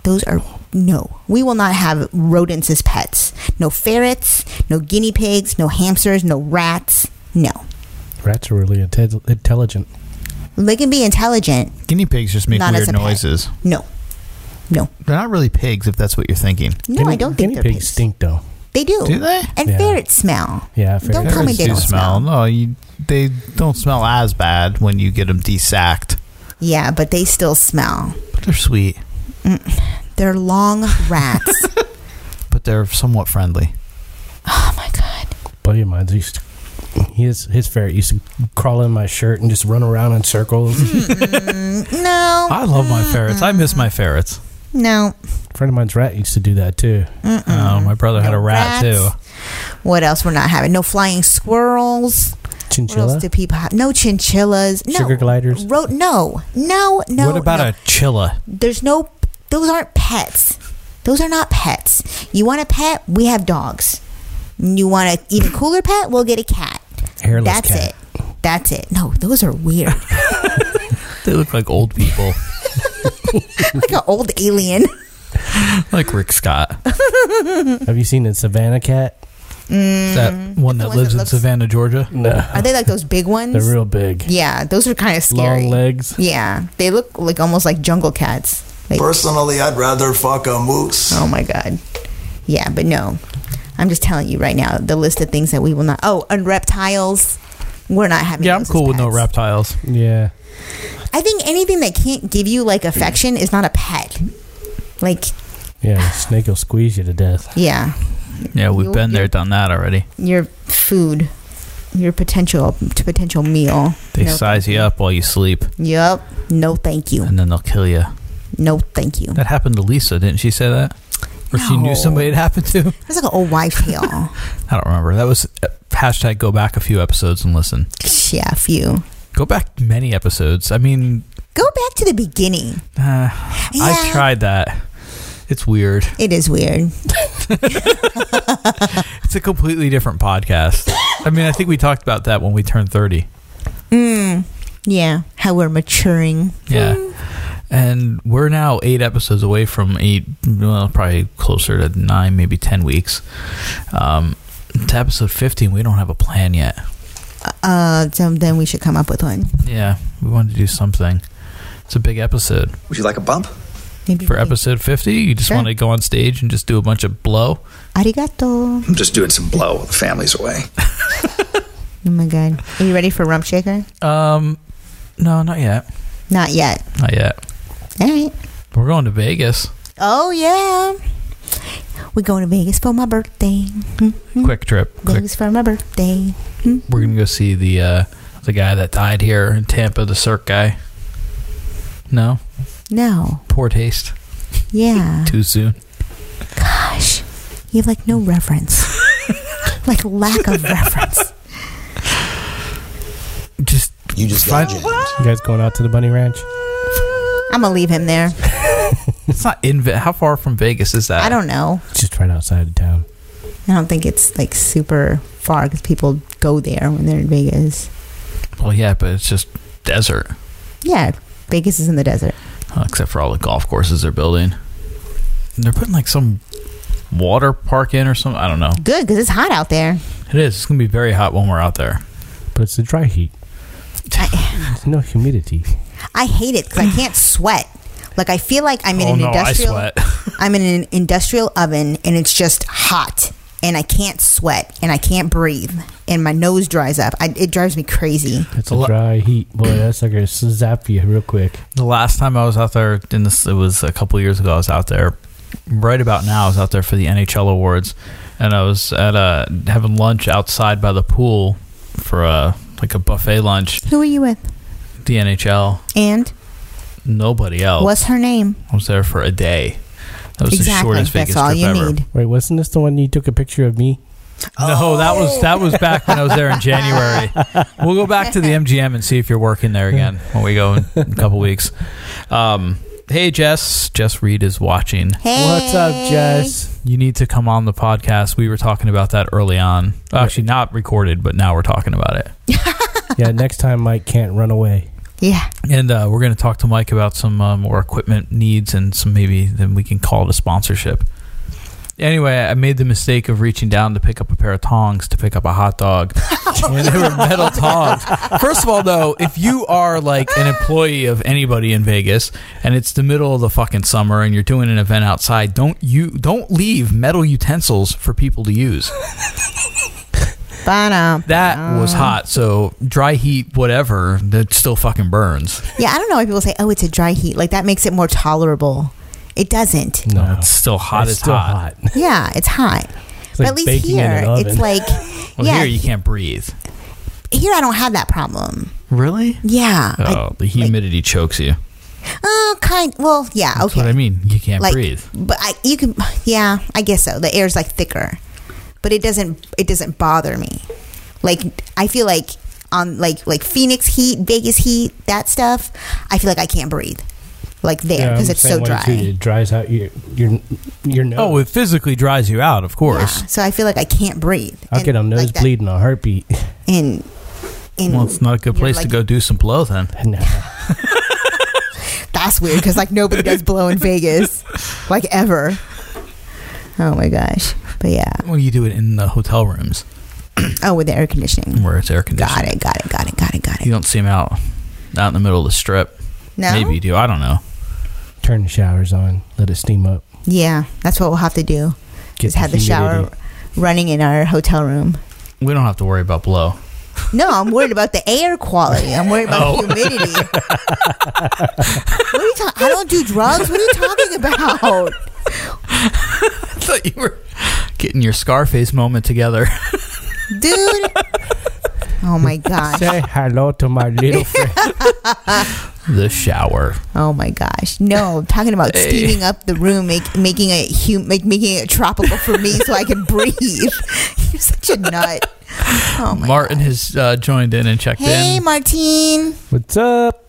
[SPEAKER 4] those are no. We will not have rodents as pets. No ferrets, no guinea pigs, no hamsters, no rats. No,
[SPEAKER 6] Rats are really inte- intelligent.
[SPEAKER 4] they can be intelligent.
[SPEAKER 7] Guinea pigs just make
[SPEAKER 4] Not as
[SPEAKER 7] weird
[SPEAKER 4] a pet.
[SPEAKER 7] noises.
[SPEAKER 4] No, no,
[SPEAKER 7] They're not really pigs, if that's what you're thinking.
[SPEAKER 4] no.
[SPEAKER 6] guinea,
[SPEAKER 4] I don't
[SPEAKER 6] guinea
[SPEAKER 4] think they're
[SPEAKER 6] pigs,
[SPEAKER 4] pigs.
[SPEAKER 6] stink though.
[SPEAKER 4] They do.
[SPEAKER 7] Do they?
[SPEAKER 4] And
[SPEAKER 6] Yeah.
[SPEAKER 4] ferrets smell.
[SPEAKER 6] Yeah,
[SPEAKER 4] Don't
[SPEAKER 6] fair.
[SPEAKER 4] tell me they
[SPEAKER 7] do
[SPEAKER 4] don't smell.
[SPEAKER 7] No, you, they don't smell as bad when you get them desacked.
[SPEAKER 4] Yeah, but they still smell. Mm.
[SPEAKER 7] But they're sweet.
[SPEAKER 4] They're long rats.
[SPEAKER 7] But they're somewhat friendly.
[SPEAKER 4] oh my god.
[SPEAKER 6] buddy of mine used to, his his ferret used to crawl in my shirt and just run around in circles.
[SPEAKER 4] No.
[SPEAKER 7] I love my ferrets. I miss my ferrets.
[SPEAKER 4] No.
[SPEAKER 6] friend of mine's rat used to do that too.
[SPEAKER 7] Oh, my brother had a rat too.
[SPEAKER 4] Rats. What else we're not having? No flying squirrels. What
[SPEAKER 6] Chinchilla.
[SPEAKER 4] else do people have? No chinchillas. No.
[SPEAKER 6] Sugar gliders?
[SPEAKER 4] Ro- no. No, no.
[SPEAKER 7] what about
[SPEAKER 4] no.
[SPEAKER 7] a chilla?
[SPEAKER 4] There's no. Those aren't pets. Those are not pets. You want a pet? We have dogs. You want an even cooler pet? We'll get a cat.
[SPEAKER 6] Hairless
[SPEAKER 4] That's
[SPEAKER 6] cat.
[SPEAKER 4] it. That's it. No, those are weird.
[SPEAKER 7] They look like old people,
[SPEAKER 4] like an old alien.
[SPEAKER 7] like Rick Scott.
[SPEAKER 6] Have you seen a Savannah cat?
[SPEAKER 7] that one that
[SPEAKER 4] Mm-hmm. one
[SPEAKER 7] lives
[SPEAKER 4] that
[SPEAKER 7] in
[SPEAKER 4] looks-
[SPEAKER 7] Savannah, Georgia.
[SPEAKER 6] No,
[SPEAKER 4] Mm. Are they like those big ones?
[SPEAKER 6] they're real big,
[SPEAKER 4] Yeah, those are kind of scary.
[SPEAKER 6] long legs.
[SPEAKER 4] Yeah, they look like almost like jungle cats. Like,
[SPEAKER 13] Personally, I'd rather fuck a moose.
[SPEAKER 4] oh my god. Yeah, but no, I'm just telling you right now the list of things that we will not. Oh, and reptiles. We're not having.
[SPEAKER 7] Yeah, I'm
[SPEAKER 4] those as
[SPEAKER 7] cool with no
[SPEAKER 4] pets.
[SPEAKER 7] reptiles.
[SPEAKER 6] Yeah,
[SPEAKER 4] I think anything that can't give you like affection is not a pet. Like,
[SPEAKER 6] yeah. Snake will squeeze you to death.
[SPEAKER 4] yeah,
[SPEAKER 7] Yeah, we've
[SPEAKER 4] You-
[SPEAKER 7] been
[SPEAKER 4] you-
[SPEAKER 7] there, done that already.
[SPEAKER 4] your food, your potential to potential meal.
[SPEAKER 7] They
[SPEAKER 4] No,
[SPEAKER 7] size you up while you sleep,
[SPEAKER 4] Yep. No, thank you.
[SPEAKER 7] and then they'll kill you.
[SPEAKER 4] No, thank you.
[SPEAKER 7] That happened to Lisa, didn't she say that? Or she
[SPEAKER 4] No.
[SPEAKER 7] knew somebody it happened to?
[SPEAKER 4] That's like an old wife tale.
[SPEAKER 7] I don't remember. That was uh, hashtag go back a few episodes and listen.
[SPEAKER 4] yeah, few.
[SPEAKER 7] Go back many episodes. I mean,
[SPEAKER 4] Go back to the beginning.
[SPEAKER 7] uh, I
[SPEAKER 4] Yeah.
[SPEAKER 7] tried that. It's weird.
[SPEAKER 4] It is weird.
[SPEAKER 7] It's a completely different podcast. I mean, I think we talked about that when we turned 30.
[SPEAKER 4] Mm, yeah, how we're maturing.
[SPEAKER 7] Yeah. And we're now eight episodes away from eight, well, probably closer to nine, maybe 10 weeks. Um, to episode 15, we don't have a plan yet.
[SPEAKER 4] Uh, so then we should come up with one.
[SPEAKER 7] Yeah, we wanted to do something. It's a big episode.
[SPEAKER 13] Would you like a bump?
[SPEAKER 4] Maybe
[SPEAKER 7] For
[SPEAKER 4] we-
[SPEAKER 7] episode 50, you just
[SPEAKER 4] Sure.
[SPEAKER 7] want to go on stage and just do a bunch of blow.
[SPEAKER 4] Arigato.
[SPEAKER 13] I'm just doing some blow. The family's away.
[SPEAKER 4] Oh my god. Are you ready for Rump Shaker?
[SPEAKER 7] Um, no, not yet.
[SPEAKER 4] Not yet.
[SPEAKER 7] Not yet.
[SPEAKER 4] All right.
[SPEAKER 7] We're going to Vegas.
[SPEAKER 4] Oh yeah. We're going to Vegas for my birthday. Mhm.
[SPEAKER 7] Quick trip. Quick.
[SPEAKER 4] Vegas for my birthday. Mhm.
[SPEAKER 7] We're gonna go see the uh, the guy that died here in Tampa, the Cirque guy. No,
[SPEAKER 4] No.
[SPEAKER 7] poor taste.
[SPEAKER 4] Yeah.
[SPEAKER 7] Too soon.
[SPEAKER 4] Gosh. You have like no reference. like lack of reference.
[SPEAKER 7] Just
[SPEAKER 6] you just got You guys going out to the bunny ranch?
[SPEAKER 4] I'm gonna leave him there.
[SPEAKER 7] It's not in. Ve- How far from Vegas is that?
[SPEAKER 4] I don't know.
[SPEAKER 6] Just right outside of town.
[SPEAKER 4] I don't think it's like super far because people go there when they're in Vegas.
[SPEAKER 7] Well, yeah, but it's just desert,
[SPEAKER 4] Yeah, Vegas is in the desert.
[SPEAKER 7] uh, except for all the golf courses they're building. And they're putting like some water park in or something. I don't know.
[SPEAKER 4] Good because it's hot out there.
[SPEAKER 7] It is. It's gonna be very hot when we're out there.
[SPEAKER 6] But it's the dry heat. There's no humidity.
[SPEAKER 4] I hate it because I can't sweat. Like I feel like I'm in
[SPEAKER 6] Oh,
[SPEAKER 4] an
[SPEAKER 6] no, I
[SPEAKER 4] industrial.
[SPEAKER 6] sweat.
[SPEAKER 4] I'm in an industrial oven and it's just hot and I can't sweat and I can't breathe and my nose dries up. I, it drives me crazy.
[SPEAKER 6] It's a dry heat. Boy, that's like a zap you real quick.
[SPEAKER 7] The last time I was out there, in this, it was a couple years ago. I was out there, right about now. I was out there for the NHL awards, and I was at uh having lunch outside by the pool for a like a buffet lunch.
[SPEAKER 4] Who are you with?
[SPEAKER 7] The NHL,
[SPEAKER 4] And
[SPEAKER 7] nobody else.
[SPEAKER 4] what's her name?
[SPEAKER 7] I was there for a day. That was the shortest Vegas trip ever.
[SPEAKER 6] Wait, wasn't this the one you took a picture of me?
[SPEAKER 7] No, that was that was back when I was there in January. We'll go back to the MGM and see if you're working there again when we go in a couple weeks. Um, hey, Jess, Jess Reed is watching.
[SPEAKER 4] Hey. What's up, Jess?
[SPEAKER 7] You need to come on the podcast. We were talking about that early on. Actually, not recorded, but now we're talking about it.
[SPEAKER 6] yeah, next time Mike can't run away.
[SPEAKER 4] Yeah.
[SPEAKER 7] And uh, we're going to talk to Mike about some uh, more equipment needs and some maybe then we can call it a sponsorship. Anyway, I made the mistake of reaching down to pick up a pair of tongs to pick up a hot dog. and they were metal tongs. First of all, though, if you are like an employee of anybody in Vegas and it's the middle of the fucking summer and you're doing an event outside, don't you don't leave metal utensils for people to use. That was hot. So dry heat, whatever, that still fucking burns.
[SPEAKER 4] Yeah, I don't know why people say, "Oh, it's a dry heat." Like that makes it more tolerable. It doesn't.
[SPEAKER 7] No, it's still hot. It's,
[SPEAKER 6] still
[SPEAKER 7] hot.
[SPEAKER 4] Yeah, it's hot.
[SPEAKER 7] It's
[SPEAKER 4] but
[SPEAKER 7] like
[SPEAKER 4] at least
[SPEAKER 7] baking in
[SPEAKER 4] here,
[SPEAKER 7] an
[SPEAKER 4] it's
[SPEAKER 7] oven.
[SPEAKER 4] like
[SPEAKER 7] Well,
[SPEAKER 4] yeah,
[SPEAKER 7] here you can't breathe.
[SPEAKER 4] here I don't have that problem.
[SPEAKER 7] Really?
[SPEAKER 4] Yeah. I-
[SPEAKER 7] Oh, the humidity chokes you.
[SPEAKER 4] oh, kind. Well, yeah.
[SPEAKER 7] That's
[SPEAKER 4] okay.
[SPEAKER 7] what I mean. You can't
[SPEAKER 4] like,
[SPEAKER 7] breathe.
[SPEAKER 4] But I, you can. Yeah, I guess so. The air's like thicker, but it doesn't. It doesn't bother me. Like I feel like on like like Phoenix heat, Vegas heat, that stuff. I feel like I can't breathe. Like there
[SPEAKER 6] Yeah,
[SPEAKER 4] because
[SPEAKER 6] I'm
[SPEAKER 4] it's
[SPEAKER 6] the same
[SPEAKER 4] so
[SPEAKER 6] way,
[SPEAKER 4] dry.
[SPEAKER 6] too. It dries out your your your nose.
[SPEAKER 7] Oh, it physically dries you out, of course.
[SPEAKER 4] So I feel like I can't breathe.
[SPEAKER 6] I'll get a nose bleed in a heartbeat.
[SPEAKER 4] And and
[SPEAKER 7] Well, it's not a good
[SPEAKER 4] you're
[SPEAKER 7] place to
[SPEAKER 4] like-
[SPEAKER 7] go do some blow then.
[SPEAKER 6] No.
[SPEAKER 4] That's weird because like nobody does blow in Vegas, like ever. Oh my gosh! But yeah.
[SPEAKER 7] Well, you do it in the hotel rooms
[SPEAKER 4] Oh, with the air conditioning.
[SPEAKER 7] where it's air conditioned.
[SPEAKER 4] Got it. Got it. Got it. Got it. Got it.
[SPEAKER 7] You don't see them out out in the middle of the strip.
[SPEAKER 4] No?
[SPEAKER 7] Maybe you do. I don't know.
[SPEAKER 6] Turn the showers on. Let it steam up.
[SPEAKER 4] Yeah, that's what we'll have to do.
[SPEAKER 6] Get
[SPEAKER 4] Just have the shower
[SPEAKER 6] humidity.
[SPEAKER 4] running in our hotel room.
[SPEAKER 7] We don't have to worry about blow.
[SPEAKER 4] No, I'm worried about the air quality. I'm worried about
[SPEAKER 7] Oh.
[SPEAKER 4] humidity. what are you talking? I don't do drugs. What are you talking about?
[SPEAKER 7] I thought you were getting your Scarface moment together.
[SPEAKER 4] dude. Oh my gosh.
[SPEAKER 6] Say hello to my little friend.
[SPEAKER 7] the shower.
[SPEAKER 4] Oh my gosh! No, I'm talking about
[SPEAKER 7] Hey.
[SPEAKER 4] steaming up the room, make, making it hum, make, making it tropical for me, so I can breathe. You're such a nut. Oh my.
[SPEAKER 7] Martin has uh, joined in and checked
[SPEAKER 4] hey,
[SPEAKER 7] in.
[SPEAKER 4] Martine.
[SPEAKER 6] What's up?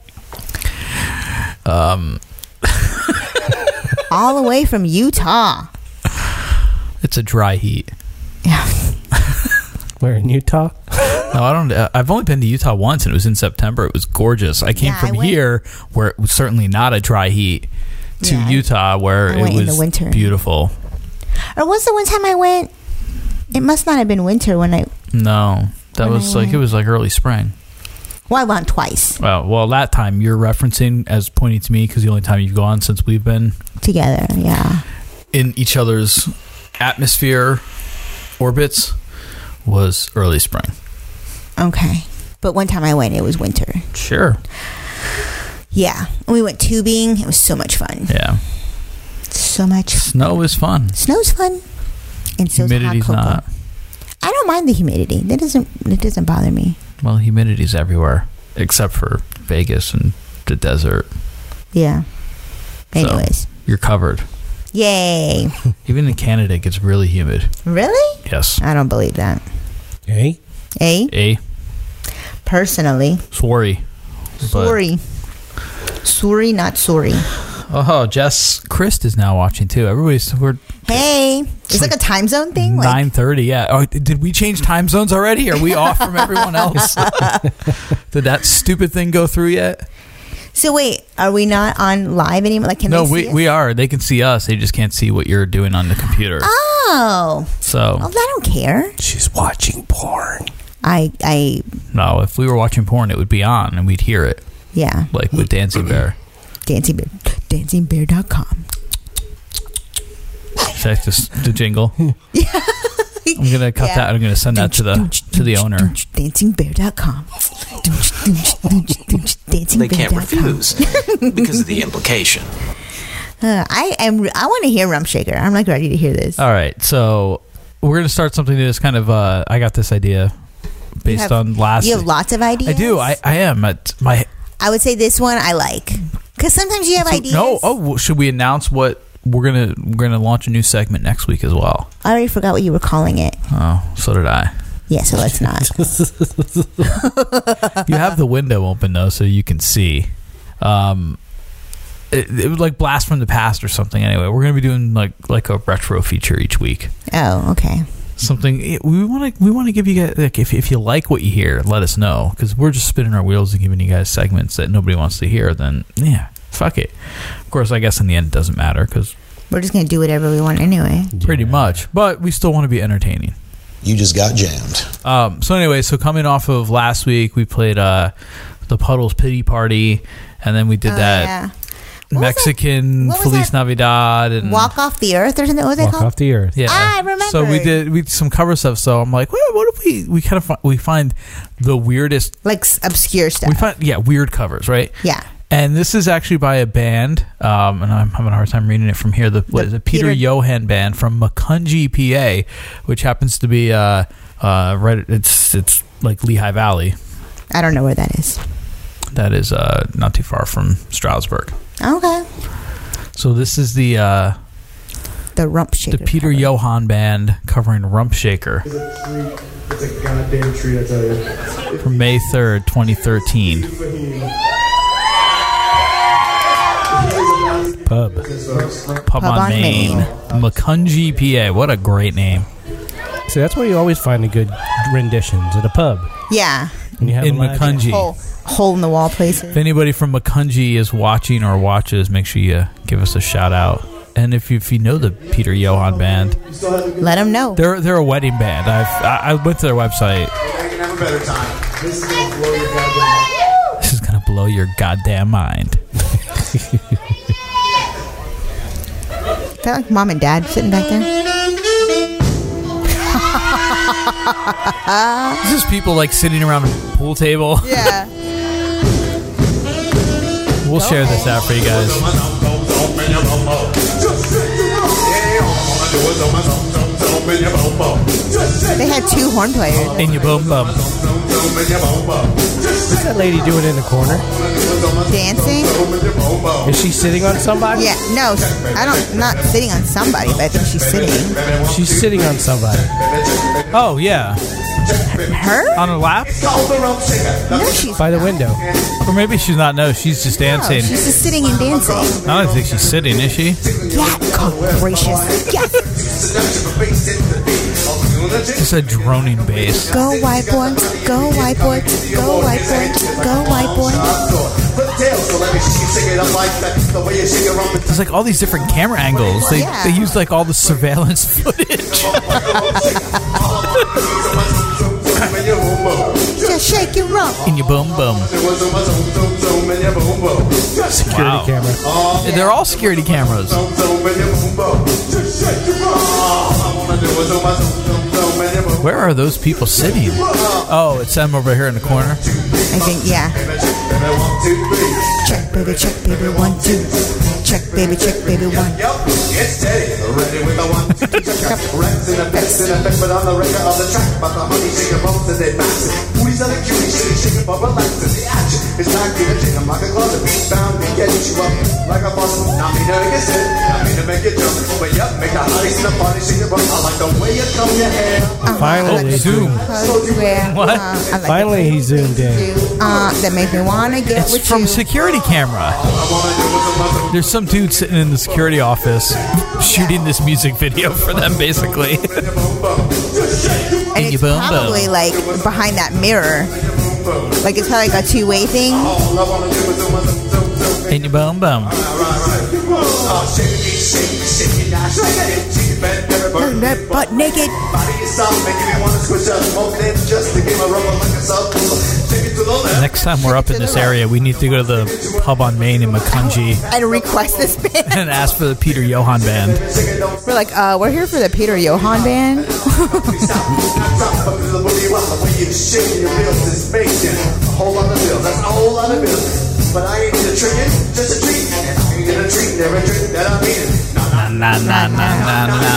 [SPEAKER 7] Um,
[SPEAKER 4] All the way from Utah.
[SPEAKER 7] it's a dry heat.
[SPEAKER 6] Where in Utah?
[SPEAKER 7] No, I don't. Uh, I've only been to Utah once, and it was in September. It was gorgeous. I came
[SPEAKER 4] Yeah, I
[SPEAKER 7] from
[SPEAKER 4] went-
[SPEAKER 7] here, where it was certainly not a dry heat, to
[SPEAKER 4] Yeah, I-
[SPEAKER 7] Utah, where
[SPEAKER 4] I
[SPEAKER 7] it
[SPEAKER 4] went
[SPEAKER 7] was
[SPEAKER 4] in the winter.
[SPEAKER 7] beautiful.
[SPEAKER 4] Or was the one time I went? It must not have been winter when I.
[SPEAKER 7] No, that
[SPEAKER 4] When
[SPEAKER 7] was
[SPEAKER 4] I
[SPEAKER 7] like it was like early spring.
[SPEAKER 4] Well, I went twice
[SPEAKER 7] Well, well, that time you're referencing as pointing to me because the only time you've gone since we've been
[SPEAKER 4] together. Yeah.
[SPEAKER 7] in each other's atmosphere orbits was early spring.
[SPEAKER 4] Okay. But one time I went, it was winter.
[SPEAKER 7] Sure.
[SPEAKER 4] Yeah. We went tubing. It was so much fun.
[SPEAKER 7] Yeah.
[SPEAKER 4] So much.
[SPEAKER 7] Snow is fun.
[SPEAKER 4] Snow's fun. And so's
[SPEAKER 7] Humidity's
[SPEAKER 4] hot cocoa.
[SPEAKER 7] not.
[SPEAKER 4] I don't mind the humidity. That doesn't it doesn't bother me.
[SPEAKER 7] Well, humidity's everywhere except for Vegas and the desert.
[SPEAKER 4] Yeah.
[SPEAKER 7] So,
[SPEAKER 4] Anyways.
[SPEAKER 7] you're covered.
[SPEAKER 4] Yay.
[SPEAKER 7] Even in Canada, it gets really humid.
[SPEAKER 4] Really?
[SPEAKER 7] Yes.
[SPEAKER 4] I don't believe that.
[SPEAKER 7] A.
[SPEAKER 4] A.
[SPEAKER 7] A.
[SPEAKER 4] Personally.
[SPEAKER 7] Sorry. But-
[SPEAKER 4] Sorry. Sorry, not sorry.
[SPEAKER 7] Oh, Jess, Chris is now watching too. Everybody's we're
[SPEAKER 4] Hey. It's like a time zone thing. Like
[SPEAKER 7] nine thirty. Yeah. Oh, did we change time zones already? Are we off from everyone else? did that stupid thing go through yet?
[SPEAKER 4] So wait, are we not on live anymore? Like can
[SPEAKER 7] no,
[SPEAKER 4] they
[SPEAKER 7] we
[SPEAKER 4] see us?
[SPEAKER 7] we are. They can see us. They just can't see what you're doing on the computer.
[SPEAKER 4] Oh.
[SPEAKER 7] So
[SPEAKER 4] Well, I don't care.
[SPEAKER 7] she's watching porn.
[SPEAKER 4] I I
[SPEAKER 7] No, if we were watching porn, it would be on and we'd hear it.
[SPEAKER 4] Yeah.
[SPEAKER 7] Like with Dancing Bear.
[SPEAKER 4] dancing bear, dancingbear.com.
[SPEAKER 7] Is that just the jingle? Yeah. I'm gonna cut
[SPEAKER 4] Yeah.
[SPEAKER 7] that. and I'm gonna send that to the to the owner.
[SPEAKER 4] dancingbear.com. dancingbear.com.
[SPEAKER 8] They can't refuse because of the implication.
[SPEAKER 4] Uh, I am I want to hear Rump Shaker. I'm like ready to hear this.
[SPEAKER 7] All right, so we're gonna start something that's kind of. Uh, I got this idea
[SPEAKER 4] You
[SPEAKER 7] based
[SPEAKER 4] have-
[SPEAKER 7] on last.
[SPEAKER 4] You have lots of ideas.
[SPEAKER 7] I do. I, I am at my.
[SPEAKER 4] I would say this one I like because sometimes you have ideas.
[SPEAKER 7] No. Oh, well, should we announce what we're gonna we're gonna launch a new segment next week as well?
[SPEAKER 4] I already forgot what you were calling it.
[SPEAKER 7] Oh, so did I.
[SPEAKER 4] Yeah, so let's not.
[SPEAKER 7] you have the window open though, so you can see. Um, it, it would like blast from the past or something. Anyway, we're gonna be doing like like a retro feature each week.
[SPEAKER 4] Oh, okay.
[SPEAKER 7] Something it- we want to we want to give you guys like if if you like what you hear, let us know because we're just spinning our wheels and giving you guys segments that nobody wants to hear. Then yeah, fuck it. Of course, I guess in the end it doesn't matter because
[SPEAKER 4] We're just gonna do whatever we want anyway.
[SPEAKER 7] pretty much, but we still want to be entertaining.
[SPEAKER 5] You just got jammed.
[SPEAKER 7] Um, so anyway, so coming off of last week, we played uh, the Puddles Pity Party, and then we did
[SPEAKER 4] Oh,
[SPEAKER 7] that
[SPEAKER 4] yeah.
[SPEAKER 7] Mexican
[SPEAKER 4] what was
[SPEAKER 7] Feliz Navidad and
[SPEAKER 4] Walk off the earth or something. What was that called?
[SPEAKER 7] the Earth. Yeah,
[SPEAKER 4] Ah, I remember.
[SPEAKER 7] So we did we did some cover stuff. So I'm like, well, what if we we kind of fi- we find the weirdest
[SPEAKER 4] like obscure stuff?
[SPEAKER 7] We find yeah weird covers, right?
[SPEAKER 4] Yeah.
[SPEAKER 7] And this is actually by a band, um, and I'm having a hard time reading it from here. The what is it? Peter, Johan band from Makunji, PA, which happens to be uh, uh, right. It's it's like Lehigh Valley.
[SPEAKER 4] I don't know where that is.
[SPEAKER 7] That is uh, not too far from Stroudsburg.
[SPEAKER 4] Okay.
[SPEAKER 7] So this is the uh,
[SPEAKER 4] the Rump Shaker,
[SPEAKER 7] the Peter Johan band covering Rump Shaker
[SPEAKER 17] It's a goddamn treat, I tell you.
[SPEAKER 7] from May third, 2013. Pub. Pub, on,
[SPEAKER 6] on
[SPEAKER 7] Maine.
[SPEAKER 6] Main.
[SPEAKER 7] Macungie, PA. What a great name.
[SPEAKER 6] See, that's where you always find the good renditions at a pub.
[SPEAKER 4] Yeah. Oh.
[SPEAKER 6] And you have
[SPEAKER 7] In
[SPEAKER 6] a live-
[SPEAKER 7] Macungie.
[SPEAKER 4] Hole, hole in the wall places.
[SPEAKER 7] If anybody from Macungie is watching or watches, make sure you give us a shout out. And if you, if you know the Peter Johan band,
[SPEAKER 4] Let them know.
[SPEAKER 7] they're they're a wedding band. I've, I, I went to their website.
[SPEAKER 17] I can have a better time. This is gonna blow your goddamn
[SPEAKER 7] This is gonna blow your goddamn mind.
[SPEAKER 4] Felt like mom and dad sitting back there.
[SPEAKER 7] It's just people like sitting around a pool table.
[SPEAKER 4] yeah.
[SPEAKER 7] We'll share this out for you guys.
[SPEAKER 4] They had two horn players.
[SPEAKER 7] In your bum bum.
[SPEAKER 6] What's that lady doing in the corner?
[SPEAKER 4] Dancing?
[SPEAKER 6] Is she sitting on somebody?
[SPEAKER 4] Yeah, no, I don't, not sitting on somebody, but I think she's sitting.
[SPEAKER 6] She's sitting on somebody.
[SPEAKER 7] Oh yeah.
[SPEAKER 4] Her?
[SPEAKER 7] On her lap?
[SPEAKER 4] No, she's
[SPEAKER 6] by the window.
[SPEAKER 7] Or maybe she's not. No, she's just dancing.
[SPEAKER 4] oh, She's just sitting and dancing.
[SPEAKER 7] I don't think she's sitting, is she?
[SPEAKER 4] Yeah, God gracious.
[SPEAKER 7] It's a droning bass.
[SPEAKER 4] Go white boys, go white boys, go white boys, go white boys.
[SPEAKER 7] There's like all these different camera angles. They,
[SPEAKER 4] Yeah.
[SPEAKER 7] they use like all the surveillance footage.
[SPEAKER 4] Just shake your rump.
[SPEAKER 7] In your bum bum. Security camera. They're all security cameras.
[SPEAKER 17] bum.
[SPEAKER 7] Where are those people sitting? Oh, it's them over here in the corner.
[SPEAKER 4] I think, yeah. Check, baby, check, baby, one, two. Check, baby, check, baby, one.
[SPEAKER 17] It's Teddy, ready with the one, two, check. Rats in a pest in a peck, but on the record of the track. But the honey shaker bumps and they bounce it. Booties on the cutie, shitty shaker, but relax in the action. It's not good to take a market closet, beat bound and get you up. Like a boss, not me to get sick, not me to make it jump. But yup, make the honey in the party shaker, but I like the way you comb your hair.
[SPEAKER 6] Finally, Zoom.
[SPEAKER 4] What? I like
[SPEAKER 6] Finally, he zoomed in.
[SPEAKER 4] it. Uh, that make me wanna get
[SPEAKER 7] It's
[SPEAKER 4] with
[SPEAKER 7] from
[SPEAKER 4] you.
[SPEAKER 7] security camera. There's some dude sitting in the security office shooting this music video for them, basically.
[SPEAKER 4] and it's probably like behind that mirror. Like it's probably like a two way thing.
[SPEAKER 7] In your bum bum.
[SPEAKER 4] Turn that butt naked.
[SPEAKER 7] Next time we're up in this area, we need to go to the pub on Main in Makunji
[SPEAKER 4] And request this band.
[SPEAKER 7] and ask for the Peter Johan band.
[SPEAKER 4] We're like, uh, we're here for the Peter Johan band.
[SPEAKER 7] Na na na na na na.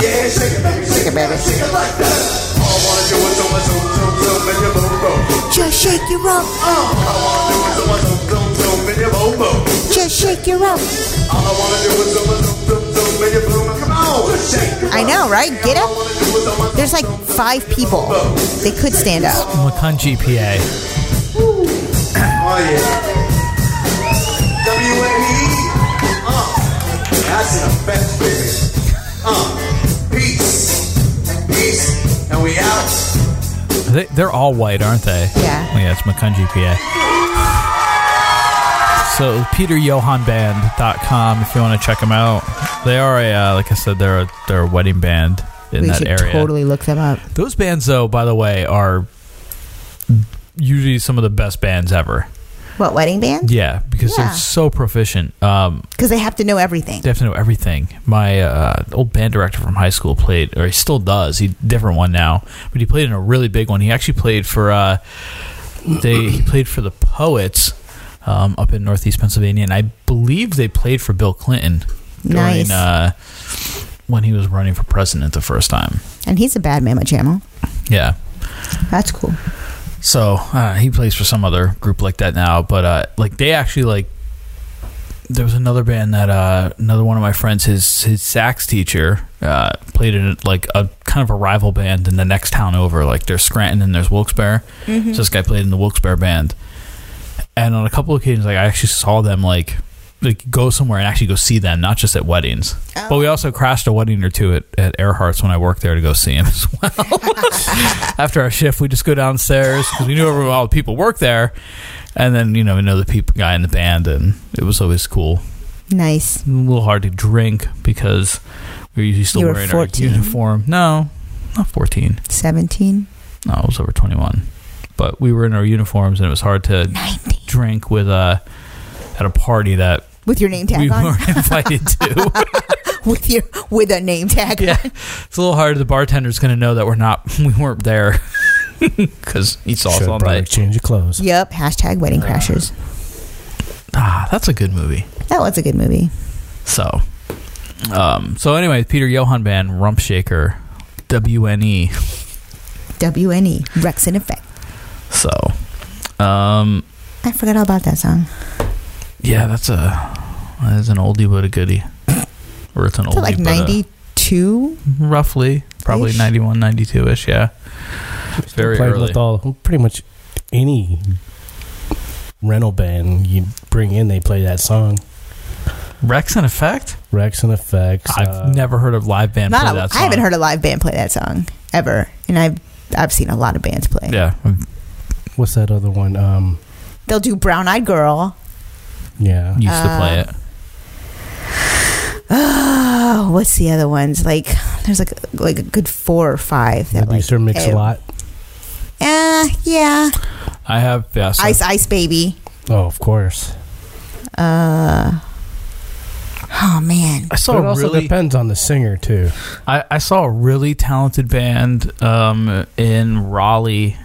[SPEAKER 4] Just shake your rump. Just shake your rump. I know, right? Get up. There's like five people. They could stand up.
[SPEAKER 7] Makunji, PA.
[SPEAKER 17] Oh yeah. W-A-E. Uh, that's an effect, baby. Uh, peace. Peace. And we out.
[SPEAKER 7] They, they're all white, aren't they?
[SPEAKER 4] Yeah.
[SPEAKER 7] Oh, yeah, it's Makunji, PA. So peterjohanband.com if you want to check them out. They are a uh, like I said, they're a, they're a wedding band in
[SPEAKER 4] we
[SPEAKER 7] that
[SPEAKER 4] should
[SPEAKER 7] area.
[SPEAKER 4] totally look them up.
[SPEAKER 7] Those bands, though, by the way, are usually some of the best bands ever.
[SPEAKER 4] What wedding band?
[SPEAKER 7] Yeah, because
[SPEAKER 4] Yeah.
[SPEAKER 7] they're so proficient. Um,
[SPEAKER 4] Because they have to know everything.
[SPEAKER 7] they have to know everything. My uh, old band director from high school played, or he still does. He different one now, but he played in a really big one. He actually played for uh, they he played for the Poets um, up in Northeast Pennsylvania, and I believe they played for Bill Clinton during
[SPEAKER 4] Nice.
[SPEAKER 7] uh, when he was running for president the first time.
[SPEAKER 4] And he's a bad mamma jamma.
[SPEAKER 7] Yeah,
[SPEAKER 4] That's cool.
[SPEAKER 7] so uh, he plays for some other group like that now, but uh, like they actually like there was another band that uh, another one of my friends his his sax teacher uh, played in like a kind of a rival band in the next town over. Like there's Scranton and there's Wilkes-Barre.
[SPEAKER 29] Mhm.
[SPEAKER 7] So this guy played in the Wilkes-Barre band, and on a couple of occasions, like I actually saw them like like go somewhere and actually go see them, not just at weddings. But
[SPEAKER 4] Oh.
[SPEAKER 7] we also crashed a wedding or two at, at Earhart's when I worked there to go see him as well. After our shift, we just go downstairs because we knew everyone, all the people work there, and then you know we know the people guy in the band, and it was always cool.
[SPEAKER 4] Nice.
[SPEAKER 7] A little hard to drink because we were usually still
[SPEAKER 4] You were
[SPEAKER 7] wearing
[SPEAKER 4] 14.
[SPEAKER 7] our uniform. No, not fourteen.
[SPEAKER 4] 17.
[SPEAKER 7] No, I was over 21. But we were in our uniforms and it was hard to drink with a at a party that
[SPEAKER 4] With your name tag
[SPEAKER 7] we
[SPEAKER 4] on.
[SPEAKER 7] weren't invited to.
[SPEAKER 4] with your with a name tag on.
[SPEAKER 7] it's a little hard. The bartender's going to know that we're not we weren't there because he saw us
[SPEAKER 6] Should
[SPEAKER 7] all
[SPEAKER 6] probably
[SPEAKER 7] night.
[SPEAKER 6] change your clothes.
[SPEAKER 4] Yep. Hashtag wedding crashers.
[SPEAKER 7] Ah, that's a good movie.
[SPEAKER 4] That was a good movie.
[SPEAKER 7] So, um, so anyway, Peter Johan Band, Rump Shaker, WNE.
[SPEAKER 4] WNE. E, Rex in effect.
[SPEAKER 7] So, um,
[SPEAKER 4] I forgot all about that song.
[SPEAKER 7] yeah, that's a that's an oldie but a goodie, or it's an
[SPEAKER 4] Is
[SPEAKER 7] oldie
[SPEAKER 4] it like
[SPEAKER 7] but a-
[SPEAKER 4] 92?
[SPEAKER 7] roughly probably
[SPEAKER 4] Ish.
[SPEAKER 7] 91 92 ish yeah very
[SPEAKER 6] played
[SPEAKER 7] early
[SPEAKER 6] with all pretty much any rental band you bring in, they play that song.
[SPEAKER 7] Rex and Effect.
[SPEAKER 6] Rex and uh, Effects.
[SPEAKER 7] I've never heard of live band
[SPEAKER 4] Not a, I haven't heard a live band play that song ever. And I've I've seen a lot of bands play.
[SPEAKER 7] yeah
[SPEAKER 6] What's that other one? Um,
[SPEAKER 4] They'll do Brown Eyed Girl.
[SPEAKER 6] yeah,
[SPEAKER 4] Used to play Uh,
[SPEAKER 7] it.
[SPEAKER 4] Oh, what's the other ones? Like there's like like a good four or five that like
[SPEAKER 6] Sir Mix a lot.
[SPEAKER 4] Uh, yeah.
[SPEAKER 7] I have yeah, so-
[SPEAKER 4] Ice Ice Baby.
[SPEAKER 6] Oh, of course.
[SPEAKER 4] Uh Oh man!
[SPEAKER 7] I saw
[SPEAKER 6] But it
[SPEAKER 7] a
[SPEAKER 6] also
[SPEAKER 7] really-
[SPEAKER 6] depends on the singer too.
[SPEAKER 7] I, I saw a really talented band um, in Raleigh,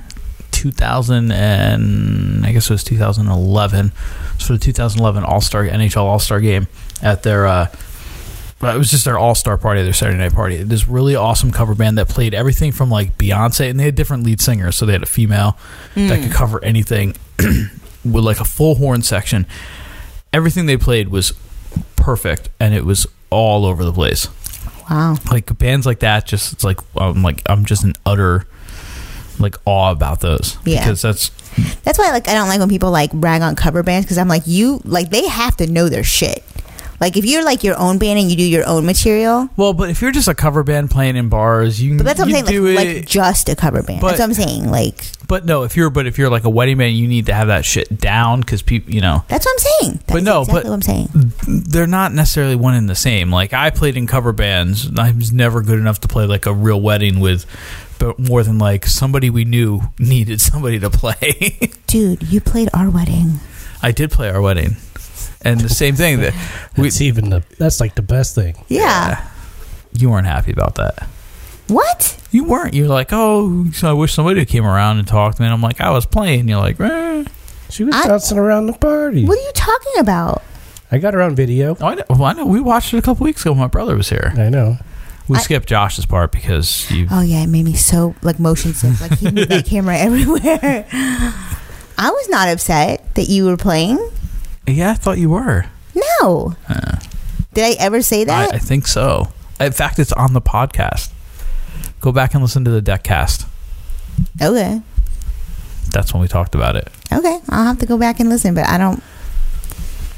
[SPEAKER 7] 2000 and I guess it was 2011. It's for the 2011 All Star NHL All Star game at their. Uh, it was just their all star party, their Saturday night party. This really awesome cover band that played everything from like Beyonce, and they had different lead singers. So they had a female that
[SPEAKER 29] Mm.
[SPEAKER 7] could cover anything with like a full horn section. Everything they played was perfect, and it was all over the place.
[SPEAKER 4] Uh, Wow.
[SPEAKER 7] Like bands like that, just it's like I'm like I'm just in utter like awe about those.
[SPEAKER 4] Yeah.
[SPEAKER 7] Because that's
[SPEAKER 4] That's why like I don't like when people like brag on cover bands because I'm like you like they have to know their shit. Like if you're like your own band and you do your own material,
[SPEAKER 7] well, but if you're just a cover band playing in bars, you
[SPEAKER 4] but that's what
[SPEAKER 7] you
[SPEAKER 4] I'm saying.
[SPEAKER 7] do
[SPEAKER 4] Like,
[SPEAKER 7] it.
[SPEAKER 4] like just a cover band.
[SPEAKER 7] But-
[SPEAKER 4] that's what I'm saying. Like
[SPEAKER 7] but no, if you're but if you're like a wedding band, you need to have that shit down because people, you know.
[SPEAKER 4] that's what I'm saying. That's
[SPEAKER 7] but no,
[SPEAKER 4] exactly
[SPEAKER 7] but
[SPEAKER 4] what I'm saying.
[SPEAKER 7] they're not necessarily one and the same. Like I played in cover bands. and I was never good enough to play like a real wedding with, but more than like somebody we knew needed somebody to play.
[SPEAKER 4] Dude, you played our wedding.
[SPEAKER 7] I did play our wedding, and the same thing that we,
[SPEAKER 6] It's even the that's like the best thing.
[SPEAKER 4] Yeah.
[SPEAKER 7] you weren't happy about that.
[SPEAKER 4] What?
[SPEAKER 7] You weren't. You're like, oh, so I wish somebody came around and talked. And I'm like, I was playing. You're like, eh.
[SPEAKER 6] She was dancing around the party. What
[SPEAKER 4] are you talking about?
[SPEAKER 6] I got her on video.
[SPEAKER 7] Oh, I know. Well, I know. We watched it a couple weeks ago. when My brother was here.
[SPEAKER 6] I know.
[SPEAKER 7] We skipped Josh's part because you.
[SPEAKER 4] Oh yeah, it made me so like motion sick. Like he moved that camera everywhere. I was not upset that you were playing.
[SPEAKER 7] Yeah, I thought you were.
[SPEAKER 4] No.
[SPEAKER 7] Uh,
[SPEAKER 4] Did I ever say that?
[SPEAKER 7] I, I think so. In fact, it's on the podcast. Go back and listen to the deck cast.
[SPEAKER 4] okay.
[SPEAKER 7] That's when we talked about it.
[SPEAKER 4] Okay. I'll have to go back and listen, but I don't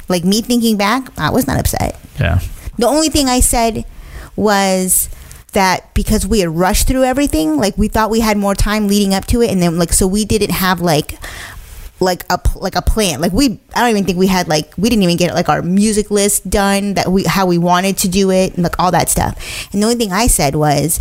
[SPEAKER 4] like me thinking back, I was not upset.
[SPEAKER 7] Yeah.
[SPEAKER 4] The only thing I said was that because we had rushed through everything, like we thought we had more time leading up to it, and then like so we didn't have like like a pl- like a plan. Like we, I don't even think we had like we didn't even get like our music list done that we how we wanted to do it and like all that stuff. And the only thing I said was,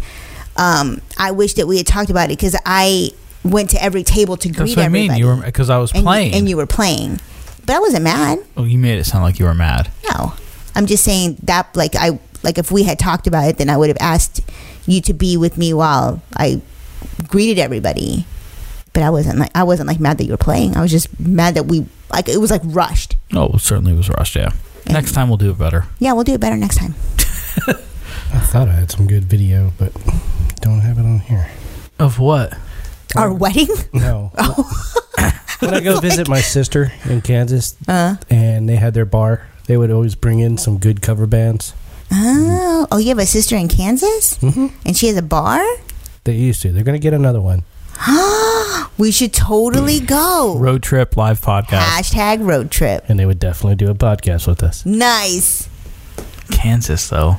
[SPEAKER 4] um, I wish that we had talked about it because I went to every table to
[SPEAKER 7] That's
[SPEAKER 4] greet
[SPEAKER 7] what I
[SPEAKER 4] everybody.
[SPEAKER 7] mean. You were because I was
[SPEAKER 4] and
[SPEAKER 7] playing.
[SPEAKER 4] you, and you were playing, but I wasn't mad.
[SPEAKER 7] oh, you made it sound like you were mad.
[SPEAKER 4] No, I'm just saying that like I like if we had talked about it, then I would have asked you to be with me while I greeted everybody. But I wasn't like I wasn't like mad that you were playing. I was just mad that we like it was like rushed.
[SPEAKER 7] Oh, it certainly was rushed. Yeah. Next time we'll do it better.
[SPEAKER 4] Yeah, we'll do it better next time.
[SPEAKER 6] I thought I had some good video, but don't have it on here.
[SPEAKER 7] Of what?
[SPEAKER 4] Our wedding? Oh.
[SPEAKER 6] No. when I go visit my sister in Kansas,
[SPEAKER 4] Uh-huh.
[SPEAKER 6] and they had their bar, they would always bring in some good cover bands.
[SPEAKER 4] Oh, oh, you have a sister in Kansas,
[SPEAKER 6] Mhm.
[SPEAKER 4] and she has a bar.
[SPEAKER 6] They used to. They're going to get another one. Mm.
[SPEAKER 4] we should totally go.
[SPEAKER 7] Road trip live podcast.
[SPEAKER 4] Hashtag road trip.
[SPEAKER 6] And they would definitely do a podcast with us.
[SPEAKER 4] Nice.
[SPEAKER 7] Kansas though.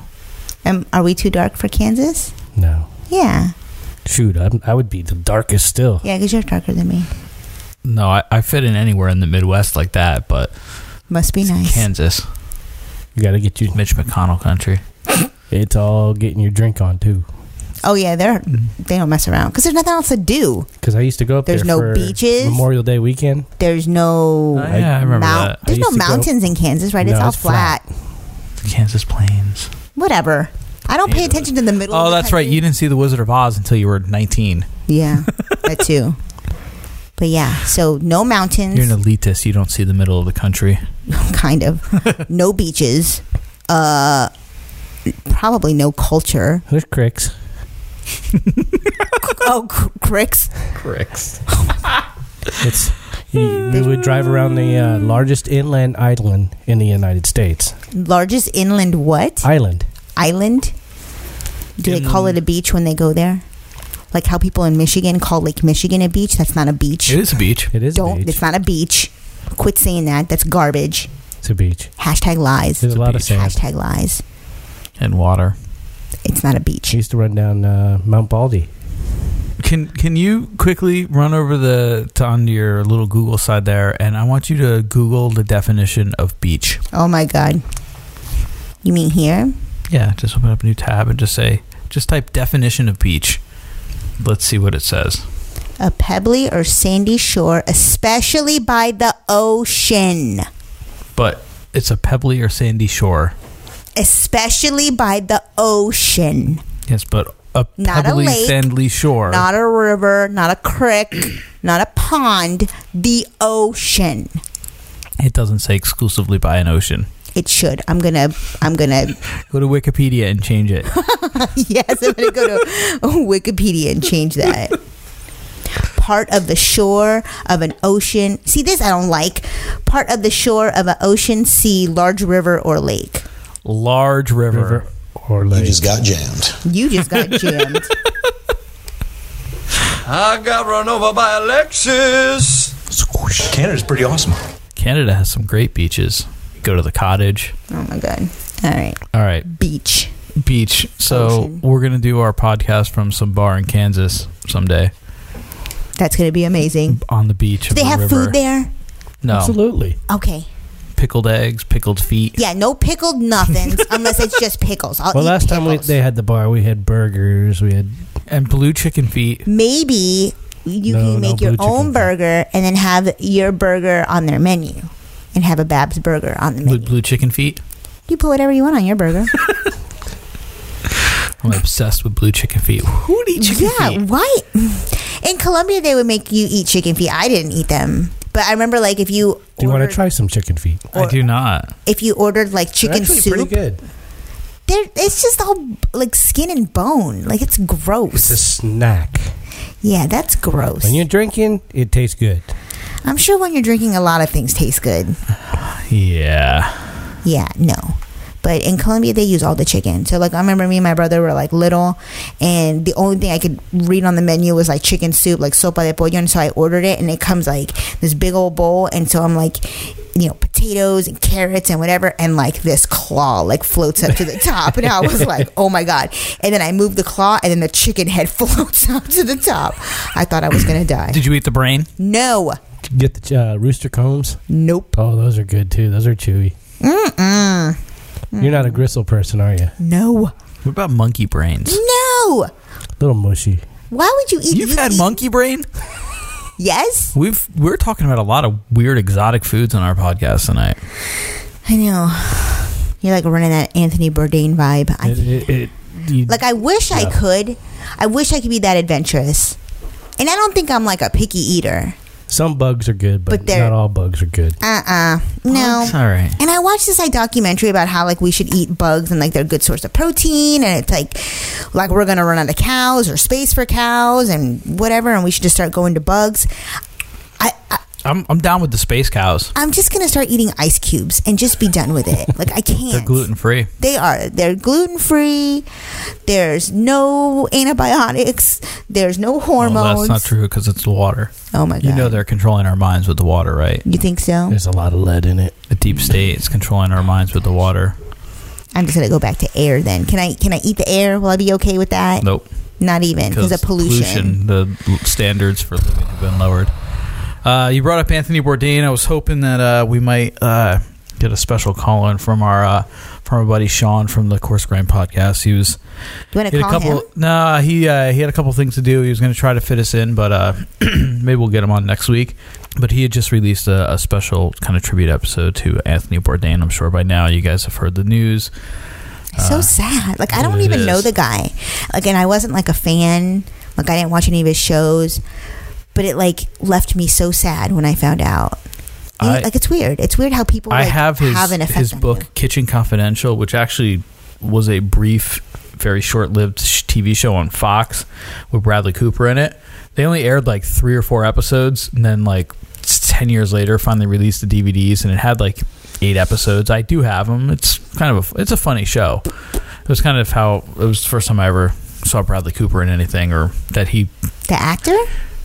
[SPEAKER 4] Um, are we too dark for Kansas?
[SPEAKER 6] No.
[SPEAKER 4] Yeah,
[SPEAKER 6] Shoot, I'm, I would be the darkest still.
[SPEAKER 4] yeah, because you're darker than me.
[SPEAKER 7] No, I, I fit in anywhere in the Midwest like that, but
[SPEAKER 4] Must be nice.
[SPEAKER 7] Kansas.
[SPEAKER 6] You got to get you
[SPEAKER 7] Mitch McConnell country.
[SPEAKER 6] It's all getting your drink on too.
[SPEAKER 4] Oh yeah, they're they don't mess around because there's nothing else to do.
[SPEAKER 6] Because I used to go up
[SPEAKER 4] There's
[SPEAKER 6] there.
[SPEAKER 4] no
[SPEAKER 6] for
[SPEAKER 4] beaches?
[SPEAKER 6] Memorial Day weekend.
[SPEAKER 4] There's
[SPEAKER 6] Oh,
[SPEAKER 4] no
[SPEAKER 6] yeah, I remember that. I
[SPEAKER 4] There's no
[SPEAKER 6] used to go-
[SPEAKER 4] mountains in Kansas, right? it's
[SPEAKER 6] No,
[SPEAKER 4] all
[SPEAKER 6] it's
[SPEAKER 4] flat.
[SPEAKER 6] flat.
[SPEAKER 7] Kansas Plains.
[SPEAKER 4] Whatever. I don't pay attention to the middle.
[SPEAKER 7] Oh,
[SPEAKER 4] of the
[SPEAKER 7] that's right. You didn't see The Wizard of Oz until you were 19.
[SPEAKER 4] Yeah, that too. But yeah, so no mountains,
[SPEAKER 7] You're an elitist. You don't see the middle of the country.
[SPEAKER 4] kind of. no beaches. Uh, probably no culture.
[SPEAKER 6] There's cricks.
[SPEAKER 4] oh, cr- cricks.
[SPEAKER 7] Cricks.
[SPEAKER 6] It's you, we would drive around the uh, largest inland island in the United States.
[SPEAKER 4] Largest inland what?
[SPEAKER 6] Island.
[SPEAKER 4] Island. Do they call
[SPEAKER 6] Um,
[SPEAKER 4] it a beach when they go there? Like how people in Michigan call Lake Michigan a beach. That's not a beach.
[SPEAKER 7] It is a beach.
[SPEAKER 6] It is.
[SPEAKER 4] Don't. It's not a beach. Quit saying that. That's garbage.
[SPEAKER 6] It's a beach.
[SPEAKER 4] Hashtag lies.
[SPEAKER 6] There's a lot of sand.
[SPEAKER 4] Hashtag lies.
[SPEAKER 7] And water.
[SPEAKER 4] It's not a beach.
[SPEAKER 6] I used to run down uh, Mount Baldy.
[SPEAKER 7] Can Can you quickly run over the to onto your little Google side there, and I want you to Google the definition of beach.
[SPEAKER 4] Oh my god. You mean here?
[SPEAKER 7] Yeah, just open up a new tab and just say, just type definition of beach. Let's see what it says.
[SPEAKER 4] A pebbly or sandy shore, especially by the ocean.
[SPEAKER 7] But it's a pebbly or sandy shore.
[SPEAKER 4] especially by the ocean.
[SPEAKER 7] Yes, but a
[SPEAKER 4] Not a
[SPEAKER 7] pebbly,
[SPEAKER 4] lake,
[SPEAKER 7] sandy shore.
[SPEAKER 4] Not a river, not a creek, not a pond, the ocean.
[SPEAKER 7] it doesn't say exclusively by an ocean.
[SPEAKER 4] It should. I'm gonna. I'm gonna.
[SPEAKER 7] Go to Wikipedia and change it.
[SPEAKER 4] yes, I'm gonna go to Wikipedia and change that. Part of the shore of an ocean. See this? I don't like. Part of the shore of an ocean, sea, large river or lake.
[SPEAKER 7] Large river. or lake. You just got jammed.
[SPEAKER 4] You just got jammed.
[SPEAKER 1] I got run over by a Lexus. Squish. Canada's pretty awesome.
[SPEAKER 7] Canada has some great beaches. Go to the cottage.
[SPEAKER 4] Oh my god! All right.
[SPEAKER 7] All right.
[SPEAKER 4] Beach.
[SPEAKER 7] Beach. So we're gonna do our podcast from some bar in Kansas someday
[SPEAKER 4] That's gonna be amazing.
[SPEAKER 7] on the beach.
[SPEAKER 4] Do they
[SPEAKER 7] of the
[SPEAKER 4] have
[SPEAKER 7] river.
[SPEAKER 4] food there?
[SPEAKER 7] No.
[SPEAKER 4] Absolutely. Okay.
[SPEAKER 7] Pickled eggs, pickled feet.
[SPEAKER 4] Yeah, no pickled nothings unless it's just pickles. I'll
[SPEAKER 6] well,
[SPEAKER 4] eat
[SPEAKER 6] last time we,
[SPEAKER 4] pickles.
[SPEAKER 6] they had the bar, we had burgers. We had
[SPEAKER 7] and blue chicken feet.
[SPEAKER 4] Maybe you
[SPEAKER 6] No, no
[SPEAKER 4] can make your
[SPEAKER 6] blue chicken
[SPEAKER 4] own burger and then have your burger on their menu and have a Babs burger on the menu.
[SPEAKER 7] Blue, blue chicken feet.
[SPEAKER 4] You put whatever you want on your burger.
[SPEAKER 7] I'm obsessed with blue chicken feet. Who would eat chicken
[SPEAKER 4] yeah,
[SPEAKER 7] feet?
[SPEAKER 4] why? In Colombia, they would make you eat chicken feet. I didn't eat them, but I remember like if you
[SPEAKER 6] Do you want to try some chicken feet?
[SPEAKER 7] I do not.
[SPEAKER 4] if you ordered like chicken
[SPEAKER 6] actually
[SPEAKER 4] soup,
[SPEAKER 6] pretty good.
[SPEAKER 4] They're, it's just all like skin and bone. Like it's gross. It's a
[SPEAKER 6] snack.
[SPEAKER 4] Yeah, that's gross.
[SPEAKER 6] When you're drinking, it tastes good.
[SPEAKER 4] I'm sure when you're drinking, a lot of things taste good.
[SPEAKER 7] Yeah.
[SPEAKER 4] Yeah, no. But in Colombia, they use all the chicken. So, like, I remember me and my brother were like little, and the only thing I could read on the menu was like chicken soup, like sopa de pollo. And so I ordered it, and it comes like this big old bowl. And so I'm like, you know, potatoes and carrots and whatever. And like this claw like floats up to the top. And I was like, oh my God. And then I moved the claw, and then the chicken head floats up to the top. I thought I was going to die.
[SPEAKER 7] Did you eat the brain?
[SPEAKER 4] No.
[SPEAKER 6] Did you get the uh, rooster combs?
[SPEAKER 4] Nope.
[SPEAKER 6] Oh, those are good too. Those are chewy.
[SPEAKER 4] Mm-mm.
[SPEAKER 6] You're not a gristle person, are you?
[SPEAKER 4] No.
[SPEAKER 7] What about monkey brains?
[SPEAKER 4] No.
[SPEAKER 6] Little mushy.
[SPEAKER 4] Why would you eat?
[SPEAKER 7] You've had monkey brain.
[SPEAKER 4] Yes.
[SPEAKER 7] We've we're talking about a lot of weird exotic foods on our podcast tonight.
[SPEAKER 4] I know. You're like running that Anthony Bourdain vibe. I, like I wish I
[SPEAKER 7] Yeah.
[SPEAKER 4] could. I wish I could be that adventurous. And I don't think I'm like a picky eater.
[SPEAKER 6] Some bugs are good, but,
[SPEAKER 4] But they're-
[SPEAKER 6] not all bugs are good.
[SPEAKER 4] Uh uh No.
[SPEAKER 6] Bugs? Oh, All right.
[SPEAKER 4] And I watched this like documentary about how like we should eat bugs and like they're a good source of protein and it's like like we're gonna run out of cows or space for cows and whatever and we should just start going to bugs.
[SPEAKER 7] I'm I'm down with the space cows.
[SPEAKER 4] I'm just gonna start eating ice cubes and just be done with it. Like I can't.
[SPEAKER 7] They're gluten free.
[SPEAKER 4] They are. They're gluten free. There's no antibiotics. There's no hormones.
[SPEAKER 7] Well, that's not true because it's the water.
[SPEAKER 4] Oh my
[SPEAKER 7] You know they're controlling our minds with the water, right?
[SPEAKER 4] You think so?
[SPEAKER 6] There's a lot of lead in it.
[SPEAKER 7] The deep state is controlling our minds with the water.
[SPEAKER 4] I'm just gonna go back to air then. Can I can I eat the air? Will I be okay with that?
[SPEAKER 7] Nope.
[SPEAKER 4] Not even because of pollution.
[SPEAKER 7] The l- standards for living have been lowered. Uh, you brought up Anthony Bourdain. I was hoping that uh, we might uh, get a special call in from our uh, from our buddy Sean from the Course Grind podcast. He was
[SPEAKER 4] You wanna
[SPEAKER 7] he had
[SPEAKER 4] call
[SPEAKER 7] a couple.
[SPEAKER 4] him?
[SPEAKER 7] Nah, he uh, he had a couple things to do. He was going to try to fit us in, but uh, maybe we'll get him on next week. But he had just released a, a special kind of tribute episode to Anthony Bourdain. I'm sure by now you guys have heard the news.
[SPEAKER 4] so sad. Like I don't
[SPEAKER 7] uh, it
[SPEAKER 4] even know
[SPEAKER 7] is.
[SPEAKER 4] the guy. Like and I wasn't like a fan. Like I didn't watch any of his shows. But it like left me so sad when I found out. And,
[SPEAKER 7] I-
[SPEAKER 4] like it's weird. It's weird how people
[SPEAKER 7] I
[SPEAKER 4] like,
[SPEAKER 7] have his
[SPEAKER 4] an effect
[SPEAKER 7] his
[SPEAKER 4] on
[SPEAKER 7] book Kitchen Confidential, which actually was a brief, very short-lived sh- TV show on Fox with Bradley Cooper in it. They only aired like three or four episodes, and then like s- ten years later, finally released the DVDs, and it had like eight episodes. I do have them. It's kind of a, it's a funny show. It was kind of how it was the first time I ever saw Bradley Cooper in anything, or that he
[SPEAKER 4] the actor.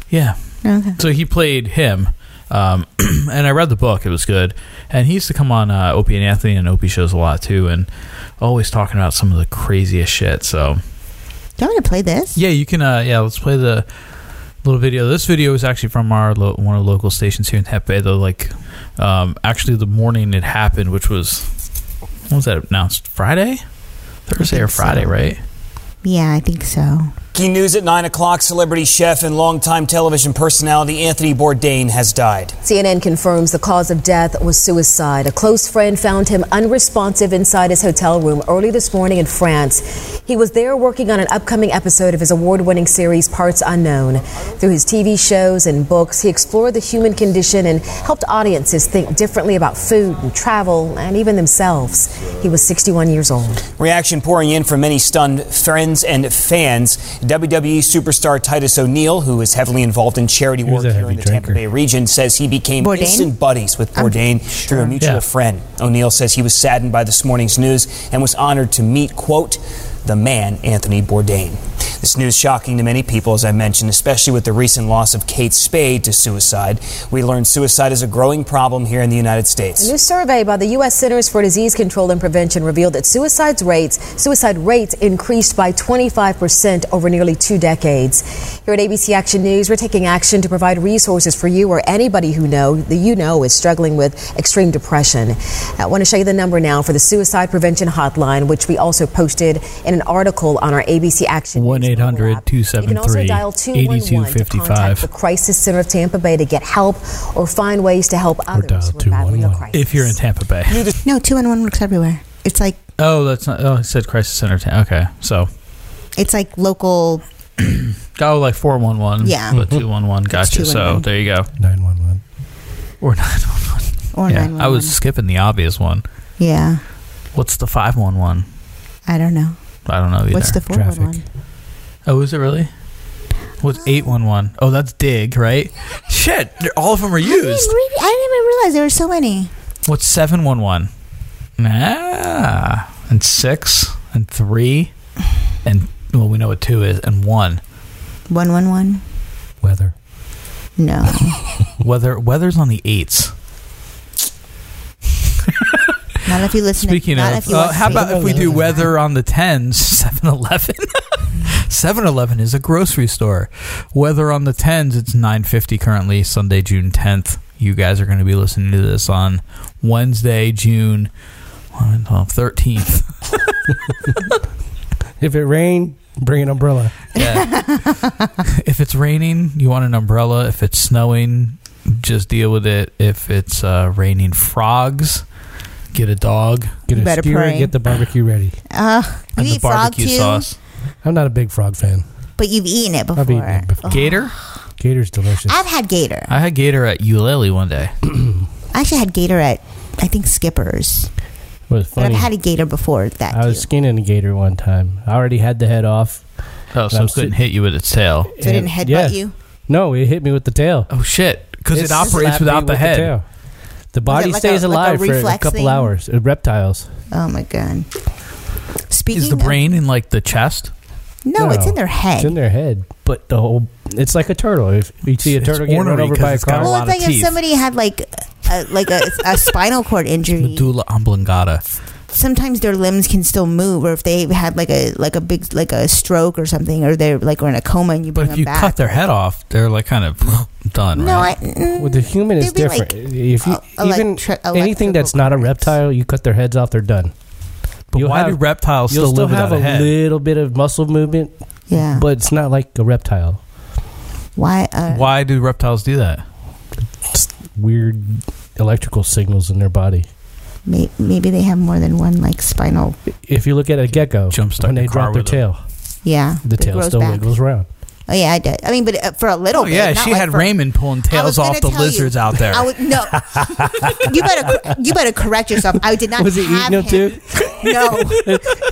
[SPEAKER 7] yeah.
[SPEAKER 4] Okay.
[SPEAKER 7] So he played him, um, and I read the book. It was good. And he used to come on uh, Opie and Anthony and Opie shows a lot too, and always talking about some of the craziest shit. So
[SPEAKER 4] Do you want me to play this?
[SPEAKER 7] yeah, you can. Uh, yeah, let's play the little video. This video is actually from our lo- one of the local stations here in Tepe. Though, like, um, actually, the morning it happened, which was when was that announced? Friday, Thursday or Friday, right?
[SPEAKER 4] Yeah, I think so.
[SPEAKER 9] Key news at 9 o'clock celebrity chef and longtime television personality Anthony Bourdain has died.
[SPEAKER 18] CNN confirms the cause of death was suicide. A close friend found him unresponsive inside his hotel room early this morning in France. He was there working on an upcoming episode of his award winning series, Parts Unknown. Through his TV shows and books, he explored the human condition and helped audiences think differently about food and travel and even themselves. He was 61 years old.
[SPEAKER 4] Reaction pouring in from many stunned friends and fans. WWE superstar Titus O'Neil, who is heavily involved in charity work here in the Tampa Bay region, says he became
[SPEAKER 9] Bourdain?
[SPEAKER 4] instant buddies with Bourdain through a mutual
[SPEAKER 9] Yeah.
[SPEAKER 4] friend. O'Neil says he was saddened by this morning's news and was honored to meet, quote, the man Anthony Bourdain. This news shocking to many people, as I mentioned, especially with the recent loss of Kate Spade to suicide. We learned suicide is a growing problem here in the United States.
[SPEAKER 18] A new survey by the U.S. Centers for Disease Control and Prevention revealed that suicides rates suicide rates increased by 25 percent over nearly two decades. Here at ABC Action News, we're taking action to provide resources for you or anybody who know that you know is struggling with extreme depression. I want to show you the number now for the Suicide Prevention Hotline, which we also posted in an article on our ABC Action.
[SPEAKER 7] 1 800
[SPEAKER 18] You can also
[SPEAKER 7] 273
[SPEAKER 18] dial 211 to contact the
[SPEAKER 7] 8255.
[SPEAKER 18] Crisis Center of Tampa Bay to get help or find ways to help others who are battling a crisis.
[SPEAKER 7] If you're in Tampa Bay.
[SPEAKER 4] No, two and one works everywhere. It's like
[SPEAKER 7] Oh, that's not. Oh, it said Crisis Center. Ta- Okay. So,
[SPEAKER 4] it's like local.
[SPEAKER 7] oh, like 411.
[SPEAKER 4] Yeah.
[SPEAKER 7] But 211. Gotcha. So,
[SPEAKER 4] 211.
[SPEAKER 7] there you go. 911. Or 911.
[SPEAKER 4] Or
[SPEAKER 7] yeah. I
[SPEAKER 4] 911.
[SPEAKER 7] was skipping the obvious one.
[SPEAKER 4] Yeah,
[SPEAKER 7] What's the 511?
[SPEAKER 4] I don't know.
[SPEAKER 7] I don't know either.
[SPEAKER 4] What's the four one?
[SPEAKER 7] Oh, is it really? What's 811? Oh, that's Dig, right? Shit. they're- All of them are used.
[SPEAKER 4] I didn't even realize there were so many.
[SPEAKER 7] What's 711? Nah. And 6 and 3 and well, we know what 2 is and 1.
[SPEAKER 4] One one one.
[SPEAKER 7] Weather.
[SPEAKER 4] No.
[SPEAKER 7] Weather weather's on the 8s.
[SPEAKER 4] Not if you listen.
[SPEAKER 7] Speaking
[SPEAKER 4] to, not
[SPEAKER 7] of,
[SPEAKER 4] if you
[SPEAKER 7] uh,
[SPEAKER 4] listen
[SPEAKER 7] how
[SPEAKER 4] to-
[SPEAKER 7] about if we do weather on the 10s? 7 Eleven. 7 Eleven is a grocery store. Weather on the 10s, it's 9.50 currently, Sunday, June 10th. You guys are going to be listening to this on Wednesday, June uh, I don't know, 13th.
[SPEAKER 6] If it rained, bring an umbrella.
[SPEAKER 7] Yeah. if it's raining, you want an umbrella. If it's snowing, just deal with it. If it's uh, raining frogs, get a dog.
[SPEAKER 6] Get a
[SPEAKER 4] Better
[SPEAKER 6] skewer.
[SPEAKER 4] pray.
[SPEAKER 6] Get the barbecue ready.
[SPEAKER 4] Uh, you eat frog too,
[SPEAKER 6] I'm not a big frog fan.
[SPEAKER 4] but you've eaten it before. Oh.
[SPEAKER 6] I've eaten it before.
[SPEAKER 7] Gator?
[SPEAKER 6] Gator's delicious.
[SPEAKER 4] I've had gator.
[SPEAKER 7] I had gator at Eulalie one day.
[SPEAKER 4] I actually had gator at I think Skipper's.
[SPEAKER 6] was
[SPEAKER 4] But I've
[SPEAKER 6] funny.
[SPEAKER 4] had a gator before that.
[SPEAKER 6] I was skinning a gator one time. I already had the head off.
[SPEAKER 7] Oh, so
[SPEAKER 6] I'm
[SPEAKER 7] it couldn't
[SPEAKER 6] sit-
[SPEAKER 7] hit you with its tail.
[SPEAKER 4] So it didn't
[SPEAKER 6] And-
[SPEAKER 4] headbutt you?
[SPEAKER 6] No, it hit me with the tail.
[SPEAKER 7] Oh shit! 'Cause it operates
[SPEAKER 6] slapped me
[SPEAKER 7] without the
[SPEAKER 6] with
[SPEAKER 7] head.
[SPEAKER 6] tail. The body
[SPEAKER 4] like a-
[SPEAKER 6] stays
[SPEAKER 4] like a
[SPEAKER 6] alive for a
[SPEAKER 4] reflex
[SPEAKER 6] couple
[SPEAKER 4] thing?
[SPEAKER 6] hours. Uh, reptiles.
[SPEAKER 4] Oh my god. Speaking
[SPEAKER 7] Is the
[SPEAKER 4] of-
[SPEAKER 7] brain in like the chest?
[SPEAKER 4] No, it's in their head.
[SPEAKER 6] It's in their head, but the whole it's like a turtle. If you see a
[SPEAKER 7] It's-
[SPEAKER 6] turtle
[SPEAKER 7] it's
[SPEAKER 6] getting run
[SPEAKER 7] ornery
[SPEAKER 6] over
[SPEAKER 7] 'cause
[SPEAKER 6] by a
[SPEAKER 7] it's got
[SPEAKER 6] car,
[SPEAKER 7] a
[SPEAKER 4] well, it's
[SPEAKER 7] lot of
[SPEAKER 4] like if
[SPEAKER 7] teeth.
[SPEAKER 4] somebody had like a, like a, a spinal cord injury.
[SPEAKER 7] Medulla oblongata.
[SPEAKER 4] Sometimes their limbs can still move, or if they had like a like a big like a stroke or something, or they're like were in a coma and you bring
[SPEAKER 7] But if
[SPEAKER 4] them
[SPEAKER 7] you
[SPEAKER 4] back.
[SPEAKER 7] cut their head off, they're like kind of done.
[SPEAKER 4] no,
[SPEAKER 7] right?
[SPEAKER 4] I, mm,
[SPEAKER 6] well, the human is
[SPEAKER 4] They'd be like
[SPEAKER 6] different. if you even
[SPEAKER 4] electri-
[SPEAKER 6] anything that's not a reptile, you cut their heads off, they're done.
[SPEAKER 7] But why do reptiles
[SPEAKER 6] you'll
[SPEAKER 7] still live
[SPEAKER 6] have
[SPEAKER 7] without a head?
[SPEAKER 6] little bit of muscle movement?
[SPEAKER 4] Yeah.
[SPEAKER 6] but it's not like a reptile.
[SPEAKER 4] why? Uh,
[SPEAKER 7] Why do reptiles do that?
[SPEAKER 6] Weird electrical signals in their body.
[SPEAKER 4] may, maybe they have more than one like spinal.
[SPEAKER 6] If you look at a gecko, when they
[SPEAKER 7] the car
[SPEAKER 6] drop their
[SPEAKER 7] with
[SPEAKER 6] tail,
[SPEAKER 4] Yeah,
[SPEAKER 6] the
[SPEAKER 4] it
[SPEAKER 6] tail
[SPEAKER 4] grows
[SPEAKER 6] still
[SPEAKER 4] back.
[SPEAKER 6] wiggles around.
[SPEAKER 4] Oh yeah, I did. I mean, but uh, for a little
[SPEAKER 7] Oh
[SPEAKER 4] bit.
[SPEAKER 7] yeah,
[SPEAKER 4] not
[SPEAKER 7] she
[SPEAKER 4] like
[SPEAKER 7] had
[SPEAKER 4] for-
[SPEAKER 7] Raymond pulling
[SPEAKER 4] I was
[SPEAKER 7] tails
[SPEAKER 4] gonna
[SPEAKER 7] off the
[SPEAKER 4] tell you,
[SPEAKER 7] lizards out there.
[SPEAKER 4] I would, no, you better cor- you better correct yourself. I did not
[SPEAKER 6] Was he
[SPEAKER 4] have
[SPEAKER 6] eating them
[SPEAKER 4] him.
[SPEAKER 6] too?
[SPEAKER 4] No,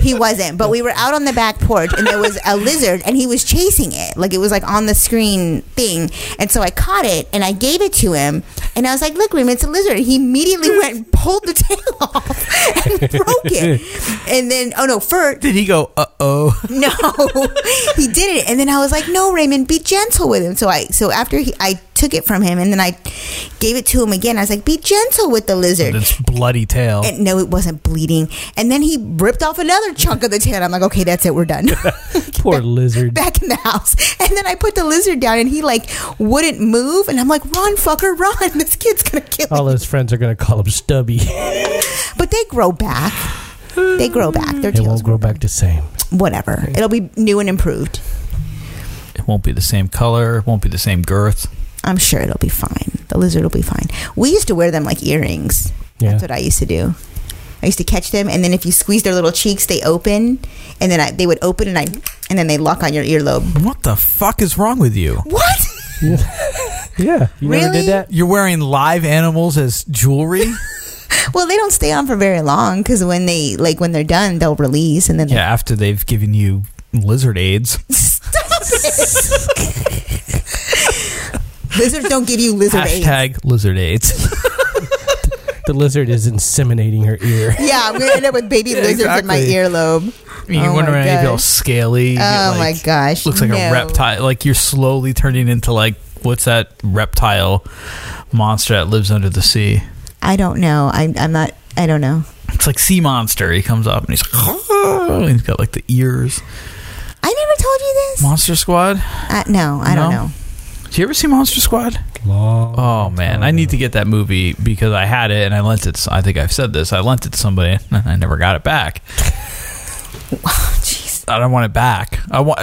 [SPEAKER 4] he wasn't. But we were out on the back porch, and there was a lizard, and he was chasing it. Like it was like on the screen thing, and so I caught it, and I gave it to him, and I was like, "Look, Raymond, it's a lizard." He immediately went and pulled the tail off and broke it, and then oh no, fur
[SPEAKER 7] Did he go? Uh oh.
[SPEAKER 4] no, he did it, and then I was like, "No, Raymond, be gentle with him." So I, so after he, I took it from him, and then I gave it to him again. I was like, "Be gentle with the lizard."
[SPEAKER 7] Its bloody tail.
[SPEAKER 4] And no, it wasn't bleeding. And then he ripped off another chunk of the tail. I'm like, "Okay, that's it. We're done."
[SPEAKER 6] Poor lizard.
[SPEAKER 4] Back in the house, and then I put the lizard down, and he like wouldn't move, and I'm like, "Run, fucker, run! This kid's gonna kill."
[SPEAKER 6] All his friends are going to call him Stubby.
[SPEAKER 7] Oh.
[SPEAKER 4] But they grow back. They grow back. Their
[SPEAKER 6] It
[SPEAKER 4] tails
[SPEAKER 6] won't grow back the same.
[SPEAKER 4] whatever. It'll be new and improved.
[SPEAKER 7] won't be the same color, won't be the same girth.
[SPEAKER 4] I'm sure it'll be fine. The lizard will be fine. We used to wear them like earrings.
[SPEAKER 7] Yeah.
[SPEAKER 4] That's what I used to do. I used to catch them, and then if you squeeze their little cheeks, they open, and then I, they would open, and I, and then they lock on your earlobe.
[SPEAKER 7] What the fuck is wrong with you?
[SPEAKER 4] What?
[SPEAKER 7] Yeah.
[SPEAKER 4] you never did Really? that?
[SPEAKER 7] You're wearing live animals as jewelry?
[SPEAKER 4] Well, they don't stay on for very long because when they like when they're done, they'll release, and then
[SPEAKER 7] yeah, after they've given you lizard aids.
[SPEAKER 4] lizards don't give you lizard eggs.
[SPEAKER 7] Hashtag lizard aids.
[SPEAKER 6] the lizard is inseminating her ear.
[SPEAKER 4] Yeah, I'm gonna end up with baby
[SPEAKER 6] Yeah,
[SPEAKER 4] lizards in my
[SPEAKER 6] exactly.
[SPEAKER 4] earlobe.
[SPEAKER 7] You
[SPEAKER 4] Oh
[SPEAKER 7] wonder
[SPEAKER 4] my
[SPEAKER 7] if all
[SPEAKER 4] gosh.
[SPEAKER 7] scaly. you get,
[SPEAKER 4] Oh my gosh,
[SPEAKER 7] Looks like
[SPEAKER 4] no.
[SPEAKER 7] a reptile. Like you're slowly turning into like what's that reptile monster that lives under the sea?
[SPEAKER 4] I don't know. I'm I'm not. I don't know.
[SPEAKER 7] It's like sea monster. He comes up and he's and he's got like the ears.
[SPEAKER 4] I never told you this.
[SPEAKER 7] Monster Squad.
[SPEAKER 4] Uh, no, I
[SPEAKER 7] No?
[SPEAKER 4] don't know.
[SPEAKER 7] Did you ever see Monster Squad? oh man, I need to get that movie because I had it and I lent it. to- I think I've said this. I lent it to somebody and I never got it back. I don't want it back. I want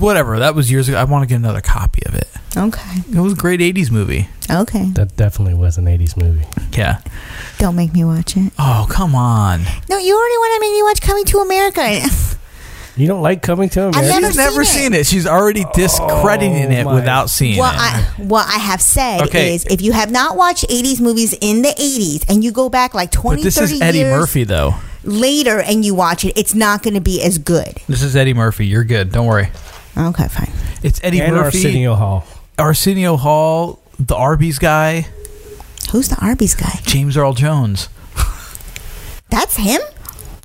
[SPEAKER 7] whatever that was years ago. I want to get another copy of it.
[SPEAKER 4] Okay.
[SPEAKER 7] It was a great '80s movie.
[SPEAKER 4] Okay.
[SPEAKER 6] That definitely was an 80s movie.
[SPEAKER 7] Yeah.
[SPEAKER 4] Don't make me watch it.
[SPEAKER 7] Oh come on!
[SPEAKER 4] No, you already want to make me watch Coming to America.
[SPEAKER 6] You don't like coming to America? Oh
[SPEAKER 4] never
[SPEAKER 7] She's never
[SPEAKER 4] seen
[SPEAKER 7] seen, it. She's already discrediting it without seeing
[SPEAKER 4] What
[SPEAKER 7] it.
[SPEAKER 4] I what I have said
[SPEAKER 7] Okay.
[SPEAKER 4] is if you have not watched 80s movies in the 80s and you go back like 20
[SPEAKER 7] but this
[SPEAKER 4] 30
[SPEAKER 7] is Eddie
[SPEAKER 4] years
[SPEAKER 7] Murphy, though.
[SPEAKER 4] later and you watch it, it's not going to be as good.
[SPEAKER 7] This is Eddie Murphy. You're good. Don't worry.
[SPEAKER 4] Okay, fine.
[SPEAKER 7] It's Eddie
[SPEAKER 6] And
[SPEAKER 7] Murphy.
[SPEAKER 6] Arsenio Hall.
[SPEAKER 7] Arsenio Hall, the Arby's guy.
[SPEAKER 4] Who's the Arby's guy?
[SPEAKER 7] James Earl Jones.
[SPEAKER 4] That's him?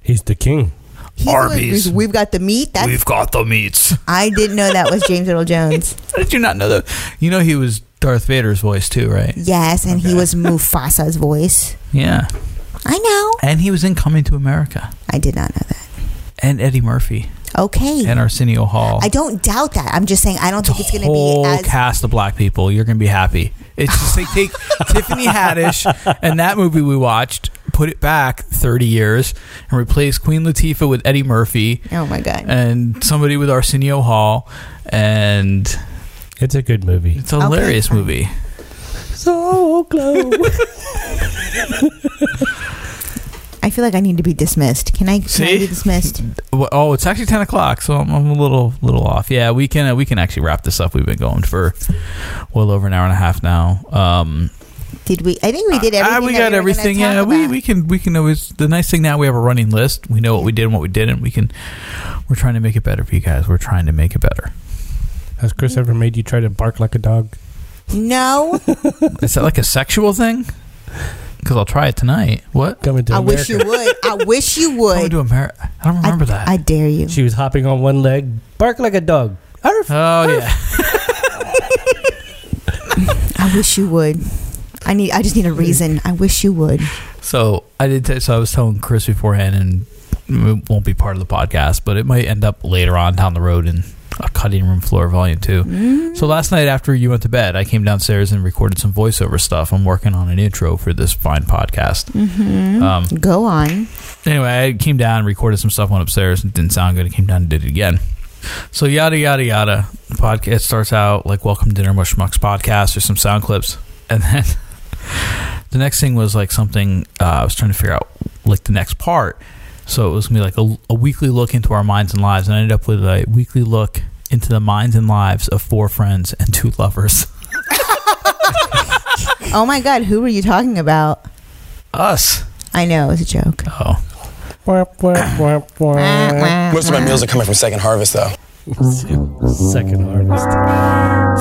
[SPEAKER 6] He's the king.
[SPEAKER 4] He's the one who's- we've got the meat. That's
[SPEAKER 7] We've got the meats.
[SPEAKER 4] I didn't know that was James Earl Jones.
[SPEAKER 7] Did you not know that? You know he was Darth Vader's voice too, right?
[SPEAKER 4] Yes, and he was Mufasa's voice.
[SPEAKER 7] Yeah.
[SPEAKER 4] I know.
[SPEAKER 7] And he was in Coming to America.
[SPEAKER 4] I did not know that.
[SPEAKER 7] And Eddie Murphy.
[SPEAKER 4] Okay.
[SPEAKER 7] And Arsenio Hall.
[SPEAKER 4] I don't doubt that. I'm just saying I don't think it's going to be
[SPEAKER 7] whole
[SPEAKER 4] as
[SPEAKER 7] cast of black people. You're gonna be happy. It's just like take Tiffany Haddish and that movie we watched, put it back thirty years, and replace Queen Latifah with Eddie Murphy.
[SPEAKER 4] Oh my god!
[SPEAKER 7] And somebody with Arsenio Hall, and
[SPEAKER 6] it's a good movie.
[SPEAKER 7] It's a hilarious movie.
[SPEAKER 6] So close.
[SPEAKER 4] I feel like I need to be dismissed. Can I, can I
[SPEAKER 7] See?
[SPEAKER 4] be dismissed?
[SPEAKER 7] Wh- Oh, it's actually ten o'clock, so I'm, I'm a little little off. Yeah, we can uh, we can actually wrap this up. We've been going for well over an hour and a half now. Um,
[SPEAKER 4] Did we? I think we did everything.
[SPEAKER 7] Ah, we got
[SPEAKER 4] that we were gonna
[SPEAKER 7] everything.
[SPEAKER 4] talk
[SPEAKER 7] Yeah, we,
[SPEAKER 4] about.
[SPEAKER 7] we can we can always. The nice thing now we have a running list. We know what we did and what we didn't. We can. We're trying to make it better for you guys. We're trying to make it better.
[SPEAKER 6] Has Chris ever made you try to bark like a dog?
[SPEAKER 4] No,
[SPEAKER 7] Is that like a sexual thing? Because I'll try it tonight. What?
[SPEAKER 6] Coming to
[SPEAKER 4] I wish you would. I wish you would.
[SPEAKER 7] to America. I don't remember that.
[SPEAKER 4] I dare you.
[SPEAKER 6] She was hopping on one leg. Bark like a dog. Arf.
[SPEAKER 7] Oh yeah.
[SPEAKER 4] I wish you would. I need. I just need a reason. I wish you would.
[SPEAKER 7] So I did. T- so I was telling Chris beforehand, and it won't be part of the podcast, but it might end up later on down the road in a cutting room floor, volume two. So last night after you went to bed, I came downstairs and recorded some voiceover stuff. I'm working on an intro for this fine podcast.
[SPEAKER 4] Mm-hmm.
[SPEAKER 7] Um,
[SPEAKER 4] Go on.
[SPEAKER 7] Anyway, I came down, recorded some stuff, went upstairs, and didn't sound good. I came down and did it again. So yada yada yada. The podcast starts out like "Welcome Dinner with Schmucks" podcast or some sound clips, and then the next thing was like something uh, I was trying to figure out like the next part. So it was gonna be like a, a weekly look into our minds and lives, and I ended up with a weekly look into the minds and lives of four friends and two lovers.
[SPEAKER 4] Oh my God! Who were you talking about?
[SPEAKER 7] Us.
[SPEAKER 4] I know it was a joke.
[SPEAKER 7] Oh.
[SPEAKER 4] Most
[SPEAKER 17] Most of my meals are coming from Second Harvest, though.
[SPEAKER 6] Second
[SPEAKER 7] artist.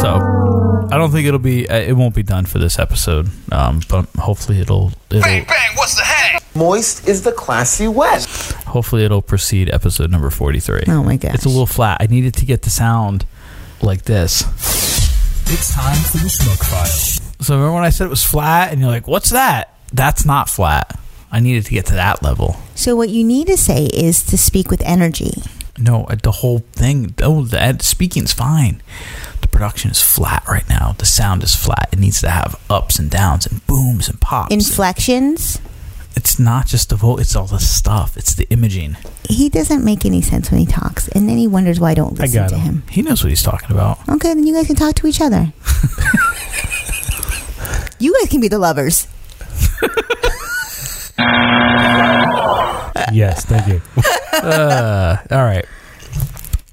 [SPEAKER 7] So I don't think it'll be. uh, It won't be done for this episode. Um, but hopefully it'll. it'll
[SPEAKER 17] bang, what's the hang? Moist is the classy wet.
[SPEAKER 7] hopefully it'll precede episode number forty three.
[SPEAKER 4] Oh my gosh.
[SPEAKER 7] It's a little flat. I needed to get the sound like this.
[SPEAKER 17] It's time for the smoke file.
[SPEAKER 7] So remember when I said it was flat, and you're like, "What's that? That's not flat." I needed to get to that level.
[SPEAKER 4] So what you need to say is to speak with energy.
[SPEAKER 7] No, uh, the whole thing. Oh, the ad, speaking's fine. The production is flat right now. The sound is flat. It needs to have ups and downs and booms and pops.
[SPEAKER 4] Inflections.
[SPEAKER 7] it's not just the vote; it's all the stuff. It's the imaging.
[SPEAKER 4] He doesn't make any sense when he talks, and then he wonders why I don't listen to him.
[SPEAKER 7] He knows what he's talking about.
[SPEAKER 4] Okay, then you guys can talk to each other. you guys can be the lovers.
[SPEAKER 7] yes, thank you. uh, all right.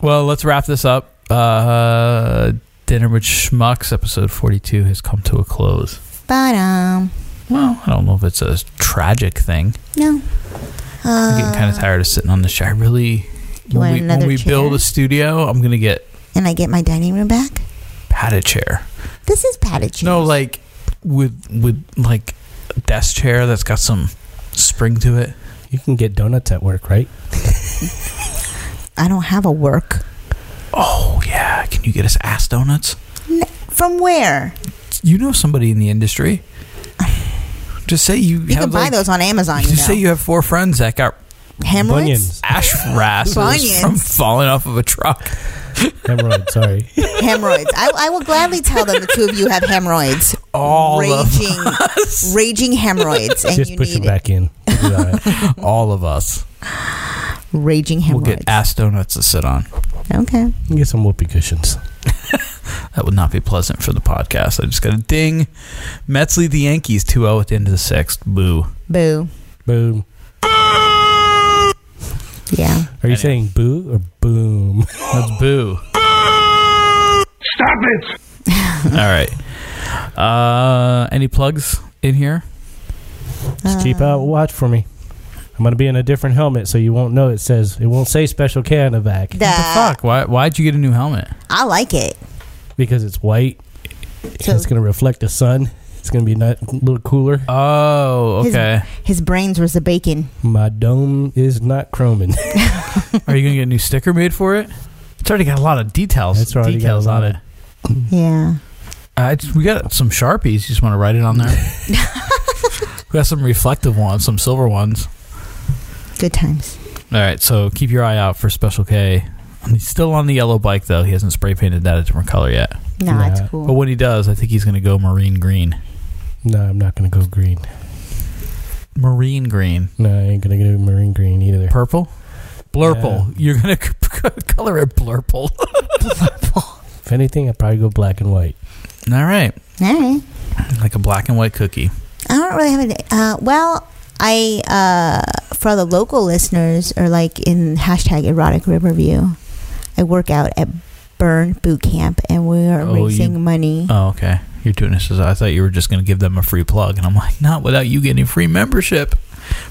[SPEAKER 7] Well, let's wrap this up. Uh, Dinner with Schmucks, episode 42, has come to a close.
[SPEAKER 4] But um,
[SPEAKER 7] well, I don't know if it's a tragic thing.
[SPEAKER 4] no. Uh,
[SPEAKER 7] I'm getting kind of tired of sitting on the chair. I really, when
[SPEAKER 4] You want
[SPEAKER 7] we, when
[SPEAKER 4] another
[SPEAKER 7] we build
[SPEAKER 4] chair?
[SPEAKER 7] a studio, I'm going to get
[SPEAKER 4] and I get my dining room back.
[SPEAKER 7] padded chair.
[SPEAKER 4] This is padded chair.
[SPEAKER 7] No, like with with like a desk chair that's got some spring to it.
[SPEAKER 6] You can get donuts at work, right?
[SPEAKER 4] I don't have a work.
[SPEAKER 7] Oh yeah, can you get us ass donuts?
[SPEAKER 4] N- From where?
[SPEAKER 7] You know somebody in the industry. Just say you,
[SPEAKER 4] You
[SPEAKER 7] have
[SPEAKER 4] can buy
[SPEAKER 7] like-
[SPEAKER 4] those on Amazon. You
[SPEAKER 7] Just
[SPEAKER 4] know.
[SPEAKER 7] say you have four friends that got
[SPEAKER 4] Hemorrhoids? Bunions.
[SPEAKER 7] ash rashes
[SPEAKER 4] Bunions.
[SPEAKER 7] from falling off of a truck.
[SPEAKER 6] Hemorrhoids, sorry.
[SPEAKER 4] hemorrhoids. I, I will gladly tell them the two of you have hemorrhoids.
[SPEAKER 7] All of
[SPEAKER 4] raging, raging hemorrhoids, and
[SPEAKER 7] Just
[SPEAKER 4] you
[SPEAKER 7] push
[SPEAKER 4] need
[SPEAKER 7] 'em back in. All of us.
[SPEAKER 4] Raging
[SPEAKER 7] We'll get ass donuts to sit on.
[SPEAKER 4] Okay.
[SPEAKER 7] Get some whoopee cushions. that would not be pleasant for the podcast. I just got a ding. Mets lead the Yankees 2 0 at the end of the sixth. Boo.
[SPEAKER 4] boo.
[SPEAKER 6] Boom.
[SPEAKER 4] Yeah.
[SPEAKER 6] Are you saying boo or boom?
[SPEAKER 7] That's boo.
[SPEAKER 17] Stop it!
[SPEAKER 7] All right. Uh, any plugs in here?
[SPEAKER 6] Just keep
[SPEAKER 7] Um,
[SPEAKER 6] out watch for me. I'm gonna be in a different helmet, so you won't know it says it won't say special Canavac.
[SPEAKER 4] What the
[SPEAKER 7] fuck? Why why'd you get a new helmet?
[SPEAKER 4] I like it.
[SPEAKER 6] Because it's white. and it's gonna reflect the sun. It's gonna be ni- a little cooler.
[SPEAKER 7] Oh,
[SPEAKER 4] His- His, brains was the bacon.
[SPEAKER 6] My dome is not chroming.
[SPEAKER 7] Are you gonna get a new sticker made for it? It's already got a lot of details. It's
[SPEAKER 6] already got a
[SPEAKER 7] details
[SPEAKER 6] lot
[SPEAKER 7] on it.
[SPEAKER 4] Yeah.
[SPEAKER 7] I just- we got some sharpies. You just want to write it on there. we got some reflective ones, some silver ones.
[SPEAKER 4] Good times.
[SPEAKER 7] All right, so keep your eye out for Special K. He's still on the yellow bike though. He hasn't spray painted that a different color yet.
[SPEAKER 4] No, Nah. it's cool.
[SPEAKER 7] But when he does, I think he's going to go marine green.
[SPEAKER 6] no, I'm not gonna go green.
[SPEAKER 7] Marine green.
[SPEAKER 6] No, I ain't gonna go marine green either.
[SPEAKER 7] Purple? Blurple. You're going to color it blurple.
[SPEAKER 6] If anything, I'd probably go black and white.
[SPEAKER 7] All right.
[SPEAKER 4] All right.
[SPEAKER 7] Like a black and white cookie.
[SPEAKER 4] I don't really have any. Uh, well, I uh, for the local listeners or like in hashtag erotic Riverview, I work out at Burn Boot Camp, and we are
[SPEAKER 7] Oh, you-
[SPEAKER 4] raising money.
[SPEAKER 7] Oh, okay. You're doing this as I thought you were just going to give them a free plug, and I'm like, not without you getting free membership.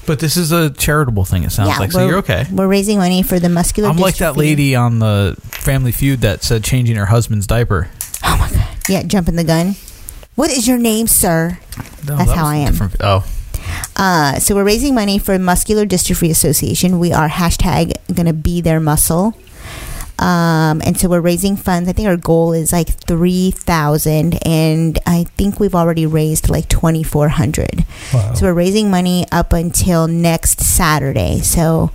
[SPEAKER 7] But this is a charitable thing. It sounds like so
[SPEAKER 4] we're-
[SPEAKER 7] you're okay.
[SPEAKER 4] We're raising money for the muscular.
[SPEAKER 7] I'm like that
[SPEAKER 4] dystrophy.
[SPEAKER 7] lady on the Family Feud that said changing her husband's diaper.
[SPEAKER 4] Yeah, jumping the gun. What is your name, sir? That's
[SPEAKER 7] that
[SPEAKER 4] how
[SPEAKER 7] was
[SPEAKER 4] I am.
[SPEAKER 7] different- Oh,
[SPEAKER 4] Uh, so we're raising money for Muscular Dystrophy Association. We are hashtag gonna be their muscle. Um, and so we're raising funds. I think our goal is like three thousand, and I think we've already raised like twenty four hundred.
[SPEAKER 10] Wow.
[SPEAKER 4] So we're raising money up until next Saturday. So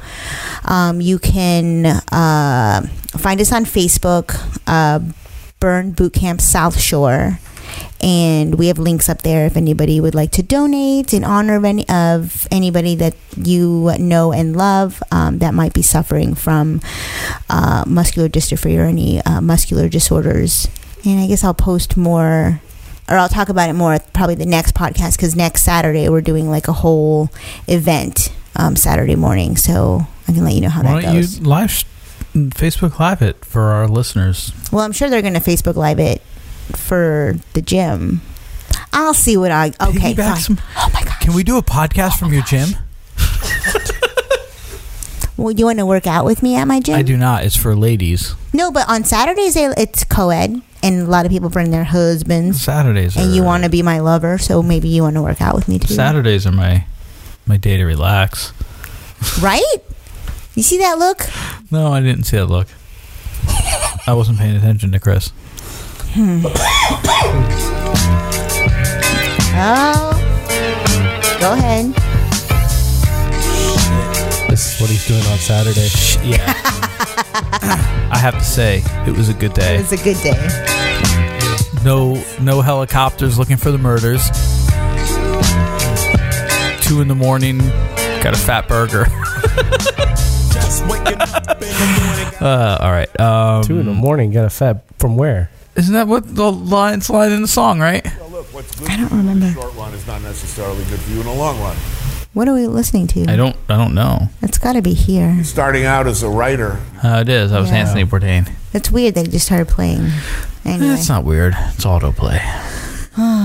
[SPEAKER 4] um, you can uh, find us on Facebook, uh, Burn Bootcamp South Shore, and we have links up there if anybody would like to donate in honor of any of anybody that you know and love um, that might be suffering from uh, muscular dystrophy or any uh, muscular disorders. And I guess I'll post more or I'll talk about it more at probably the next podcast because next Saturday we're doing like a whole event um, Saturday morning. So I can let you know how
[SPEAKER 7] why
[SPEAKER 4] that
[SPEAKER 7] don't
[SPEAKER 4] goes.
[SPEAKER 7] you live sh- Facebook Live it for our listeners?
[SPEAKER 4] Well, I'm sure they're going to Facebook Live it for the gym. I'll see what I. Okay,
[SPEAKER 7] Piggyback some-
[SPEAKER 4] fine.
[SPEAKER 7] Can we do a podcast from
[SPEAKER 4] Oh
[SPEAKER 7] your gym?
[SPEAKER 4] Well, you want to work out with me at my gym?
[SPEAKER 7] I do not. It's for ladies.
[SPEAKER 4] No, but on Saturdays they- it's co-ed, and a lot of people bring their husbands.
[SPEAKER 7] Saturdays
[SPEAKER 4] and
[SPEAKER 7] are-
[SPEAKER 4] you want to be my lover, so maybe you want to work out with me too,
[SPEAKER 7] Saturdays are my my day to relax.
[SPEAKER 4] right? You see that look?
[SPEAKER 7] No, I didn't see that look. I wasn't paying attention to Chris.
[SPEAKER 4] Hmm. oh, go ahead.
[SPEAKER 6] This is what he's doing on Saturday.
[SPEAKER 7] Yeah. I have to say, it was a good day.
[SPEAKER 4] It was a good day.
[SPEAKER 7] No, no helicopters looking for the murders. two in the morning. Got a fat burger. uh, all right. Um,
[SPEAKER 6] Two in the morning. Got a fat from where?
[SPEAKER 7] Isn't that what the line's line in the song, right?
[SPEAKER 4] I don't remember.
[SPEAKER 17] Short run is not necessarily good for you in the long run.
[SPEAKER 4] What are we listening to?
[SPEAKER 7] I don't. I don't know.
[SPEAKER 4] It's got to be here.
[SPEAKER 17] Starting out as a writer.
[SPEAKER 7] Uh, it is. That was
[SPEAKER 4] Yeah.
[SPEAKER 7] Anthony Bourdain.
[SPEAKER 4] It's weird that it just started playing. Anyway.
[SPEAKER 7] That's not weird. It's autoplay.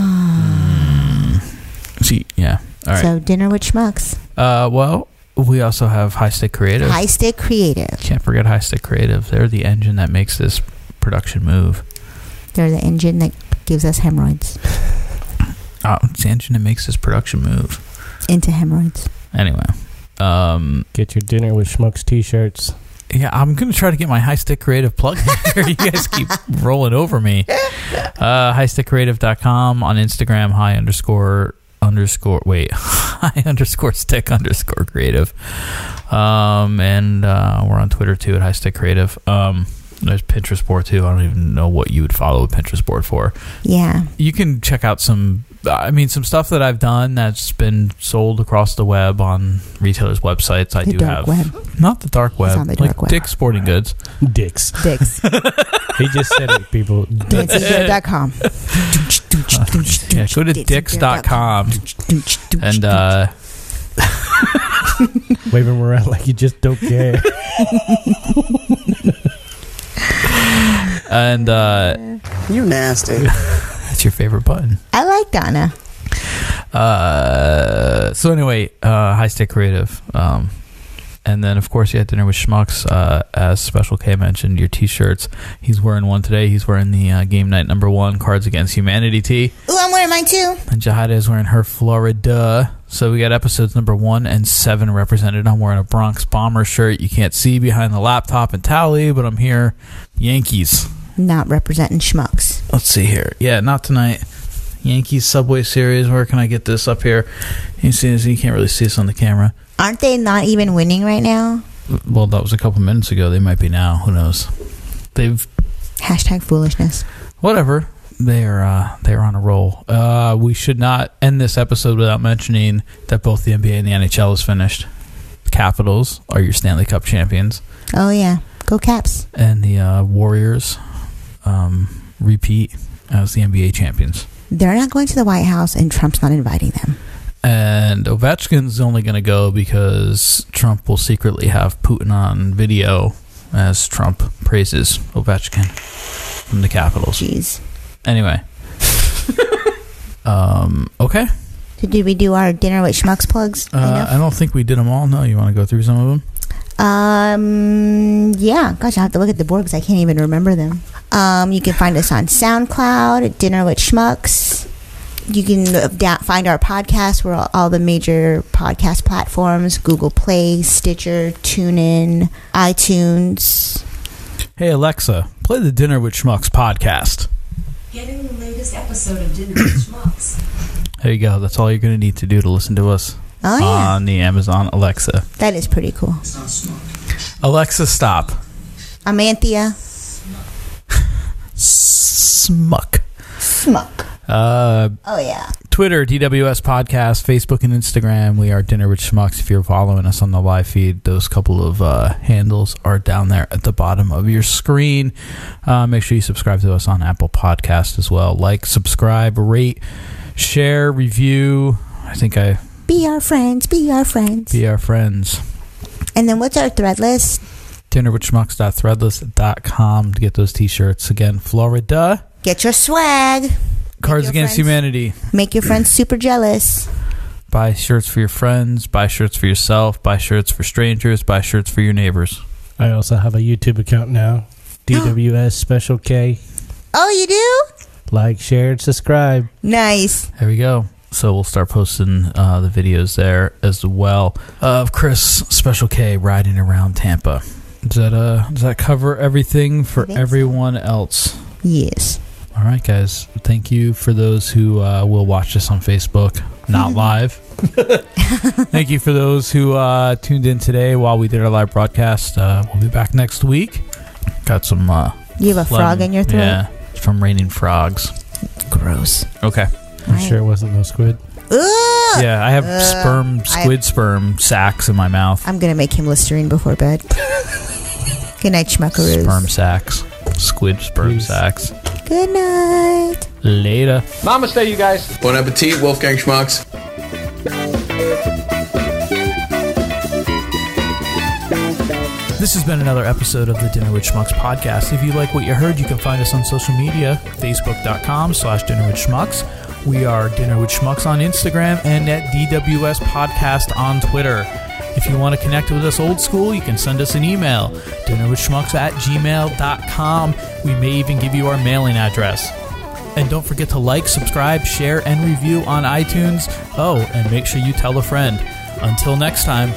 [SPEAKER 7] Hmm. See, yeah. All right.
[SPEAKER 4] So dinner with schmucks.
[SPEAKER 7] uh, well, we also have High Stick Creative.
[SPEAKER 4] High stick creative.
[SPEAKER 7] Can't forget High Stick Creative. They're the engine that makes this production move.
[SPEAKER 4] They're the engine that gives us hemorrhoids
[SPEAKER 7] Oh, it's the engine that makes this production move.
[SPEAKER 4] into hemorrhoids.
[SPEAKER 7] Anyway, um,
[SPEAKER 6] get your dinner with schmucks t-shirts.
[SPEAKER 7] Yeah, I'm gonna try to get my High Stick Creative plug here. you guys keep rolling over me. Uh, highstickcreative.com on Instagram. High underscore underscore wait high underscore stick underscore creative. Um, and uh, we're on Twitter too at High Stick Creative. Um, there's Pinterest board too. I don't even know what you would follow a Pinterest board for.
[SPEAKER 4] Yeah.
[SPEAKER 7] You can check out some. I mean, some stuff that I've done that's been sold across the web on retailers' websites. I
[SPEAKER 4] The
[SPEAKER 7] do
[SPEAKER 4] dark
[SPEAKER 7] have
[SPEAKER 4] web.
[SPEAKER 7] not the dark web,
[SPEAKER 4] on the
[SPEAKER 7] like
[SPEAKER 4] dark web.
[SPEAKER 7] Dick's Sporting Goods.
[SPEAKER 6] Dicks.
[SPEAKER 4] Dicks.
[SPEAKER 6] He just said it, people.
[SPEAKER 4] DancyDare.com.
[SPEAKER 7] Yeah, go to dicks.com and uh,
[SPEAKER 6] Wave him around like you just don't care.
[SPEAKER 7] and uh,
[SPEAKER 4] You nasty.
[SPEAKER 7] that's your favorite button.
[SPEAKER 4] I like Donna.
[SPEAKER 7] Uh, so anyway, uh, high stick creative. Um, and then of course you had dinner with Schmucks. Uh, as Special K mentioned, your T-shirts. He's wearing one today. He's wearing the uh, game night number one Cards Against Humanity tee.
[SPEAKER 4] Ooh, I'm wearing mine too.
[SPEAKER 7] And Jahida is wearing her Florida. So we got episodes number one and seven represented. I'm wearing a Bronx bomber shirt. You can't see behind the laptop and tally, but I'm here. Yankees.
[SPEAKER 4] Not representing schmucks.
[SPEAKER 7] Let's see here. Yeah, not tonight. Yankees Subway Series. Where can I get this up here? You see, this- you can't really see this on the camera.
[SPEAKER 4] Aren't they not even winning right now?
[SPEAKER 7] Well, that was a couple minutes ago. They might be now. Who knows? They've
[SPEAKER 4] Hashtag foolishness.
[SPEAKER 7] whatever. They are uh, they are on a roll. Uh, we should not end this episode without mentioning that both the NBA and the NHL is finished. Capitals are your Stanley Cup champions,
[SPEAKER 4] Oh, yeah. Go Caps.
[SPEAKER 7] and the uh, Warriors um, repeat as the NBA champions.
[SPEAKER 4] They're not going to the White House, and Trump's not inviting them.
[SPEAKER 7] And Ovechkin's only going to go because Trump will secretly have Putin on video as Trump praises Ovechkin from the Capitals.
[SPEAKER 4] Jeez.
[SPEAKER 7] Anyway. um, okay.
[SPEAKER 4] So did we do our dinner with schmucks plugs?
[SPEAKER 7] Uh, I don't think we did them all. No, you want to go through some of them?
[SPEAKER 4] Um, yeah, gosh, I have to look at the board because I can't even remember them. Um, you can find us on SoundCloud at Dinner with Schmucks. You can uh, da- find our podcast. We're on all the major podcast platforms: Google Play, Stitcher, TuneIn, iTunes.
[SPEAKER 7] Hey, Alexa, play the Dinner with Schmucks podcast.
[SPEAKER 10] Getting the latest episode of Dinner with Schmucks.
[SPEAKER 7] There you go. That's all you're going to need to do to listen to us
[SPEAKER 4] Oh, yeah.
[SPEAKER 7] on the Amazon Alexa.
[SPEAKER 4] That is pretty cool.
[SPEAKER 7] Alexa, stop.
[SPEAKER 4] I'm Anthea.
[SPEAKER 7] Smuck.
[SPEAKER 4] Smuck.
[SPEAKER 7] Uh,
[SPEAKER 4] Oh yeah.
[SPEAKER 7] Twitter, DWS Podcast, Facebook, and Instagram. We are Dinner with Schmucks. If you're following us on the live feed, those couple of uh, handles are down there at the bottom of your screen. Uh, make sure you subscribe to us on Apple Podcast as well. Like, subscribe, rate, share, review. I think I
[SPEAKER 4] Be our friends. Be our friends.
[SPEAKER 7] be our friends.
[SPEAKER 4] And then what's our thread list?
[SPEAKER 7] Dinnerwithschmucks.threadless.com to get those t-shirts. Again, Florida.
[SPEAKER 4] Get your swag.
[SPEAKER 7] Cards
[SPEAKER 4] your
[SPEAKER 7] Against
[SPEAKER 4] friends-
[SPEAKER 7] Humanity.
[SPEAKER 4] Make your friends super jealous.
[SPEAKER 7] Buy shirts for your friends. Buy shirts for yourself. Buy shirts for strangers. Buy shirts for your neighbors.
[SPEAKER 6] I also have a YouTube account now. DWS Special K.
[SPEAKER 4] Oh, you do?
[SPEAKER 6] Like, share, and subscribe.
[SPEAKER 4] Nice.
[SPEAKER 7] There we go. So we'll start posting uh, the videos there as well Uh, of Chris Special K riding around Tampa. Does that uh does that cover everything for everyone else?
[SPEAKER 4] Yes.
[SPEAKER 7] All right, guys. Thank you for those who uh, will watch this on Facebook, not live. Thank you for those who uh, tuned in today while we did our live broadcast. Uh, we'll be back next week. Got some. Uh,
[SPEAKER 4] You have a
[SPEAKER 7] phlegm-
[SPEAKER 4] frog in your throat?
[SPEAKER 7] Yeah, it's from raining frogs.
[SPEAKER 4] Gross.
[SPEAKER 7] Okay.
[SPEAKER 6] I'm sure it wasn't no squid.
[SPEAKER 4] Ugh!
[SPEAKER 7] Yeah, I have
[SPEAKER 4] Ugh.
[SPEAKER 7] sperm,
[SPEAKER 4] I-
[SPEAKER 7] squid sperm sacks in my mouth.
[SPEAKER 4] I'm gonna make him listerine before bed. Good night, schmuckaroos.
[SPEAKER 7] Sperm sacks. Squid sperm sacks.
[SPEAKER 4] Good night.
[SPEAKER 7] Later.
[SPEAKER 30] Namaste, you guys. Bon appetit, Wolfgang Schmucks.
[SPEAKER 7] This has been another episode of the Dinner with Schmucks podcast. If you like what you heard, you can find us on social media, facebook.com slash dinner with schmucks. We are Dinner with Schmucks on Instagram and at DWS Podcast on Twitter. If you want to connect with us old school, you can send us an email, dinnerwithschmucks at gmail.com. We may even give you our mailing address. And don't forget to like, subscribe, share, and review on iTunes. Oh, and make sure you tell a friend. Until next time,